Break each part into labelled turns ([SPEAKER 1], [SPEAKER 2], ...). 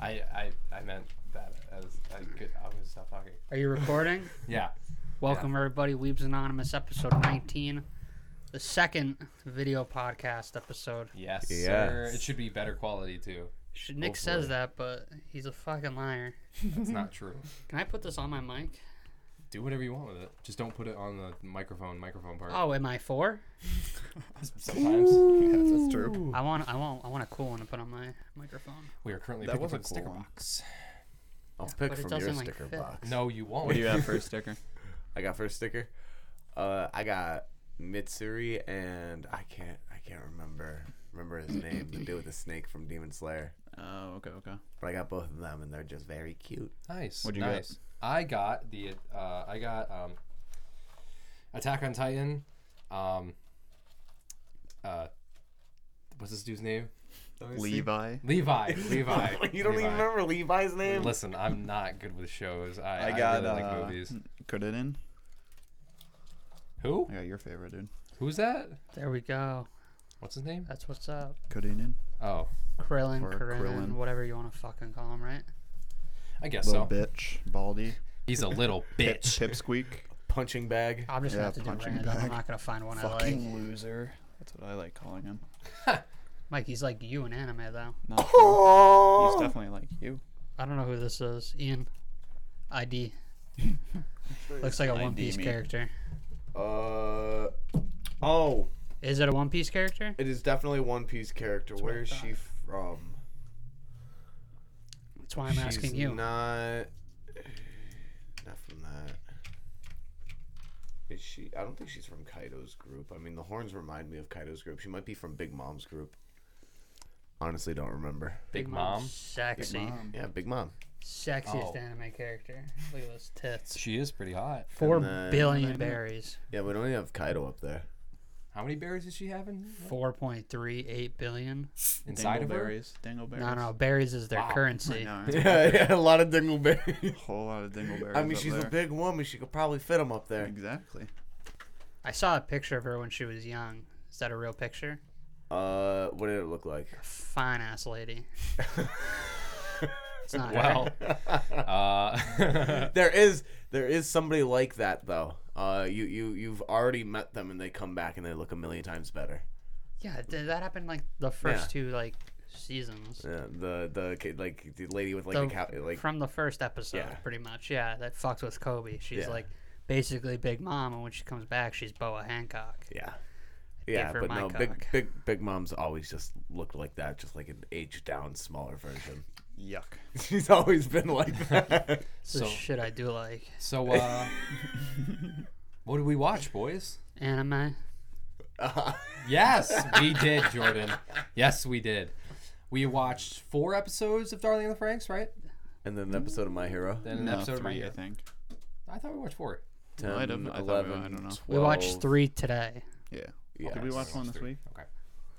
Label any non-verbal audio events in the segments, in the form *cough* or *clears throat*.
[SPEAKER 1] I, I, I meant that as I could. I was stop talking.
[SPEAKER 2] Are you recording?
[SPEAKER 1] Yeah.
[SPEAKER 2] *laughs* Welcome everybody, Weebs Anonymous, episode 19, the second video podcast episode.
[SPEAKER 1] Yes, sir.
[SPEAKER 3] Yes.
[SPEAKER 1] It should be better quality too.
[SPEAKER 2] Sh-
[SPEAKER 4] Oh,
[SPEAKER 2] Nick says that, but he's a fucking liar.
[SPEAKER 1] That's not true.
[SPEAKER 2] Can I put this on my mic?
[SPEAKER 1] *laughs* Do whatever you want with it. Just don't put it on the microphone. Microphone part.
[SPEAKER 2] Oh, am I four?
[SPEAKER 1] Sometimes
[SPEAKER 3] Yeah, that's true.
[SPEAKER 2] I want, I want, I want a cool one to put on my microphone.
[SPEAKER 1] we are currently
[SPEAKER 3] That
[SPEAKER 1] picking
[SPEAKER 3] was a
[SPEAKER 1] from
[SPEAKER 3] cool
[SPEAKER 1] sticker
[SPEAKER 3] one.
[SPEAKER 1] box.
[SPEAKER 3] I'll pick
[SPEAKER 2] But it
[SPEAKER 3] from your
[SPEAKER 2] doesn't, like,
[SPEAKER 3] sticker
[SPEAKER 2] fit.
[SPEAKER 3] box.
[SPEAKER 1] No, you won't.
[SPEAKER 4] What do you have for
[SPEAKER 1] *laughs*
[SPEAKER 4] a sticker?
[SPEAKER 3] I got first sticker. Uh, I got Mitsuri and I can't I can't remember remember his name. The dude with the snake from Demon Slayer.
[SPEAKER 4] Oh, okay, okay.
[SPEAKER 3] But I got both of them and they're just very cute. *laughs*
[SPEAKER 1] Nice.
[SPEAKER 4] What'd you get?
[SPEAKER 1] nice. I got the. Uh, I got um, Attack on Titan. Um, uh, what's this dude's name?
[SPEAKER 4] Levi. *laughs*
[SPEAKER 1] Levi. Levi.
[SPEAKER 3] you don't
[SPEAKER 1] Levi.
[SPEAKER 3] even remember Levi's name.
[SPEAKER 1] Listen, I'm not good with shows. I, I,
[SPEAKER 4] I got
[SPEAKER 1] really
[SPEAKER 4] uh,
[SPEAKER 1] like movies.
[SPEAKER 4] Cut it in.
[SPEAKER 1] Who?
[SPEAKER 4] I got your favorite, dude.
[SPEAKER 1] Who's that?
[SPEAKER 2] There we go.
[SPEAKER 1] What's his name?
[SPEAKER 2] That's what's up.
[SPEAKER 4] Cut it in.
[SPEAKER 1] Oh,
[SPEAKER 2] Krillin,
[SPEAKER 4] Or
[SPEAKER 2] Krillin,
[SPEAKER 4] Krillin.
[SPEAKER 2] whatever you want to fucking call him, right?
[SPEAKER 1] I guess
[SPEAKER 4] Little
[SPEAKER 1] so.
[SPEAKER 4] bitch. Baldy.
[SPEAKER 1] He's a
[SPEAKER 4] *laughs*
[SPEAKER 1] little
[SPEAKER 4] Pip,
[SPEAKER 1] bitch.
[SPEAKER 4] pipsqueak.
[SPEAKER 3] Punching bag.
[SPEAKER 2] I'm just
[SPEAKER 4] Yeah,
[SPEAKER 2] gonna have to do
[SPEAKER 4] punching
[SPEAKER 2] random. I'm
[SPEAKER 4] bag.
[SPEAKER 2] not gonna find one I like.
[SPEAKER 4] Fucking loser. That's what I like calling him.
[SPEAKER 2] Mike, he's like you in anime though.
[SPEAKER 4] Not
[SPEAKER 3] Oh!
[SPEAKER 4] you. He's definitely like you.
[SPEAKER 2] I don't know who this is. Ian. ID.
[SPEAKER 4] *laughs*
[SPEAKER 2] Looks like a One
[SPEAKER 4] ID
[SPEAKER 2] Piece
[SPEAKER 4] me.
[SPEAKER 2] character.
[SPEAKER 3] Uh oh,
[SPEAKER 2] Is it a One Piece character?
[SPEAKER 3] it is definitely a One Piece character.
[SPEAKER 2] what I
[SPEAKER 3] Where is she from?
[SPEAKER 2] That's why I'm asking
[SPEAKER 3] She's
[SPEAKER 2] you.
[SPEAKER 3] Not, *sighs* not from that. Is she? I don't think she's from Kaido's group. I mean, the horns remind me of Kaido's group. She might be from Big Mom's group. Honestly, don't remember.
[SPEAKER 1] Big mom.
[SPEAKER 2] Sexy.
[SPEAKER 3] Yeah, Big Mom.
[SPEAKER 2] Sexiest
[SPEAKER 1] Oh.
[SPEAKER 2] anime character. Look at those tits.
[SPEAKER 1] She is pretty hot.
[SPEAKER 2] Four
[SPEAKER 3] then-
[SPEAKER 2] billion berries.
[SPEAKER 3] Yeah, we don't even have Kaido up there. *laughs*
[SPEAKER 1] How many berries is she having
[SPEAKER 2] Four point three eight billion.
[SPEAKER 1] inside of her?
[SPEAKER 4] Dingleberries. Dingleberries.
[SPEAKER 2] No, no, berries is their
[SPEAKER 1] Wow.
[SPEAKER 4] Right
[SPEAKER 2] currency.
[SPEAKER 4] now,
[SPEAKER 1] *laughs*
[SPEAKER 4] right?
[SPEAKER 3] Yeah, yeah, a lot of dingleberries.
[SPEAKER 4] A whole lot of dingleberries.
[SPEAKER 3] I mean,
[SPEAKER 4] up
[SPEAKER 3] she's
[SPEAKER 4] there.
[SPEAKER 3] a big woman. She could probably fit them up
[SPEAKER 4] *laughs*
[SPEAKER 3] there.
[SPEAKER 4] Exactly.
[SPEAKER 2] I saw a picture of her when she was young. Is that a real picture?
[SPEAKER 3] Uh, what did it look
[SPEAKER 4] *laughs*
[SPEAKER 3] like? *laughs*
[SPEAKER 2] Fine ass lady. it's not
[SPEAKER 1] Wow.
[SPEAKER 4] *laughs*
[SPEAKER 1] uh,
[SPEAKER 2] her.
[SPEAKER 1] *laughs*
[SPEAKER 3] There is there is somebody like that though. Uh, you you you've already met them and they come back and they look a million times better.
[SPEAKER 2] Yeah, th- that happened like the first two like seasons.
[SPEAKER 3] Yeah, the the ki- like the lady with like
[SPEAKER 2] the-
[SPEAKER 3] the cow, like
[SPEAKER 2] from the first episode,
[SPEAKER 3] Yeah.
[SPEAKER 2] pretty much. Yeah, that fucks with Kobe. She's
[SPEAKER 3] Yeah.
[SPEAKER 2] like basically Big Mom, and when she comes back, she's Boa Hancock.
[SPEAKER 3] yeah, yeah.
[SPEAKER 2] her
[SPEAKER 3] But
[SPEAKER 2] my
[SPEAKER 3] no, big
[SPEAKER 2] cock.
[SPEAKER 3] big big mom's always just looked like that, just like an aged down, smaller version. *laughs*
[SPEAKER 4] Yuck.
[SPEAKER 3] She's always been like that. *laughs*
[SPEAKER 2] So
[SPEAKER 1] so,
[SPEAKER 2] shit, I do like
[SPEAKER 1] so
[SPEAKER 4] *laughs*
[SPEAKER 1] uh, what did we watch, boys?
[SPEAKER 2] anime.
[SPEAKER 1] Yes, we did, Jordan. Yes, we did. We watched four episodes of Darling in the Franks, right?
[SPEAKER 3] and then an episode of My Hero.
[SPEAKER 1] Then an
[SPEAKER 4] No,
[SPEAKER 1] episode of My
[SPEAKER 4] three, I
[SPEAKER 1] Hero.
[SPEAKER 4] think.
[SPEAKER 1] I thought we watched four.
[SPEAKER 3] 10,
[SPEAKER 4] Might have- I thought we- I
[SPEAKER 3] 11,
[SPEAKER 4] don't know.
[SPEAKER 2] We watched
[SPEAKER 3] 12.
[SPEAKER 2] three today.
[SPEAKER 4] Yeah.
[SPEAKER 3] Yeah.
[SPEAKER 4] Did we watch one this
[SPEAKER 1] Three.
[SPEAKER 4] week?
[SPEAKER 1] Okay.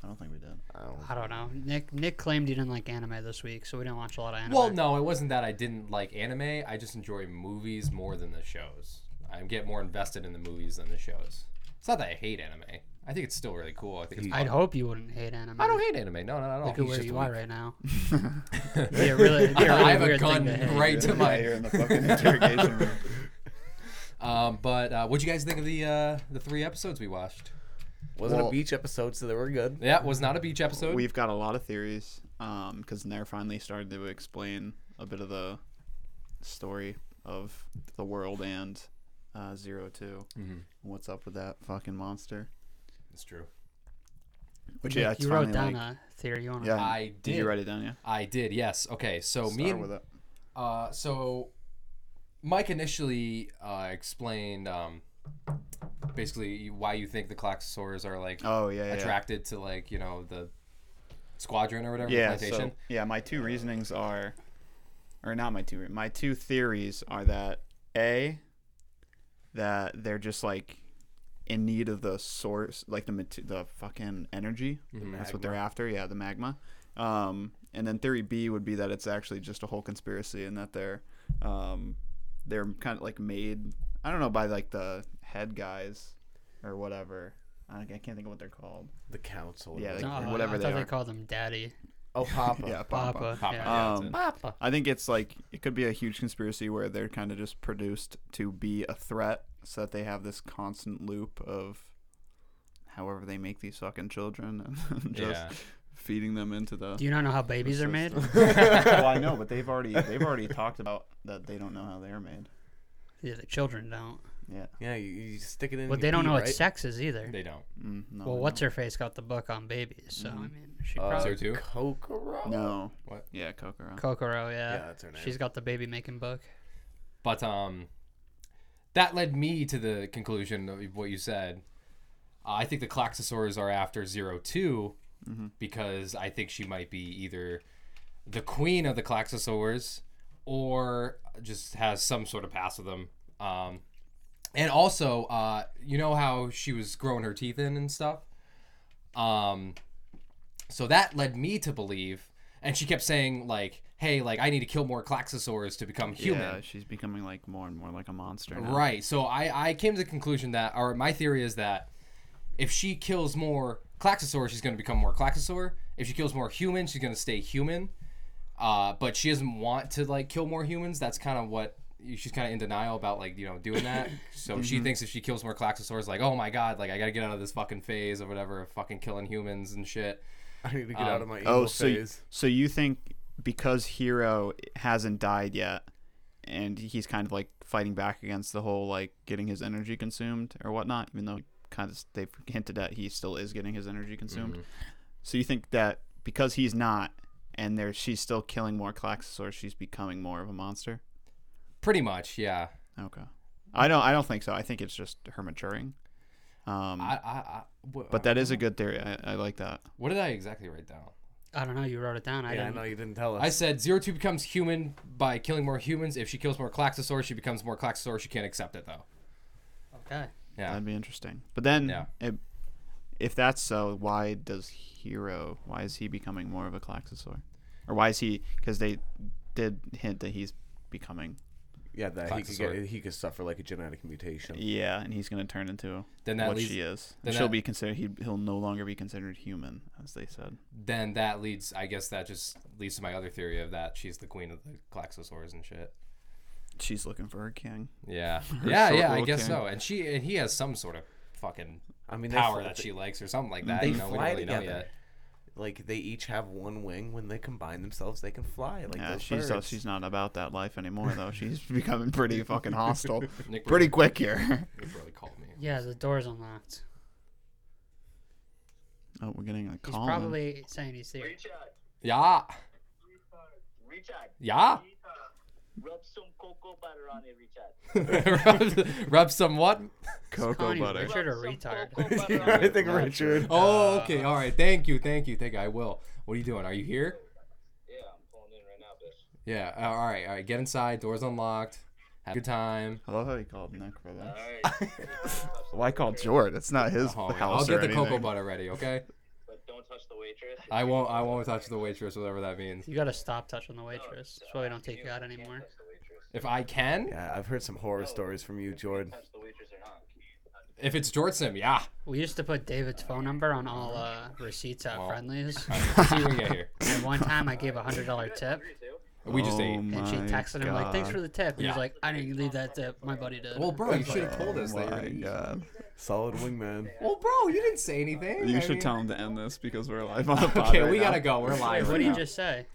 [SPEAKER 4] I don't think we did.
[SPEAKER 3] I don't-
[SPEAKER 2] I don't know. Nick Nick claimed he didn't like anime this week, so we didn't watch a lot of anime.
[SPEAKER 1] Well, no, it wasn't that I didn't like anime. I just enjoy movies more than the shows. I get more invested in the movies than the shows. It's not that I hate anime. I think it's still really cool. I think it's fun.
[SPEAKER 2] I'd hope you wouldn't hate anime.
[SPEAKER 1] I don't hate anime. No, no, no.
[SPEAKER 2] Look at where
[SPEAKER 1] just
[SPEAKER 2] you
[SPEAKER 1] weak.
[SPEAKER 2] are right now.
[SPEAKER 1] Uh,
[SPEAKER 2] yeah, really. it'd be a really
[SPEAKER 1] I have a
[SPEAKER 2] weird thing
[SPEAKER 1] gun
[SPEAKER 2] to
[SPEAKER 1] *laughs*
[SPEAKER 2] hate.
[SPEAKER 1] right to
[SPEAKER 4] Yeah,
[SPEAKER 1] my.
[SPEAKER 4] you're in the fucking interrogation
[SPEAKER 1] *laughs*
[SPEAKER 4] room.
[SPEAKER 1] *laughs* Um, but uh, what do you guys think of the uh, the three episodes we watched?
[SPEAKER 3] Wasn't
[SPEAKER 4] Well-
[SPEAKER 3] a beach episode, so they were good.
[SPEAKER 1] That was not a beach episode.
[SPEAKER 4] We've got a lot of theories because Nair finally started to explain a bit of the story of the world and uh, Zero Two.
[SPEAKER 1] Mhm.
[SPEAKER 4] What's up with that fucking monster?
[SPEAKER 1] It's true.
[SPEAKER 4] Which
[SPEAKER 2] Nick,
[SPEAKER 4] yeah, it's
[SPEAKER 2] you wrote
[SPEAKER 4] finally,
[SPEAKER 2] down
[SPEAKER 4] like-
[SPEAKER 2] a theory. You want to?
[SPEAKER 4] yeah.
[SPEAKER 1] I
[SPEAKER 4] did.
[SPEAKER 1] did.
[SPEAKER 4] you write it down? Yeah.
[SPEAKER 1] I did. Yes. Okay. So me
[SPEAKER 4] Start
[SPEAKER 1] and
[SPEAKER 4] with it.
[SPEAKER 1] Uh, so Mike initially uh, explained um, basically why you think the Klaxosaurs are like
[SPEAKER 4] Oh yeah. yeah.
[SPEAKER 1] attracted to like you know the squadron or whatever the
[SPEAKER 4] yeah.
[SPEAKER 1] plantation.
[SPEAKER 4] So, yeah, my two reasonings are, or not my two. re- My two theories are that a, that they're just like in need of the source, like the mate- the fucking energy. That's what they're after. Yeah, the magma. Um, and then theory B would be that it's actually just a whole conspiracy and that they're, um, they're kind of like made. I don't know by like the head guys, or whatever. I, I can't think of what they're called.
[SPEAKER 3] The council.
[SPEAKER 4] Yeah,
[SPEAKER 3] was
[SPEAKER 4] like-
[SPEAKER 2] Oh,
[SPEAKER 4] whatever
[SPEAKER 2] I
[SPEAKER 4] they
[SPEAKER 2] thought they
[SPEAKER 4] are.
[SPEAKER 2] called him Daddy.
[SPEAKER 3] Oh, Papa.
[SPEAKER 4] *laughs* Yeah, Papa.
[SPEAKER 2] Papa.
[SPEAKER 1] Popeye.
[SPEAKER 2] yeah.
[SPEAKER 1] yeah, that's
[SPEAKER 4] Um,
[SPEAKER 1] it.
[SPEAKER 3] Papa.
[SPEAKER 4] I think it's like it could be a huge conspiracy where they're kind of just produced to be a threat, so that they have this constant loop of however they make these fucking children *laughs* and just
[SPEAKER 1] Yeah.
[SPEAKER 4] feeding them into the.
[SPEAKER 2] Do you not know how babies are made?
[SPEAKER 4] *laughs* well, I know, but they've
[SPEAKER 2] *laughs*
[SPEAKER 4] already they've already talked about that they don't know how they're made.
[SPEAKER 2] Yeah, the children don't.
[SPEAKER 4] Yeah.
[SPEAKER 3] Yeah, you, you stick it in.
[SPEAKER 2] But
[SPEAKER 3] you
[SPEAKER 2] they don't
[SPEAKER 3] pee,
[SPEAKER 2] know
[SPEAKER 3] right?
[SPEAKER 2] what sex is either.
[SPEAKER 1] They don't.
[SPEAKER 4] Mm, no,
[SPEAKER 2] well,
[SPEAKER 4] they
[SPEAKER 2] what's her face got the book on babies, so I mean, she
[SPEAKER 3] Uh,
[SPEAKER 1] So
[SPEAKER 2] probably
[SPEAKER 1] too.
[SPEAKER 3] Kokoro.
[SPEAKER 4] don't. No.
[SPEAKER 1] What?
[SPEAKER 4] Yeah, Kokoro.
[SPEAKER 2] Kokoro, yeah.
[SPEAKER 3] Yeah, that's her name.
[SPEAKER 2] She's got the baby making book.
[SPEAKER 1] But um, that led me to the conclusion of what you said. Uh, I think the Klaxosaurs are after Zero Two because I think she might be either the queen of the Klaxosaurs or just has some sort of past with them. Um, and also, uh, you know how she was growing her teeth in and stuff. Um, so that led me to believe, and she kept saying like, "Hey, like I need to kill more Klaxosaurs to become human."
[SPEAKER 4] Yeah, she's becoming like more and more like a monster. Now.
[SPEAKER 1] Right. So I, I came to the conclusion that, or my theory is that if she kills more Claxosaur, she's going to become more Claxosaur. If she kills more human, she's going to stay human. Uh, but she doesn't want to like kill more humans. That's kind of what she's kind of in denial about, like you know, doing that. so she
[SPEAKER 4] Mm-hmm.
[SPEAKER 1] thinks if she kills more Claxosaurs, like oh my god, like I got to get out of this fucking phase or whatever, of fucking killing humans and shit.
[SPEAKER 3] *laughs* I need to get out of my evil
[SPEAKER 4] Oh, so you,
[SPEAKER 3] phase.
[SPEAKER 4] so you think because Hero hasn't died yet, and he's kind of like fighting back against the whole like getting his energy consumed or whatnot, even though kind of they've hinted at he still is getting his energy consumed. So you think that because he's not, and there she's still killing more Klaxosaurs, she's becoming more of a monster.
[SPEAKER 1] Pretty much, yeah.
[SPEAKER 4] Okay, I don't. I don't think so. I think it's just her maturing. Um,
[SPEAKER 1] I, I, I what,
[SPEAKER 4] but that is a good theory. I, I like that.
[SPEAKER 1] what did I exactly write down?
[SPEAKER 2] I don't know. You wrote it down. I
[SPEAKER 3] Yeah, I
[SPEAKER 2] didn't.
[SPEAKER 3] know you didn't tell us.
[SPEAKER 1] I said zero two becomes human by killing more humans. If she kills more Claxosaur, she becomes more Claxosaur. She can't accept it though.
[SPEAKER 2] Okay.
[SPEAKER 1] Yeah.
[SPEAKER 4] That'd be interesting. But then,
[SPEAKER 1] Yeah.
[SPEAKER 4] it- if that's so, why does Hero? Why is he becoming more of a Klaxosaur? Or why is he? Because they did hint that he's becoming.
[SPEAKER 3] yeah, that he could,
[SPEAKER 1] Claxosaur.
[SPEAKER 3] get, he could suffer like a genetic mutation.
[SPEAKER 4] Yeah, and he's gonna turn into
[SPEAKER 1] Then that
[SPEAKER 4] what
[SPEAKER 1] leads-
[SPEAKER 4] she is.
[SPEAKER 1] then
[SPEAKER 4] And she'll
[SPEAKER 1] that-
[SPEAKER 4] be considered. He, he'll no longer be considered human, as they said.
[SPEAKER 1] Then that leads. I guess that just leads to my other theory of that she's the queen of the Claxosaurs and shit.
[SPEAKER 4] She's looking for her king.
[SPEAKER 3] *laughs*
[SPEAKER 1] Yeah. yeah.
[SPEAKER 4] short
[SPEAKER 1] Yeah. I
[SPEAKER 4] little
[SPEAKER 1] guess
[SPEAKER 4] king.
[SPEAKER 1] so. And she and he has some sort of fucking
[SPEAKER 3] I mean, they
[SPEAKER 1] power
[SPEAKER 3] fly-
[SPEAKER 1] that she likes or something like that.
[SPEAKER 3] They
[SPEAKER 1] you know, we don't
[SPEAKER 3] fly
[SPEAKER 1] really know
[SPEAKER 3] together.
[SPEAKER 1] yet.
[SPEAKER 3] Like they each have one wing. When they combine themselves, they can fly. Like
[SPEAKER 4] Yeah,
[SPEAKER 3] those
[SPEAKER 4] she's uh,
[SPEAKER 3] birds.
[SPEAKER 4] she's not about that life anymore though. She's becoming pretty fucking hostile,
[SPEAKER 1] Nick
[SPEAKER 4] pretty
[SPEAKER 1] really,
[SPEAKER 4] quick here.
[SPEAKER 1] *laughs*
[SPEAKER 4] *laughs*
[SPEAKER 1] Nick really called me.
[SPEAKER 2] Yeah, the door's unlocked.
[SPEAKER 4] oh, we're getting a
[SPEAKER 2] He's
[SPEAKER 4] call.
[SPEAKER 2] probably saying he's there.
[SPEAKER 5] Richard,
[SPEAKER 1] Yeah.
[SPEAKER 5] Richard,
[SPEAKER 1] Yeah. *laughs*
[SPEAKER 5] rub some cocoa butter on it, Richard.
[SPEAKER 1] rub, rub some what?
[SPEAKER 3] Uh,
[SPEAKER 4] cocoa
[SPEAKER 2] Connie,
[SPEAKER 4] *laughs* butter.
[SPEAKER 2] Richard or
[SPEAKER 5] Rub some
[SPEAKER 2] retard?
[SPEAKER 5] cocoa
[SPEAKER 1] *laughs*
[SPEAKER 5] butter on
[SPEAKER 3] I
[SPEAKER 5] it.
[SPEAKER 3] think Richard.
[SPEAKER 1] Oh, okay. All right. Thank you. Thank you. Thank you. I will. What are you doing? Are you here?
[SPEAKER 5] Yeah, I'm phoning in right now, bitch.
[SPEAKER 1] Yeah. uh, All right. All right. Get inside. Doors unlocked. Have a good time.
[SPEAKER 4] I love how he called Nick for that.
[SPEAKER 3] *laughs*
[SPEAKER 5] Alright.
[SPEAKER 4] Why call Jord? It's not his
[SPEAKER 1] Oh, yeah, I'll
[SPEAKER 4] house
[SPEAKER 1] get
[SPEAKER 4] or
[SPEAKER 1] the cocoa
[SPEAKER 4] anything.
[SPEAKER 1] butter ready. Okay.
[SPEAKER 5] But don't touch the waitress.
[SPEAKER 1] I won't. I won't touch the waitress, whatever that means.
[SPEAKER 2] You gotta stop touching the waitress. That's why
[SPEAKER 5] uh,
[SPEAKER 2] we don't take you out anymore.
[SPEAKER 5] Touch the waitress.
[SPEAKER 1] If I can,
[SPEAKER 3] Yeah, I've heard some
[SPEAKER 6] Oh.
[SPEAKER 3] horror stories from you, Jordan.
[SPEAKER 5] Touch the waitress or not.
[SPEAKER 1] if it's Jordsim, yeah.
[SPEAKER 2] We used to put David's phone number on all uh, receipts at
[SPEAKER 1] Well.
[SPEAKER 2] Friendlies.
[SPEAKER 1] See what we get here.
[SPEAKER 2] *laughs* And one time I gave a hundred dollar tip,
[SPEAKER 1] We
[SPEAKER 4] Oh
[SPEAKER 1] just ate.
[SPEAKER 4] Um,
[SPEAKER 2] and she texted him like, "Thanks for the tip." He was
[SPEAKER 1] Yeah.
[SPEAKER 2] like, "I didn't leave that tip. My buddy did."
[SPEAKER 1] Well, bro, you should have told us that. you were
[SPEAKER 4] Oh my
[SPEAKER 1] gonna eat.
[SPEAKER 4] god.
[SPEAKER 3] Solid wingman.
[SPEAKER 1] Well, bro, you didn't say anything.
[SPEAKER 4] You
[SPEAKER 1] I
[SPEAKER 4] should
[SPEAKER 1] mean-
[SPEAKER 4] tell him to end this because we're live on the
[SPEAKER 1] *laughs*
[SPEAKER 4] pod.
[SPEAKER 1] Okay,
[SPEAKER 4] right
[SPEAKER 1] we
[SPEAKER 4] now.
[SPEAKER 1] gotta go. We're
[SPEAKER 2] Wait,
[SPEAKER 1] live.
[SPEAKER 2] what
[SPEAKER 1] Right
[SPEAKER 2] did you
[SPEAKER 1] now.
[SPEAKER 2] just say?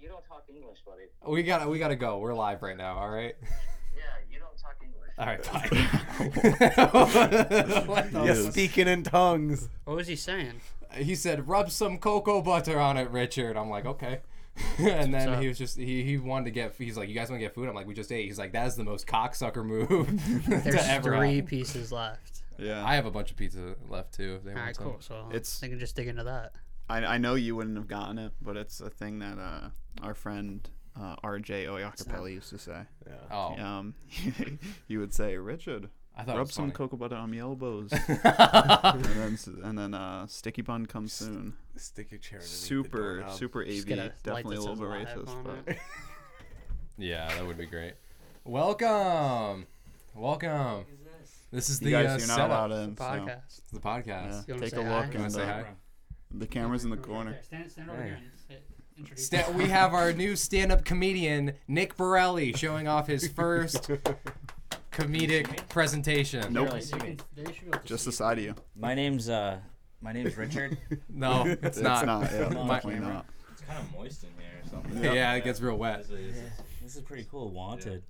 [SPEAKER 5] You don't talk English, buddy.
[SPEAKER 1] We gotta. We gotta go. We're live right now. All right.
[SPEAKER 5] Yeah, you don't talk English.
[SPEAKER 1] All right. *laughs*
[SPEAKER 4] *laughs*
[SPEAKER 1] Bye.
[SPEAKER 3] Yes, speaking in tongues.
[SPEAKER 2] What was he saying?
[SPEAKER 1] he said, "Rub some cocoa butter on it, Richard." I'm like, okay. *laughs* and
[SPEAKER 2] what's
[SPEAKER 1] then
[SPEAKER 2] up.
[SPEAKER 1] he was just he, he wanted to get he's like, "You guys want to get food?" I'm like, "We just ate." He's like, "That is the most cocksucker move *laughs*
[SPEAKER 2] There's
[SPEAKER 1] to ever."
[SPEAKER 2] three
[SPEAKER 1] happen."
[SPEAKER 2] pieces left.
[SPEAKER 4] Yeah.
[SPEAKER 1] I have a bunch of pizza left too. if they
[SPEAKER 2] All
[SPEAKER 1] want
[SPEAKER 2] right,
[SPEAKER 1] some.
[SPEAKER 2] cool. So
[SPEAKER 4] It's-
[SPEAKER 2] it's they can just dig into that.
[SPEAKER 4] I, I know you wouldn't have gotten it, but it's a thing that uh, our friend uh, RJ Oyakapelli used to say.
[SPEAKER 1] Oh,
[SPEAKER 4] Um, *laughs* he would say, Richard,
[SPEAKER 1] I thought it
[SPEAKER 4] rub
[SPEAKER 1] was
[SPEAKER 4] some
[SPEAKER 1] funny.
[SPEAKER 4] cocoa butter on
[SPEAKER 1] *laughs*
[SPEAKER 4] my elbows. and then, s- and then uh, sticky bun comes soon.
[SPEAKER 3] Stick your chair underneath the
[SPEAKER 4] Super,
[SPEAKER 3] doorknob.
[SPEAKER 4] super AV.
[SPEAKER 2] gotta light
[SPEAKER 4] Definitely a
[SPEAKER 2] this
[SPEAKER 4] little
[SPEAKER 2] as
[SPEAKER 4] bit
[SPEAKER 2] live
[SPEAKER 4] racist,
[SPEAKER 2] on
[SPEAKER 4] but.
[SPEAKER 2] it.
[SPEAKER 1] Yeah, that would be great. Welcome, welcome. This is the
[SPEAKER 4] You guys,
[SPEAKER 1] uh,
[SPEAKER 4] you're not
[SPEAKER 1] setup.
[SPEAKER 4] allowed in. so,
[SPEAKER 2] Podcast.
[SPEAKER 1] This is the podcast.
[SPEAKER 2] You wanna
[SPEAKER 4] Take
[SPEAKER 2] say
[SPEAKER 4] a
[SPEAKER 2] hi?
[SPEAKER 4] look
[SPEAKER 1] You wanna
[SPEAKER 4] and
[SPEAKER 1] say
[SPEAKER 4] uh,
[SPEAKER 1] hi?
[SPEAKER 4] The camera's in the corner.
[SPEAKER 2] There, Stand, stand over here and sit- introduce
[SPEAKER 1] Sta- we have our new stand-up comedian Nick Borelli showing off his first
[SPEAKER 3] *laughs*
[SPEAKER 1] comedic presentation.
[SPEAKER 4] Nope.
[SPEAKER 7] Really see me.
[SPEAKER 2] They should be able to
[SPEAKER 4] Just
[SPEAKER 2] see
[SPEAKER 4] the side of you.
[SPEAKER 7] My name's uh, my name's Richard.
[SPEAKER 5] *laughs*
[SPEAKER 1] No,
[SPEAKER 4] *laughs*
[SPEAKER 1] it's,
[SPEAKER 4] It's
[SPEAKER 1] not. *laughs*
[SPEAKER 4] not. yeah,
[SPEAKER 7] Not
[SPEAKER 4] definitely
[SPEAKER 7] camera.
[SPEAKER 4] not.
[SPEAKER 6] It's kind of moist in here or something.
[SPEAKER 1] Yeah, it gets real wet. *laughs*
[SPEAKER 6] This
[SPEAKER 4] *laughs*
[SPEAKER 6] is-
[SPEAKER 7] This is pretty cool. Wanted.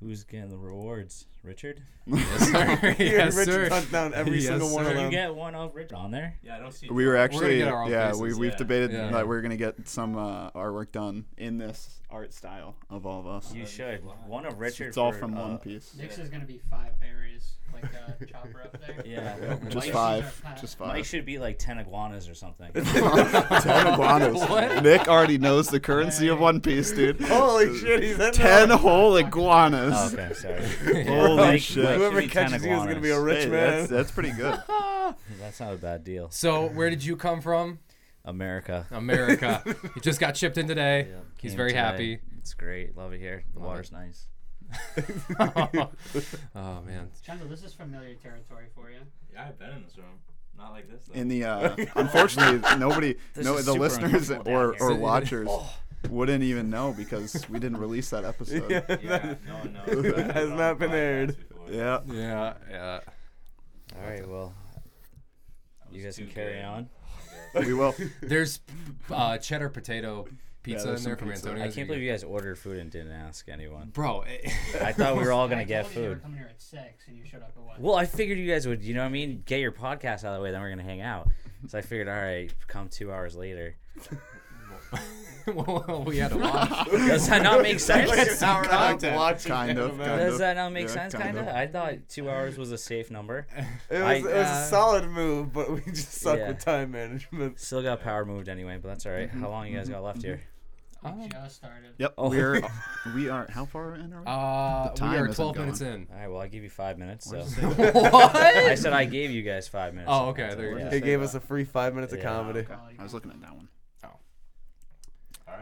[SPEAKER 7] Who's getting the rewards? Richard.
[SPEAKER 4] *laughs*
[SPEAKER 1] Yes, sir. *laughs* yes,
[SPEAKER 3] Richard
[SPEAKER 1] sir.
[SPEAKER 3] hunt down every
[SPEAKER 1] Yes,
[SPEAKER 3] single one
[SPEAKER 1] sir.
[SPEAKER 3] of
[SPEAKER 7] You
[SPEAKER 3] them.
[SPEAKER 7] can get one of Richard on there.
[SPEAKER 6] Yeah, I don't see.
[SPEAKER 4] We were actually,
[SPEAKER 1] get our own
[SPEAKER 4] yeah, we,
[SPEAKER 1] faces,
[SPEAKER 4] we've
[SPEAKER 6] yeah.
[SPEAKER 4] debated
[SPEAKER 1] Yeah.
[SPEAKER 4] that we're gonna get some uh, artwork done in this art style of all of us.
[SPEAKER 7] You should. One of Richard.
[SPEAKER 4] It's all
[SPEAKER 7] for,
[SPEAKER 4] from
[SPEAKER 7] uh,
[SPEAKER 4] One Piece.
[SPEAKER 2] it. Nick's is gonna be five berries, like uh, chopper up there.
[SPEAKER 3] *laughs*
[SPEAKER 7] Yeah.
[SPEAKER 4] Just
[SPEAKER 7] Mike-
[SPEAKER 4] five. Just
[SPEAKER 7] Mike
[SPEAKER 4] five. *laughs*
[SPEAKER 7] should be like ten iguanas
[SPEAKER 3] *laughs*
[SPEAKER 7] or something.
[SPEAKER 4] Ten iguanas.
[SPEAKER 1] What?
[SPEAKER 4] Nick already knows the currency of One Piece, dude.
[SPEAKER 3] Holy shit, he's in *laughs*
[SPEAKER 4] Ten
[SPEAKER 3] there.
[SPEAKER 4] whole iguanas.
[SPEAKER 7] Oh, okay, sorry.
[SPEAKER 4] Holy
[SPEAKER 7] *laughs* Mike-
[SPEAKER 4] shit.
[SPEAKER 7] Mike should
[SPEAKER 3] Whoever
[SPEAKER 7] be 10
[SPEAKER 3] catches you is gonna be a
[SPEAKER 7] iguanas.
[SPEAKER 3] rich
[SPEAKER 4] Hey,
[SPEAKER 3] man.
[SPEAKER 4] that's, that's pretty good.
[SPEAKER 7] That's not a bad deal.
[SPEAKER 1] So, where did you come from?
[SPEAKER 7] America.
[SPEAKER 1] America.
[SPEAKER 4] *laughs*
[SPEAKER 1] he just got chipped in today. He's
[SPEAKER 7] Came
[SPEAKER 1] very
[SPEAKER 7] today.
[SPEAKER 1] happy.
[SPEAKER 7] It's great. Love it here. The water's nice.
[SPEAKER 1] *laughs*
[SPEAKER 7] *laughs*
[SPEAKER 1] oh man.
[SPEAKER 2] Chandler, this is familiar territory for you.
[SPEAKER 6] Yeah, I've been in this room. Not like this. Though.
[SPEAKER 4] In the uh, *laughs* unfortunately, nobody,
[SPEAKER 7] This
[SPEAKER 4] no,
[SPEAKER 7] is
[SPEAKER 4] the
[SPEAKER 7] super
[SPEAKER 4] listeners
[SPEAKER 7] uncomfortable
[SPEAKER 4] or,
[SPEAKER 7] down
[SPEAKER 4] or
[SPEAKER 7] here.
[SPEAKER 4] watchers wouldn't even know because we didn't release that episode.
[SPEAKER 3] Yeah,
[SPEAKER 6] yeah,
[SPEAKER 3] that-
[SPEAKER 6] no one knows.
[SPEAKER 3] It
[SPEAKER 6] I've
[SPEAKER 3] *laughs* has
[SPEAKER 6] been on
[SPEAKER 3] not been
[SPEAKER 6] podcasts
[SPEAKER 3] aired.
[SPEAKER 6] before.
[SPEAKER 4] Yeah.
[SPEAKER 1] Yeah. Yeah.
[SPEAKER 7] All right. Well,
[SPEAKER 6] That was
[SPEAKER 7] you guys can
[SPEAKER 6] too
[SPEAKER 7] carry
[SPEAKER 6] good.
[SPEAKER 7] on.
[SPEAKER 4] we will.
[SPEAKER 1] There's uh, cheddar potato pizza
[SPEAKER 4] there's
[SPEAKER 1] in
[SPEAKER 4] some
[SPEAKER 1] there from
[SPEAKER 4] pizza.
[SPEAKER 1] Antonio's.
[SPEAKER 7] I can't believe you guys ordered food and didn't ask anyone.
[SPEAKER 3] *laughs*
[SPEAKER 1] Bro,
[SPEAKER 7] *laughs*
[SPEAKER 1] it- *laughs*
[SPEAKER 7] I thought we were all gonna
[SPEAKER 2] I
[SPEAKER 7] get
[SPEAKER 2] told you You were
[SPEAKER 7] food.
[SPEAKER 2] coming here at six, and you showed up at what?
[SPEAKER 7] Well, I figured you guys would, you know what I mean? Get your podcast out of the way, then we're gonna hang out. So I figured, all right, come two hours later.
[SPEAKER 1] well, we had to *laughs*
[SPEAKER 7] *laughs*
[SPEAKER 1] watch.
[SPEAKER 7] Does that not
[SPEAKER 4] *laughs*
[SPEAKER 7] make sense?
[SPEAKER 3] Sour
[SPEAKER 4] Kind
[SPEAKER 3] content.
[SPEAKER 4] of, kind of.
[SPEAKER 7] Does that not make
[SPEAKER 4] Yeah,
[SPEAKER 7] sense?
[SPEAKER 4] kind
[SPEAKER 7] Kind of.
[SPEAKER 4] of.
[SPEAKER 7] I thought two hours was a safe number.
[SPEAKER 3] It was,
[SPEAKER 7] I-
[SPEAKER 3] it was a solid move, but we just suck
[SPEAKER 7] Yeah.
[SPEAKER 3] with time management.
[SPEAKER 7] Still got power moved anyway, but that's all right. How long you
[SPEAKER 4] Mm-hmm.
[SPEAKER 7] guys got left here?
[SPEAKER 2] We just started.
[SPEAKER 4] Yep.
[SPEAKER 7] Oh.
[SPEAKER 4] We're we are how far in are
[SPEAKER 1] Um,
[SPEAKER 4] we?
[SPEAKER 1] Uh,
[SPEAKER 4] The
[SPEAKER 1] we
[SPEAKER 4] time
[SPEAKER 1] are
[SPEAKER 4] isn't
[SPEAKER 1] 12
[SPEAKER 4] going.
[SPEAKER 1] minutes in.
[SPEAKER 7] All right. Well, I give you five minutes.
[SPEAKER 1] *laughs*
[SPEAKER 7] So *laughs*
[SPEAKER 1] what?
[SPEAKER 7] I said I gave you guys five minutes.
[SPEAKER 1] Oh, okay. There you
[SPEAKER 7] Yeah.
[SPEAKER 1] go.
[SPEAKER 3] It gave us a free five minutes of
[SPEAKER 7] Yeah.
[SPEAKER 3] comedy.
[SPEAKER 2] Probably
[SPEAKER 4] I was looking at that one.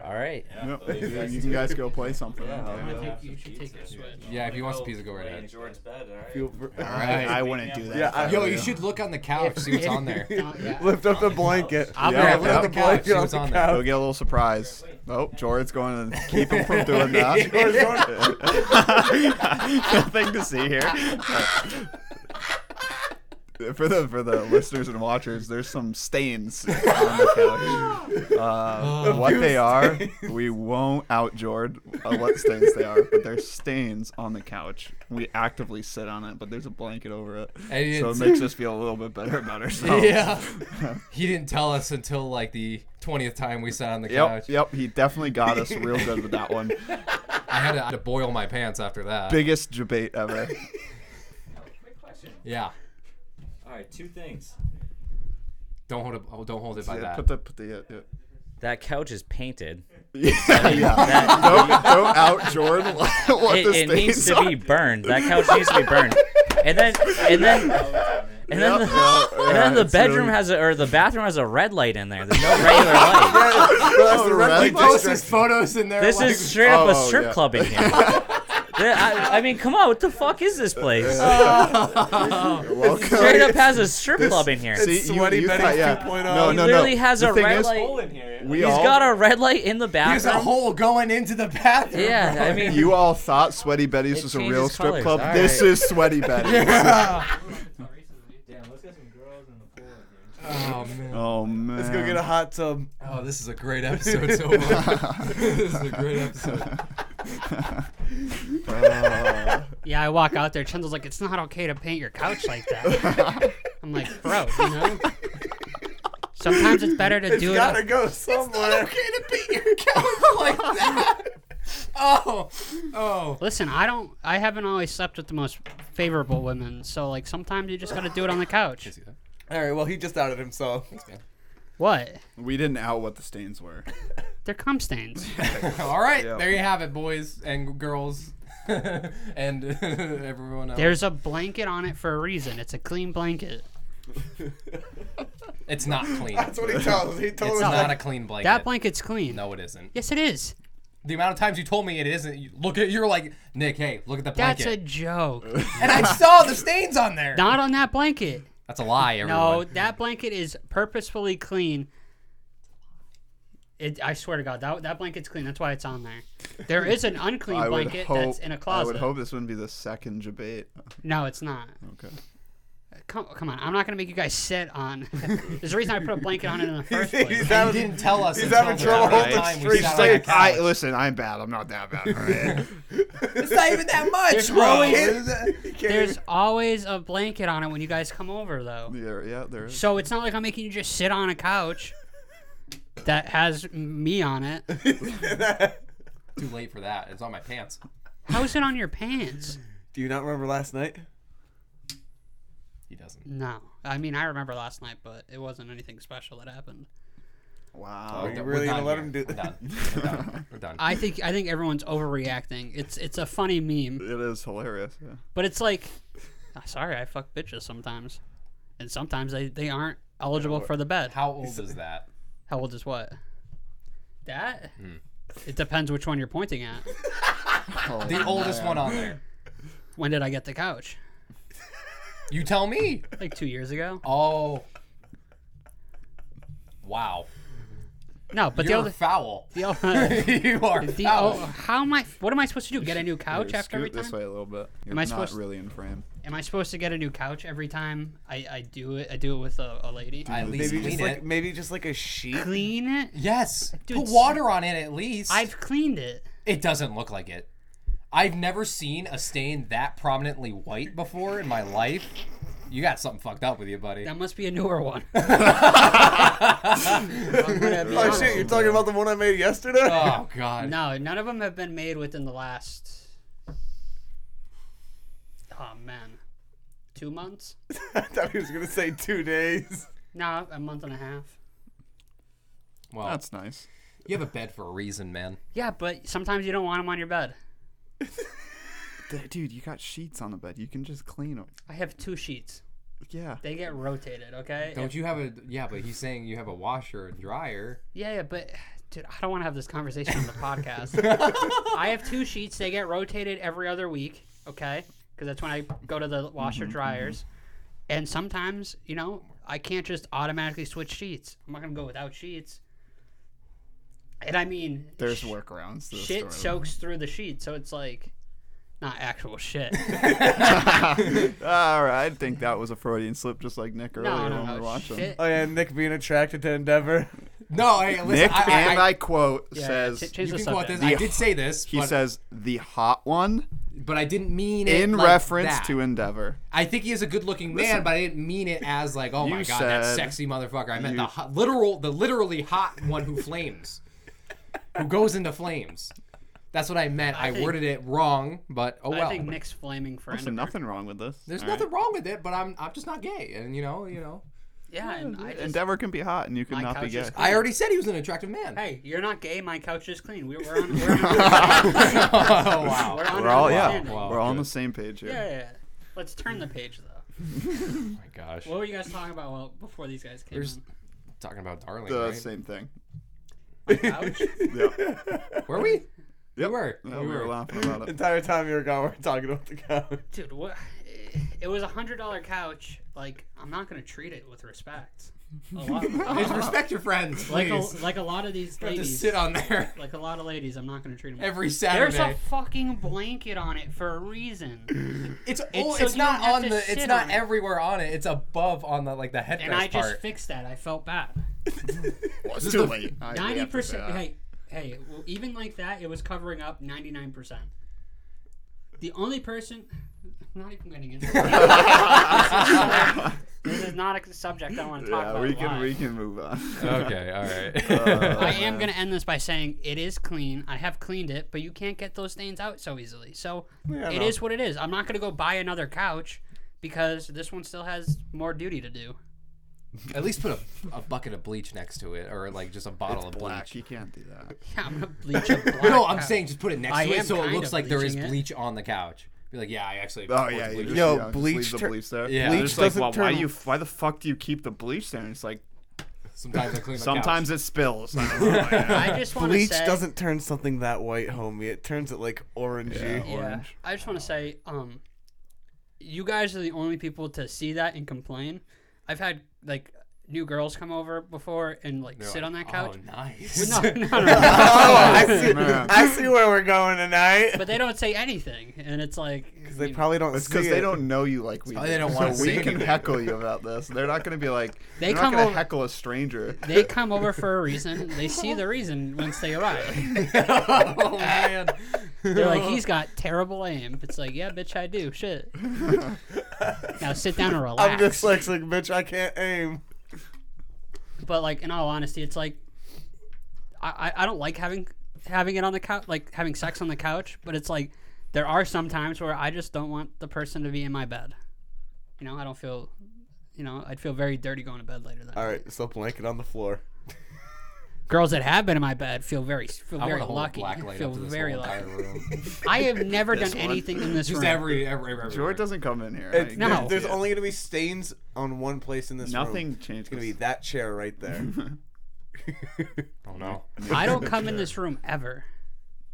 [SPEAKER 7] All right.
[SPEAKER 4] Yep. you can guys go play something.
[SPEAKER 2] I'm gonna take- you should take your switch.
[SPEAKER 1] Yeah, if you want some pizza, go right
[SPEAKER 6] Lay in
[SPEAKER 1] ahead.
[SPEAKER 6] Jordan's bed. All right.
[SPEAKER 3] Feel fr-
[SPEAKER 1] right.
[SPEAKER 4] I, I wouldn't do that.
[SPEAKER 3] Yeah, I-
[SPEAKER 1] Yo, you should look on the couch, see what's on
[SPEAKER 3] *laughs*
[SPEAKER 1] there.
[SPEAKER 2] Don't- yeah.
[SPEAKER 3] Lift up the blanket.
[SPEAKER 4] I'm
[SPEAKER 3] yeah,
[SPEAKER 4] gonna
[SPEAKER 3] lift up the
[SPEAKER 1] look at the
[SPEAKER 3] blanket
[SPEAKER 1] couch,
[SPEAKER 3] off
[SPEAKER 1] see what's
[SPEAKER 3] the
[SPEAKER 1] on there.
[SPEAKER 4] Go
[SPEAKER 3] couch.
[SPEAKER 4] get a little surprise. Oh, Jordan's going to keep him from doing
[SPEAKER 3] *laughs*
[SPEAKER 4] that. Nothing to see here. *laughs* For the for the listeners and watchers, there's some stains on the couch.
[SPEAKER 1] Oh.
[SPEAKER 4] Uh, what they are, we won't out Jord uh, what stains they are, but there's stains on the couch. We actively sit on it, but there's a blanket over it,
[SPEAKER 1] And
[SPEAKER 4] so
[SPEAKER 1] it's-
[SPEAKER 4] it makes us feel a little bit better
[SPEAKER 1] *laughs*
[SPEAKER 4] about ourselves.
[SPEAKER 1] Yeah. he didn't tell us until like the 20th time we sat on the
[SPEAKER 4] *laughs* Yep,
[SPEAKER 1] couch.
[SPEAKER 4] yep. He definitely got us real good with
[SPEAKER 1] *laughs*
[SPEAKER 4] that one.
[SPEAKER 1] I had, to, I had to boil my pants after that.
[SPEAKER 4] Biggest debate ever.
[SPEAKER 6] Quick question.
[SPEAKER 1] Yeah.
[SPEAKER 6] All right, two things.
[SPEAKER 1] Don't hold it. Oh, don't hold it by
[SPEAKER 4] Yeah,
[SPEAKER 1] that.
[SPEAKER 4] put the put the. Yeah,
[SPEAKER 7] That couch is painted.
[SPEAKER 4] yeah. yeah. don't, don't out Jordan.
[SPEAKER 7] *laughs*
[SPEAKER 4] what
[SPEAKER 7] it,
[SPEAKER 4] the
[SPEAKER 7] it needs
[SPEAKER 4] stains
[SPEAKER 7] to
[SPEAKER 4] are.
[SPEAKER 7] be burned. That couch needs to be burned. And then and then and then
[SPEAKER 4] *laughs* Yep,
[SPEAKER 7] the,
[SPEAKER 4] yep,
[SPEAKER 7] and then
[SPEAKER 4] yeah,
[SPEAKER 7] the
[SPEAKER 4] it's
[SPEAKER 7] bedroom
[SPEAKER 4] really-
[SPEAKER 7] has a or the bathroom has a red light in there. There's no
[SPEAKER 4] *laughs*
[SPEAKER 7] regular light.
[SPEAKER 4] Oh, the red
[SPEAKER 1] He
[SPEAKER 4] light
[SPEAKER 1] posts *laughs*
[SPEAKER 4] district.
[SPEAKER 1] his photos in there.
[SPEAKER 7] This
[SPEAKER 1] like-
[SPEAKER 7] is straight up a
[SPEAKER 4] Oh,
[SPEAKER 7] strip
[SPEAKER 4] yeah. *laughs*
[SPEAKER 7] club in here. The- I, I mean, come on, what the fuck is this place?
[SPEAKER 4] Welcome.
[SPEAKER 7] Straight up has a strip club in here.
[SPEAKER 4] See,
[SPEAKER 3] Sweaty
[SPEAKER 4] you, you
[SPEAKER 3] Betty
[SPEAKER 4] thought- yeah.
[SPEAKER 3] 2.0.
[SPEAKER 4] No,
[SPEAKER 7] He
[SPEAKER 4] no,
[SPEAKER 7] literally
[SPEAKER 4] no.
[SPEAKER 7] has
[SPEAKER 4] the
[SPEAKER 7] a
[SPEAKER 4] thing
[SPEAKER 7] red
[SPEAKER 4] is,
[SPEAKER 7] light.
[SPEAKER 6] Hole in here.
[SPEAKER 4] We
[SPEAKER 7] He's
[SPEAKER 4] all,
[SPEAKER 7] got a red light in the
[SPEAKER 1] There's a
[SPEAKER 7] bathroom.
[SPEAKER 1] hole going into the bathroom.
[SPEAKER 7] Yeah,
[SPEAKER 1] *laughs*
[SPEAKER 7] I mean,
[SPEAKER 4] You all thought Sweaty Betty's
[SPEAKER 7] It
[SPEAKER 4] was a
[SPEAKER 7] changes
[SPEAKER 4] real strip
[SPEAKER 7] colours,
[SPEAKER 4] club.
[SPEAKER 7] all
[SPEAKER 4] This
[SPEAKER 7] right.
[SPEAKER 4] is Sweaty
[SPEAKER 7] *laughs*
[SPEAKER 4] Betty.
[SPEAKER 2] Until recently.
[SPEAKER 6] Damn, let's get some girls in the pool in here.
[SPEAKER 1] Oh man.
[SPEAKER 4] Oh man.
[SPEAKER 3] Let's go get a
[SPEAKER 4] *laughs*
[SPEAKER 1] *laughs*
[SPEAKER 3] hot tub.
[SPEAKER 1] Oh, this is a great episode *laughs* so far. this is a great episode.
[SPEAKER 4] *laughs* Uh,
[SPEAKER 2] Yeah, I walk out there. Chandler's like, it's not okay to paint your couch like
[SPEAKER 4] *laughs*
[SPEAKER 2] that. I'm like, bro, you know? Sometimes it's better to
[SPEAKER 3] It's
[SPEAKER 2] do it.
[SPEAKER 3] gotta go somewhere.
[SPEAKER 1] okay to beat your couch like that. *laughs* Oh, oh.
[SPEAKER 2] Listen, I don't. I haven't always slept with the most favorable women, so like sometimes you just gotta do it on the couch.
[SPEAKER 3] All right, well, he just outed himself.
[SPEAKER 2] What?
[SPEAKER 4] we didn't out what the stains were.
[SPEAKER 2] They're cum
[SPEAKER 4] *laughs*
[SPEAKER 2] stains.
[SPEAKER 1] All right,
[SPEAKER 4] Yeah.
[SPEAKER 1] there you have it, boys and girls, *laughs* and *laughs* everyone else.
[SPEAKER 2] There's a blanket on it for a reason. It's a clean blanket.
[SPEAKER 1] it's not
[SPEAKER 3] *laughs*
[SPEAKER 1] clean.
[SPEAKER 3] That's what he tells us. He told
[SPEAKER 1] It's
[SPEAKER 3] us
[SPEAKER 1] not a
[SPEAKER 3] that.
[SPEAKER 1] clean blanket.
[SPEAKER 2] That blanket's clean.
[SPEAKER 1] no, it isn't.
[SPEAKER 2] Yes, it is.
[SPEAKER 1] The amount of times you told me it isn't, you look at you're like Nick. Hey, look at the
[SPEAKER 2] That's
[SPEAKER 1] blanket.
[SPEAKER 2] a joke. *laughs*
[SPEAKER 1] and I saw the stains on there.
[SPEAKER 4] *laughs*
[SPEAKER 2] Not on that blanket.
[SPEAKER 1] That's a lie, everyone.
[SPEAKER 2] No, that blanket is purposefully clean. It, I swear to God, that, that blanket's clean. That's why it's on there. There is an unclean
[SPEAKER 4] I would
[SPEAKER 2] blanket
[SPEAKER 4] hope.
[SPEAKER 2] that's in a closet.
[SPEAKER 4] I would hope this wouldn't be the second debate.
[SPEAKER 2] No, it's not.
[SPEAKER 4] Okay.
[SPEAKER 2] Come, come on, I'm not gonna make you guys sit on. *laughs* There's a reason I put a blanket on it in the first place.
[SPEAKER 3] He's
[SPEAKER 1] And
[SPEAKER 3] having-
[SPEAKER 1] you didn't tell us.
[SPEAKER 3] he's
[SPEAKER 1] until
[SPEAKER 3] having
[SPEAKER 1] the
[SPEAKER 3] trouble
[SPEAKER 1] third
[SPEAKER 3] holding
[SPEAKER 1] time we
[SPEAKER 3] straight.
[SPEAKER 1] sat
[SPEAKER 3] He's
[SPEAKER 1] on the
[SPEAKER 3] like,
[SPEAKER 1] couch.
[SPEAKER 4] I listen. I'm bad. I'm not that bad. all right?
[SPEAKER 1] It's not even that
[SPEAKER 3] *laughs*
[SPEAKER 2] There's
[SPEAKER 1] much,
[SPEAKER 2] always,
[SPEAKER 3] There's
[SPEAKER 2] there's always a blanket on it when you guys come over, though.
[SPEAKER 4] yeah, yeah. There is.
[SPEAKER 2] So it's not like I'm making you just sit on a couch that has me on it.
[SPEAKER 1] Too late for that. It's on my pants.
[SPEAKER 2] How is it on your pants?
[SPEAKER 3] Do you not remember last night?
[SPEAKER 1] He doesn't.
[SPEAKER 2] No, I mean I remember last night, but it wasn't anything special that happened.
[SPEAKER 4] Wow.
[SPEAKER 1] We're
[SPEAKER 3] you
[SPEAKER 1] done-
[SPEAKER 3] really
[SPEAKER 1] we're
[SPEAKER 3] gonna
[SPEAKER 1] done
[SPEAKER 3] let
[SPEAKER 1] here.
[SPEAKER 3] him do
[SPEAKER 1] We're done. We're done. We're done.
[SPEAKER 2] *laughs* I think I think everyone's overreacting. It's it's a funny meme,
[SPEAKER 4] It is hilarious. Yeah.
[SPEAKER 2] but it's like, ah, sorry, I fuck bitches sometimes, and sometimes they they aren't eligible for the bed.
[SPEAKER 1] How old is
[SPEAKER 2] *laughs*
[SPEAKER 1] that?
[SPEAKER 2] How old is what? That? It depends which one you're pointing at.
[SPEAKER 1] The oldest one on there.
[SPEAKER 2] When did I get the couch?
[SPEAKER 1] You tell me.
[SPEAKER 2] Like two years ago?
[SPEAKER 1] Oh. Wow.
[SPEAKER 2] No, but
[SPEAKER 1] You're
[SPEAKER 2] the other.
[SPEAKER 1] foul. *laughs*
[SPEAKER 2] The,
[SPEAKER 4] *laughs*
[SPEAKER 2] other-
[SPEAKER 1] you are
[SPEAKER 2] the,
[SPEAKER 1] foul.
[SPEAKER 2] oh, how am I? What am I supposed to do? Get a new couch
[SPEAKER 4] Here,
[SPEAKER 2] after every
[SPEAKER 4] scoot this
[SPEAKER 2] time?
[SPEAKER 4] way a little bit. You're
[SPEAKER 2] Am I
[SPEAKER 4] not
[SPEAKER 2] supposed-
[SPEAKER 4] really in frame.
[SPEAKER 2] Am I supposed to get a new couch every time I, I do it? I do it with a, a lady.
[SPEAKER 1] At least
[SPEAKER 3] Maybe
[SPEAKER 1] clean
[SPEAKER 3] just
[SPEAKER 1] it.
[SPEAKER 3] like maybe just like a sheet.
[SPEAKER 2] clean it.
[SPEAKER 1] yes.
[SPEAKER 2] Dude,
[SPEAKER 1] Put water on it at least.
[SPEAKER 2] I've cleaned it.
[SPEAKER 1] It doesn't look like it. I've never seen a stain that prominently white before in my life. You got something fucked up with you, buddy.
[SPEAKER 2] That must be a newer
[SPEAKER 4] *laughs*
[SPEAKER 2] one. *laughs*
[SPEAKER 3] Oh shit! You're talking about the one I made yesterday.
[SPEAKER 1] Oh god.
[SPEAKER 2] No, none of them have been made within the last. Oh man, two months?
[SPEAKER 3] I thought he was gonna say two days.
[SPEAKER 2] No, a month and a half.
[SPEAKER 1] Well,
[SPEAKER 4] *laughs* That's nice.
[SPEAKER 1] you have a bed for a reason, man.
[SPEAKER 2] Yeah, but sometimes you don't want them on your bed.
[SPEAKER 4] D- Dude, you got sheets on the bed. You can just clean them.
[SPEAKER 2] I have two sheets.
[SPEAKER 4] Yeah.
[SPEAKER 2] They get rotated, okay?
[SPEAKER 1] Don't you have a Yeah, but he's saying you have a washer and
[SPEAKER 4] *laughs*
[SPEAKER 1] dryer.
[SPEAKER 2] yeah, yeah, but dude, I don't want to have this conversation on the
[SPEAKER 4] *laughs*
[SPEAKER 2] podcast. I have two sheets. They get rotated every other week, okay? Because that's when I go to the
[SPEAKER 4] Mm-hmm,
[SPEAKER 2] washer dryers. And sometimes, you know, I can't just automatically switch sheets. I'm not gonna go without sheets. And I mean,
[SPEAKER 4] There's
[SPEAKER 2] sh-
[SPEAKER 4] workarounds. To this
[SPEAKER 2] Shit
[SPEAKER 4] story. *laughs*
[SPEAKER 2] soaks through the sheet, so it's like not actual
[SPEAKER 4] *laughs*
[SPEAKER 2] shit.
[SPEAKER 4] All right. I think that was a Freudian slip, just like Nick earlier
[SPEAKER 2] no,
[SPEAKER 4] when we
[SPEAKER 2] no,
[SPEAKER 4] were
[SPEAKER 2] no,
[SPEAKER 4] watching.
[SPEAKER 2] shit.
[SPEAKER 3] Oh yeah, Nick being attracted to Endeavor. *laughs*
[SPEAKER 1] No, I listen,
[SPEAKER 4] Nick,
[SPEAKER 1] I,
[SPEAKER 4] and
[SPEAKER 1] I,
[SPEAKER 4] I, quote,
[SPEAKER 2] Yeah, yeah,
[SPEAKER 4] says,
[SPEAKER 2] ch- change
[SPEAKER 1] you
[SPEAKER 2] the
[SPEAKER 1] can quote
[SPEAKER 2] subject.
[SPEAKER 1] this. I
[SPEAKER 4] The-
[SPEAKER 1] did say this,
[SPEAKER 4] he
[SPEAKER 1] but,
[SPEAKER 4] says, the hot one
[SPEAKER 1] but I didn't mean it
[SPEAKER 4] in
[SPEAKER 1] like
[SPEAKER 4] reference
[SPEAKER 1] that.
[SPEAKER 4] to Endeavor.
[SPEAKER 1] I think he is a good-looking man, but I didn't mean it as like, oh my
[SPEAKER 4] You
[SPEAKER 1] god, that
[SPEAKER 4] said-
[SPEAKER 1] sexy motherfucker. I meant
[SPEAKER 4] you-
[SPEAKER 1] the hot, literal, the literally hot one who flames, who goes into flames. That's what I meant. I,
[SPEAKER 2] think-
[SPEAKER 1] worded it wrong, but oh well.
[SPEAKER 2] I think Nick's flaming for
[SPEAKER 4] So
[SPEAKER 2] Endeavor.
[SPEAKER 4] nothing wrong with this.
[SPEAKER 1] There's
[SPEAKER 4] all right?
[SPEAKER 1] nothing wrong with it, but I'm I'm just not gay, and you know, you know.
[SPEAKER 2] Yeah, and I just,
[SPEAKER 4] Endeavor can be hot and you can
[SPEAKER 2] My
[SPEAKER 4] not be
[SPEAKER 2] couch
[SPEAKER 4] gay.
[SPEAKER 2] is
[SPEAKER 1] I already said he was an attractive man.
[SPEAKER 2] hey, you're not gay. My couch is clean. We're, we're on. We're on.
[SPEAKER 1] *laughs*
[SPEAKER 4] *laughs*
[SPEAKER 1] oh, wow.
[SPEAKER 2] *laughs* We're, on
[SPEAKER 4] We're all,
[SPEAKER 2] an
[SPEAKER 4] yeah.
[SPEAKER 2] understanding.
[SPEAKER 1] Wow.
[SPEAKER 4] We're all on the
[SPEAKER 1] good.
[SPEAKER 4] same page here.
[SPEAKER 2] yeah, yeah, yeah. Let's turn the page though.
[SPEAKER 1] Oh my gosh.
[SPEAKER 2] What were you guys talking about well, before these guys came?
[SPEAKER 1] There's- Talking about darling,
[SPEAKER 4] The
[SPEAKER 1] right?
[SPEAKER 4] same thing.
[SPEAKER 1] *laughs*
[SPEAKER 2] in? Ouch.
[SPEAKER 4] Yeah.
[SPEAKER 1] Were we? We
[SPEAKER 4] Yep.
[SPEAKER 1] were.
[SPEAKER 4] Yeah,
[SPEAKER 1] we
[SPEAKER 4] we
[SPEAKER 1] were.
[SPEAKER 4] were laughing about *laughs* it.
[SPEAKER 3] Entire time you were gone, we were talking about the couch.
[SPEAKER 2] dude what it was a hundred dollar couch like i'm not gonna treat it with respect a
[SPEAKER 1] *laughs*
[SPEAKER 2] lot,
[SPEAKER 1] Just respect your friends,
[SPEAKER 2] like, a,
[SPEAKER 1] please.
[SPEAKER 2] like a lot of these
[SPEAKER 1] You have to
[SPEAKER 2] ladies
[SPEAKER 1] sit on there *laughs*
[SPEAKER 2] like a lot of ladies i'm not gonna treat them
[SPEAKER 1] every
[SPEAKER 2] there's
[SPEAKER 1] Saturday.
[SPEAKER 2] a fucking blanket on it for a reason
[SPEAKER 1] *clears throat* It's
[SPEAKER 2] It's
[SPEAKER 1] oh,
[SPEAKER 2] so
[SPEAKER 1] it's
[SPEAKER 2] you don't
[SPEAKER 1] not
[SPEAKER 2] have
[SPEAKER 1] on
[SPEAKER 2] to
[SPEAKER 1] the. It's
[SPEAKER 2] sit
[SPEAKER 1] not
[SPEAKER 2] on it.
[SPEAKER 1] everywhere on it. It's above on the like the headrest
[SPEAKER 2] and i just
[SPEAKER 1] part.
[SPEAKER 2] fixed that i felt bad
[SPEAKER 4] It's
[SPEAKER 1] too
[SPEAKER 4] too late.
[SPEAKER 2] ninety percent.
[SPEAKER 4] *laughs*
[SPEAKER 2] Hey, hey. Well, even like that, it was covering up ninety nine percent. The only person, *laughs* I'm not even going to get. into that. *laughs* this is not a subject I want to talk
[SPEAKER 4] Yeah,
[SPEAKER 2] about.
[SPEAKER 4] we can
[SPEAKER 2] live.
[SPEAKER 4] we can move on.
[SPEAKER 1] *laughs*
[SPEAKER 4] *laughs*
[SPEAKER 1] okay, all right.
[SPEAKER 4] Uh,
[SPEAKER 2] I am going to end this by saying it is clean. I have cleaned it, but you can't get those stains out so easily. So it
[SPEAKER 3] no.
[SPEAKER 2] is what it is. I'm not going to go buy another couch because this one still has more duty to do.
[SPEAKER 1] *laughs*
[SPEAKER 2] *laughs*
[SPEAKER 1] At least put a, a bucket of bleach next to it, or like just a bottle of
[SPEAKER 4] Black,
[SPEAKER 1] bleach.
[SPEAKER 4] you can't do that.
[SPEAKER 2] Yeah, I'm going to bleach a
[SPEAKER 1] *laughs*
[SPEAKER 2] black
[SPEAKER 1] No, I'm
[SPEAKER 2] couch.
[SPEAKER 1] saying just put it next
[SPEAKER 2] I
[SPEAKER 1] to
[SPEAKER 2] am
[SPEAKER 1] it so it
[SPEAKER 2] kind
[SPEAKER 1] looks
[SPEAKER 2] of
[SPEAKER 1] like there is
[SPEAKER 2] bleaching it.
[SPEAKER 1] bleach on the couch. Be like, yeah, I actually.
[SPEAKER 4] Oh
[SPEAKER 1] poured
[SPEAKER 4] yeah, you
[SPEAKER 1] bleach.
[SPEAKER 4] just,
[SPEAKER 3] Yo,
[SPEAKER 4] yeah, just
[SPEAKER 3] bleach
[SPEAKER 4] leave the
[SPEAKER 3] tur-
[SPEAKER 4] bleach there.
[SPEAKER 1] Yeah. Bleach
[SPEAKER 4] It's like,
[SPEAKER 3] doesn't
[SPEAKER 4] well, why
[SPEAKER 3] turn
[SPEAKER 4] you why the fuck do you keep the bleach there? And it's like
[SPEAKER 1] Sometimes I clean my
[SPEAKER 2] *laughs*
[SPEAKER 4] sometimes
[SPEAKER 1] couch.
[SPEAKER 4] it spills. I *laughs* don't know why.
[SPEAKER 2] I just want to
[SPEAKER 3] Bleach
[SPEAKER 2] say.
[SPEAKER 3] doesn't turn something that white, homie. It turns it like orangey.
[SPEAKER 2] Yeah. I just want to say, um, you guys are the only people to see that and complain. I've had like new girls come over before and like
[SPEAKER 1] They're
[SPEAKER 2] sit
[SPEAKER 1] like,
[SPEAKER 2] on that couch.
[SPEAKER 1] Oh, nice. *laughs*
[SPEAKER 2] No, no, no,
[SPEAKER 3] Oh,
[SPEAKER 2] no.
[SPEAKER 3] I see,
[SPEAKER 4] man.
[SPEAKER 3] I see where we're going tonight.
[SPEAKER 2] but they don't say anything, and it's like
[SPEAKER 3] Because they probably don't
[SPEAKER 4] It's
[SPEAKER 3] see
[SPEAKER 4] because they
[SPEAKER 3] it.
[SPEAKER 4] don't know you like we.
[SPEAKER 1] Oh,
[SPEAKER 4] do.
[SPEAKER 1] they don't
[SPEAKER 4] so
[SPEAKER 1] wanna
[SPEAKER 4] we
[SPEAKER 1] say
[SPEAKER 4] can
[SPEAKER 1] anything.
[SPEAKER 4] heckle you about this. They're not gonna be like.
[SPEAKER 2] They
[SPEAKER 4] They are
[SPEAKER 2] come
[SPEAKER 4] not gonna
[SPEAKER 2] over-
[SPEAKER 4] heckle a stranger.
[SPEAKER 2] they come over for a reason. They see the reason once they arrive.
[SPEAKER 1] *laughs*
[SPEAKER 2] *laughs*
[SPEAKER 1] oh man.
[SPEAKER 2] They're like, he's got terrible aim. It's like, yeah, bitch, I do. Shit. now sit down and relax.
[SPEAKER 3] *laughs* I'm dyslexic, bitch. I can't aim.
[SPEAKER 2] but like in all honesty, it's like I, I I don't like having having it on the couch, like having sex on the couch. But it's like there are some times where I just don't want the person to be in my bed. You know, I don't feel. You know, I'd feel very dirty going to bed later. That
[SPEAKER 3] All
[SPEAKER 2] night.
[SPEAKER 3] right, so blanket on the
[SPEAKER 4] *laughs*
[SPEAKER 3] floor.
[SPEAKER 2] girls that have been in my bed feel very feel
[SPEAKER 1] I want
[SPEAKER 2] very
[SPEAKER 1] to hold
[SPEAKER 2] lucky.
[SPEAKER 1] a black light
[SPEAKER 2] feel
[SPEAKER 1] up to this
[SPEAKER 2] very
[SPEAKER 1] whole
[SPEAKER 2] lucky.
[SPEAKER 1] entire room.
[SPEAKER 2] I
[SPEAKER 1] *laughs*
[SPEAKER 2] have never
[SPEAKER 4] This
[SPEAKER 2] done
[SPEAKER 4] one.
[SPEAKER 2] anything in this
[SPEAKER 1] Just
[SPEAKER 2] room.
[SPEAKER 1] every every every. every
[SPEAKER 4] George doesn't come in here. I
[SPEAKER 3] It's-
[SPEAKER 4] guarantee
[SPEAKER 2] No.
[SPEAKER 3] There's, there's
[SPEAKER 4] it.
[SPEAKER 3] only gonna be stains on one place in this room.
[SPEAKER 4] nothing
[SPEAKER 3] It's gonna be
[SPEAKER 4] changes.
[SPEAKER 3] that chair right there.
[SPEAKER 1] Oh no.
[SPEAKER 2] I
[SPEAKER 1] *laughs*
[SPEAKER 2] don't come in this room ever.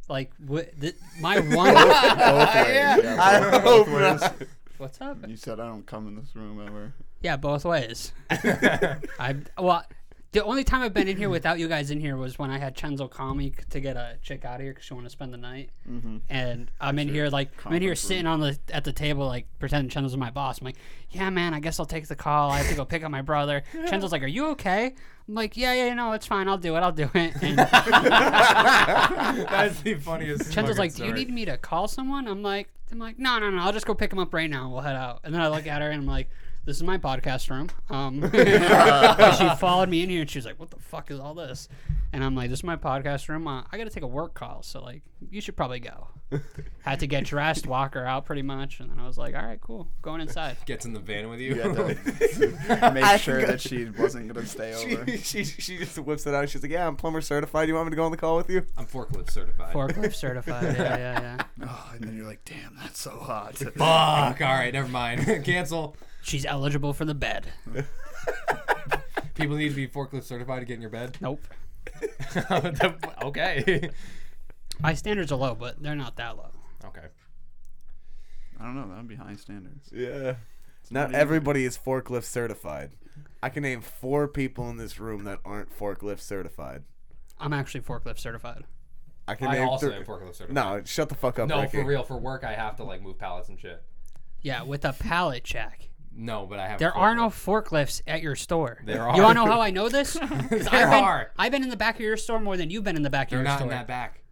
[SPEAKER 2] Like wh- th-
[SPEAKER 1] *laughs*
[SPEAKER 2] my *laughs* one.
[SPEAKER 4] Both ways, yeah,
[SPEAKER 3] I
[SPEAKER 4] both-
[SPEAKER 3] hope
[SPEAKER 4] both
[SPEAKER 3] not.
[SPEAKER 4] ways.
[SPEAKER 2] What's up?
[SPEAKER 4] You said I don't come in this room ever.
[SPEAKER 2] Yeah, both ways. *laughs* I well, the only time I've been in here without you guys in here was when I had Chenzo call me c- to get a chick out of here because she wanted to spend the night. And I'm in here like I'm in here
[SPEAKER 4] conference room.
[SPEAKER 2] sitting on the at the table like pretending Chenzo's my boss. I'm like, yeah, man, I guess I'll take the call. I have to go pick up my brother. Chenzo's like, are you okay? I'm like, yeah, yeah, no, it's fine. I'll do it. I'll do it.
[SPEAKER 1] *laughs*
[SPEAKER 2] And
[SPEAKER 1] That's the funniest.
[SPEAKER 2] Chenzo's
[SPEAKER 1] fucking
[SPEAKER 2] like, "Do you
[SPEAKER 1] story.
[SPEAKER 2] need me to call someone?" I'm like, "I'm like, no, no, no. I'll just go pick him up right now. and We'll head out." And then I look at her and I'm like, "This is my podcast room." Um, *laughs* and she followed me in here and she's like, "What the fuck is all this?" And I'm like, "This is my podcast room. Uh, I got to take a work call, so like, you should probably go." Had to get dressed, walk her out pretty much, and then I was like, "All right, cool, going inside."
[SPEAKER 1] gets in the van with you?
[SPEAKER 4] You *laughs* had to make sure that she wasn't gonna stay *laughs* over.
[SPEAKER 3] She, she she just whips it out. She's like, "Yeah, I'm plumber certified. You want me to go on the call with you?"
[SPEAKER 1] *laughs* I'm forklift certified.
[SPEAKER 2] Forklift certified. Yeah, yeah, yeah.
[SPEAKER 4] *laughs* Oh, and then you're like, damn, that's so hot. *laughs*
[SPEAKER 1] Fuck. All right, never mind. *laughs* Cancel.
[SPEAKER 2] She's eligible for the bed.
[SPEAKER 1] People need to be forklift certified to get in your bed. *laughs*
[SPEAKER 2] Nope.
[SPEAKER 1] okay.
[SPEAKER 2] My standards are low, but they're not that low.
[SPEAKER 1] Okay.
[SPEAKER 4] I don't know. That would be high standards.
[SPEAKER 3] Yeah. Not everybody is forklift certified. I can name four people in this room that aren't forklift certified.
[SPEAKER 2] I'm actually forklift certified.
[SPEAKER 3] I can
[SPEAKER 1] I
[SPEAKER 3] name
[SPEAKER 1] also
[SPEAKER 3] three-
[SPEAKER 1] am forklift certified.
[SPEAKER 3] No, shut the fuck up.
[SPEAKER 1] No,
[SPEAKER 3] Ricky.
[SPEAKER 1] for real. For work, I have to like move pallets and shit.
[SPEAKER 2] Yeah, with a pallet check.
[SPEAKER 1] No, but I have.
[SPEAKER 2] There
[SPEAKER 1] a
[SPEAKER 2] are no
[SPEAKER 1] forklift.
[SPEAKER 2] forklifts at your store.
[SPEAKER 1] There
[SPEAKER 2] You
[SPEAKER 1] are.
[SPEAKER 2] want to know how I
[SPEAKER 1] *laughs*
[SPEAKER 2] know this? 'Cause I've
[SPEAKER 1] There
[SPEAKER 2] been,
[SPEAKER 1] are.
[SPEAKER 2] I've been in the back of your store more than you've been in the back
[SPEAKER 1] They're
[SPEAKER 2] of your
[SPEAKER 1] not in
[SPEAKER 2] store.
[SPEAKER 1] that *laughs* back.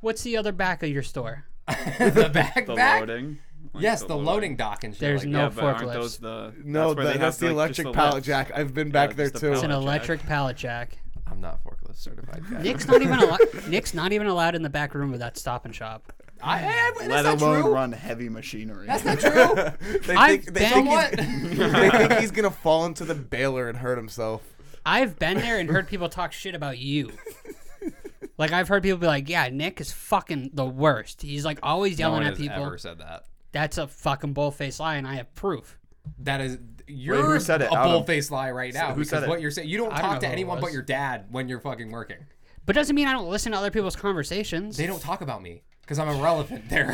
[SPEAKER 2] What's the other back of your store?
[SPEAKER 1] the back
[SPEAKER 4] The
[SPEAKER 1] back.
[SPEAKER 4] loading. Like,
[SPEAKER 1] Yes, the, loading dock and shit.
[SPEAKER 2] There's
[SPEAKER 1] like
[SPEAKER 2] no
[SPEAKER 1] that.
[SPEAKER 4] Yeah, but aren't
[SPEAKER 2] forklifts.
[SPEAKER 4] those the?
[SPEAKER 3] No,
[SPEAKER 4] where
[SPEAKER 3] that-
[SPEAKER 4] they
[SPEAKER 3] that's
[SPEAKER 4] have,
[SPEAKER 3] the
[SPEAKER 4] like, just
[SPEAKER 3] electric pallet
[SPEAKER 4] lifts.
[SPEAKER 3] jack. I've been
[SPEAKER 4] Yeah,
[SPEAKER 3] back there
[SPEAKER 4] just the
[SPEAKER 3] too.
[SPEAKER 2] It's an
[SPEAKER 4] Pallet jack.
[SPEAKER 2] electric pallet
[SPEAKER 4] *laughs*
[SPEAKER 2] jack.
[SPEAKER 1] I'm not forklift certified. Guy.
[SPEAKER 2] Nick's not even allowed. Nick's not even allowed in the back room of that Stop and Shop.
[SPEAKER 1] I, I,
[SPEAKER 4] Let
[SPEAKER 1] that's not
[SPEAKER 4] alone
[SPEAKER 1] true.
[SPEAKER 4] run heavy machinery.
[SPEAKER 1] That's not *laughs* true.
[SPEAKER 3] they
[SPEAKER 2] I've
[SPEAKER 3] think, they,
[SPEAKER 2] been-
[SPEAKER 3] think
[SPEAKER 1] What?
[SPEAKER 3] he's, *laughs* they think he's gonna fall into the baler and hurt himself.
[SPEAKER 2] I've been there and heard people talk shit about you. Like I've heard people be like, "Yeah, Nick is fucking the worst. He's like always
[SPEAKER 1] No
[SPEAKER 2] yelling
[SPEAKER 1] one
[SPEAKER 2] at
[SPEAKER 1] has
[SPEAKER 2] people."
[SPEAKER 1] ever said that.
[SPEAKER 2] That's a fucking bullface lie, and I have proof.
[SPEAKER 1] That is, you're
[SPEAKER 4] said it?
[SPEAKER 1] a
[SPEAKER 4] Adam.
[SPEAKER 1] bold faced lie right now.
[SPEAKER 4] who
[SPEAKER 1] because
[SPEAKER 4] said it?
[SPEAKER 1] what you're saying, you don't
[SPEAKER 2] don't know
[SPEAKER 1] talk to
[SPEAKER 2] who it
[SPEAKER 1] anyone but
[SPEAKER 2] was.
[SPEAKER 1] your dad when you're fucking working.
[SPEAKER 2] But doesn't mean I don't listen to other people's conversations.
[SPEAKER 1] They don't talk about me because I'm irrelevant
[SPEAKER 2] *laughs*
[SPEAKER 1] there.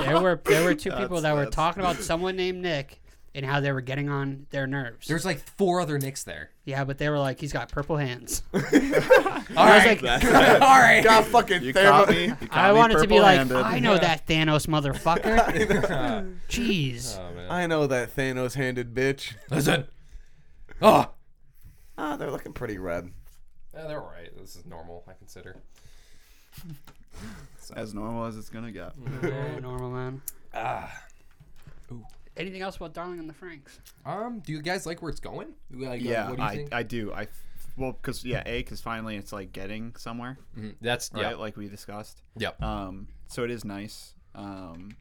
[SPEAKER 2] there were there were two people
[SPEAKER 4] That's-
[SPEAKER 2] that were
[SPEAKER 4] that's-
[SPEAKER 2] talking about someone named Nick and how they were getting on their nerves.
[SPEAKER 1] There's like four other Nicks there.
[SPEAKER 2] yeah, but they were like, he's got purple hands.
[SPEAKER 1] All
[SPEAKER 2] I was
[SPEAKER 1] right, *laughs*
[SPEAKER 2] like,
[SPEAKER 1] all right.
[SPEAKER 4] *laughs*
[SPEAKER 3] God fucking
[SPEAKER 4] *laughs* You
[SPEAKER 3] Thera-
[SPEAKER 4] caught me. You caught
[SPEAKER 2] I
[SPEAKER 4] me
[SPEAKER 2] wanted to be like,
[SPEAKER 4] purple-handed.
[SPEAKER 2] I know that Thanos motherfucker. *laughs* Jeez,
[SPEAKER 3] I know that Thanos handed bitch.
[SPEAKER 1] Listen. Oh.
[SPEAKER 3] Ah, they're looking pretty red.
[SPEAKER 1] Yeah, they're all right. This is normal. I consider.
[SPEAKER 4] As normal as it's gonna get.
[SPEAKER 2] Yeah, normal man. Anything else about Darling and the Franks?
[SPEAKER 1] Um, do you guys like where it's going? Like, uh,
[SPEAKER 4] Yeah,
[SPEAKER 1] what do you
[SPEAKER 4] I,
[SPEAKER 1] think?
[SPEAKER 4] I do. I f- well, because yeah, a because finally it's like getting somewhere,
[SPEAKER 1] Mhm, That's
[SPEAKER 4] right?
[SPEAKER 1] yeah,
[SPEAKER 4] Like we discussed.
[SPEAKER 1] yeah.
[SPEAKER 2] Uh,
[SPEAKER 4] Um, so it is nice. Um,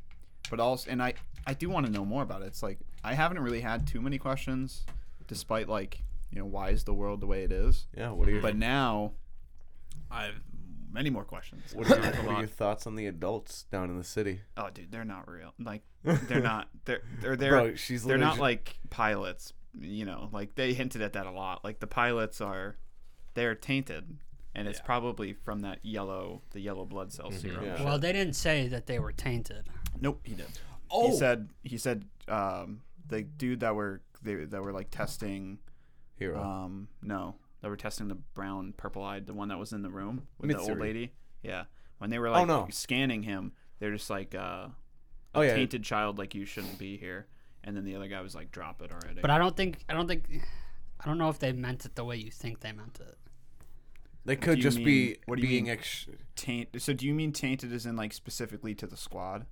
[SPEAKER 4] but also, and I I do want to know more about it. It's like I haven't really had too many questions, despite like you know why is the world the way it is.
[SPEAKER 3] Yeah. What are your
[SPEAKER 4] But now, I have many more questions.
[SPEAKER 3] what
[SPEAKER 4] *coughs*
[SPEAKER 3] are, your, what are your thoughts on the adults down in the city?
[SPEAKER 4] Oh, dude, they're not real. Like
[SPEAKER 3] *laughs*
[SPEAKER 4] they're not. They're they're they're,
[SPEAKER 3] Bro, she's
[SPEAKER 4] they're not
[SPEAKER 3] literally-
[SPEAKER 4] like pilots. You know, like they hinted at that a lot. Like the pilots are, they're tainted, and it's probably from that yellow, the yellow blood cell serum.
[SPEAKER 3] Yeah.
[SPEAKER 2] Well, they didn't say that they were tainted.
[SPEAKER 4] Nope, he did.
[SPEAKER 1] Oh,
[SPEAKER 4] He said he said um, the dude that we're they that were like testing.
[SPEAKER 3] Hero.
[SPEAKER 4] Um, no, that were testing the brown, purple-eyed, the one that was in the room with the
[SPEAKER 3] Mitsuri.
[SPEAKER 4] old lady. Yeah, when they were like
[SPEAKER 3] Oh, no.
[SPEAKER 4] scanning him, they're just like, uh,
[SPEAKER 3] oh yeah.
[SPEAKER 4] "Tainted child, like you shouldn't be here." And then the other guy was like, "Drop it already."
[SPEAKER 2] But I don't think I don't think I don't know if they meant it the way you think they meant it.
[SPEAKER 3] They could
[SPEAKER 4] you
[SPEAKER 3] just
[SPEAKER 4] mean-
[SPEAKER 3] be
[SPEAKER 4] what do you
[SPEAKER 3] being
[SPEAKER 4] mean?
[SPEAKER 3] ex-
[SPEAKER 4] taint. So do you mean tainted as in like specifically to the squad?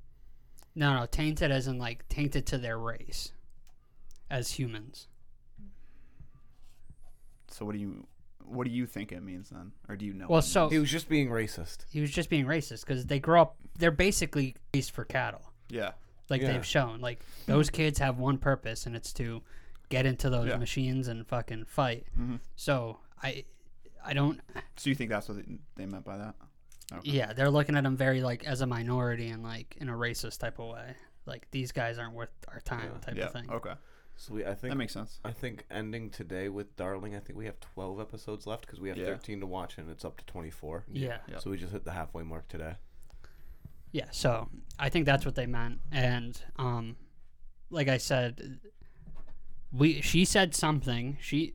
[SPEAKER 2] No, no, tainted as in like tainted to their race as humans.
[SPEAKER 4] So what do you what do you think it means then, or do you know?
[SPEAKER 2] Well,
[SPEAKER 4] what it
[SPEAKER 2] so
[SPEAKER 3] He was just being racist.
[SPEAKER 2] he was just being racist because they grow up. They're basically raised for cattle.
[SPEAKER 4] means? yeah.
[SPEAKER 2] like
[SPEAKER 3] Yeah.
[SPEAKER 2] they've shown. Like those kids have one purpose, and it's to get into those
[SPEAKER 4] Yeah. Mm-hmm.
[SPEAKER 2] machines and fucking fight. So I, I don't.
[SPEAKER 4] So you think that's what they- they meant by that? Okay.
[SPEAKER 2] Yeah, they're looking at them very like as a minority and like in a racist type of way. Like these guys aren't worth our time type
[SPEAKER 4] Yeah. Oh,
[SPEAKER 2] of thing.
[SPEAKER 4] Okay.
[SPEAKER 3] So we, I think
[SPEAKER 4] That makes sense.
[SPEAKER 3] I think ending today with Darling, I think we have 12 episodes left because we have
[SPEAKER 4] Yeah.
[SPEAKER 3] 13 to watch and it's up to 24.
[SPEAKER 2] Yeah.
[SPEAKER 4] Yeah.
[SPEAKER 3] So we just hit the halfway mark today.
[SPEAKER 2] Yeah, so I think that's what they meant, and um, like I said, we she said something. She,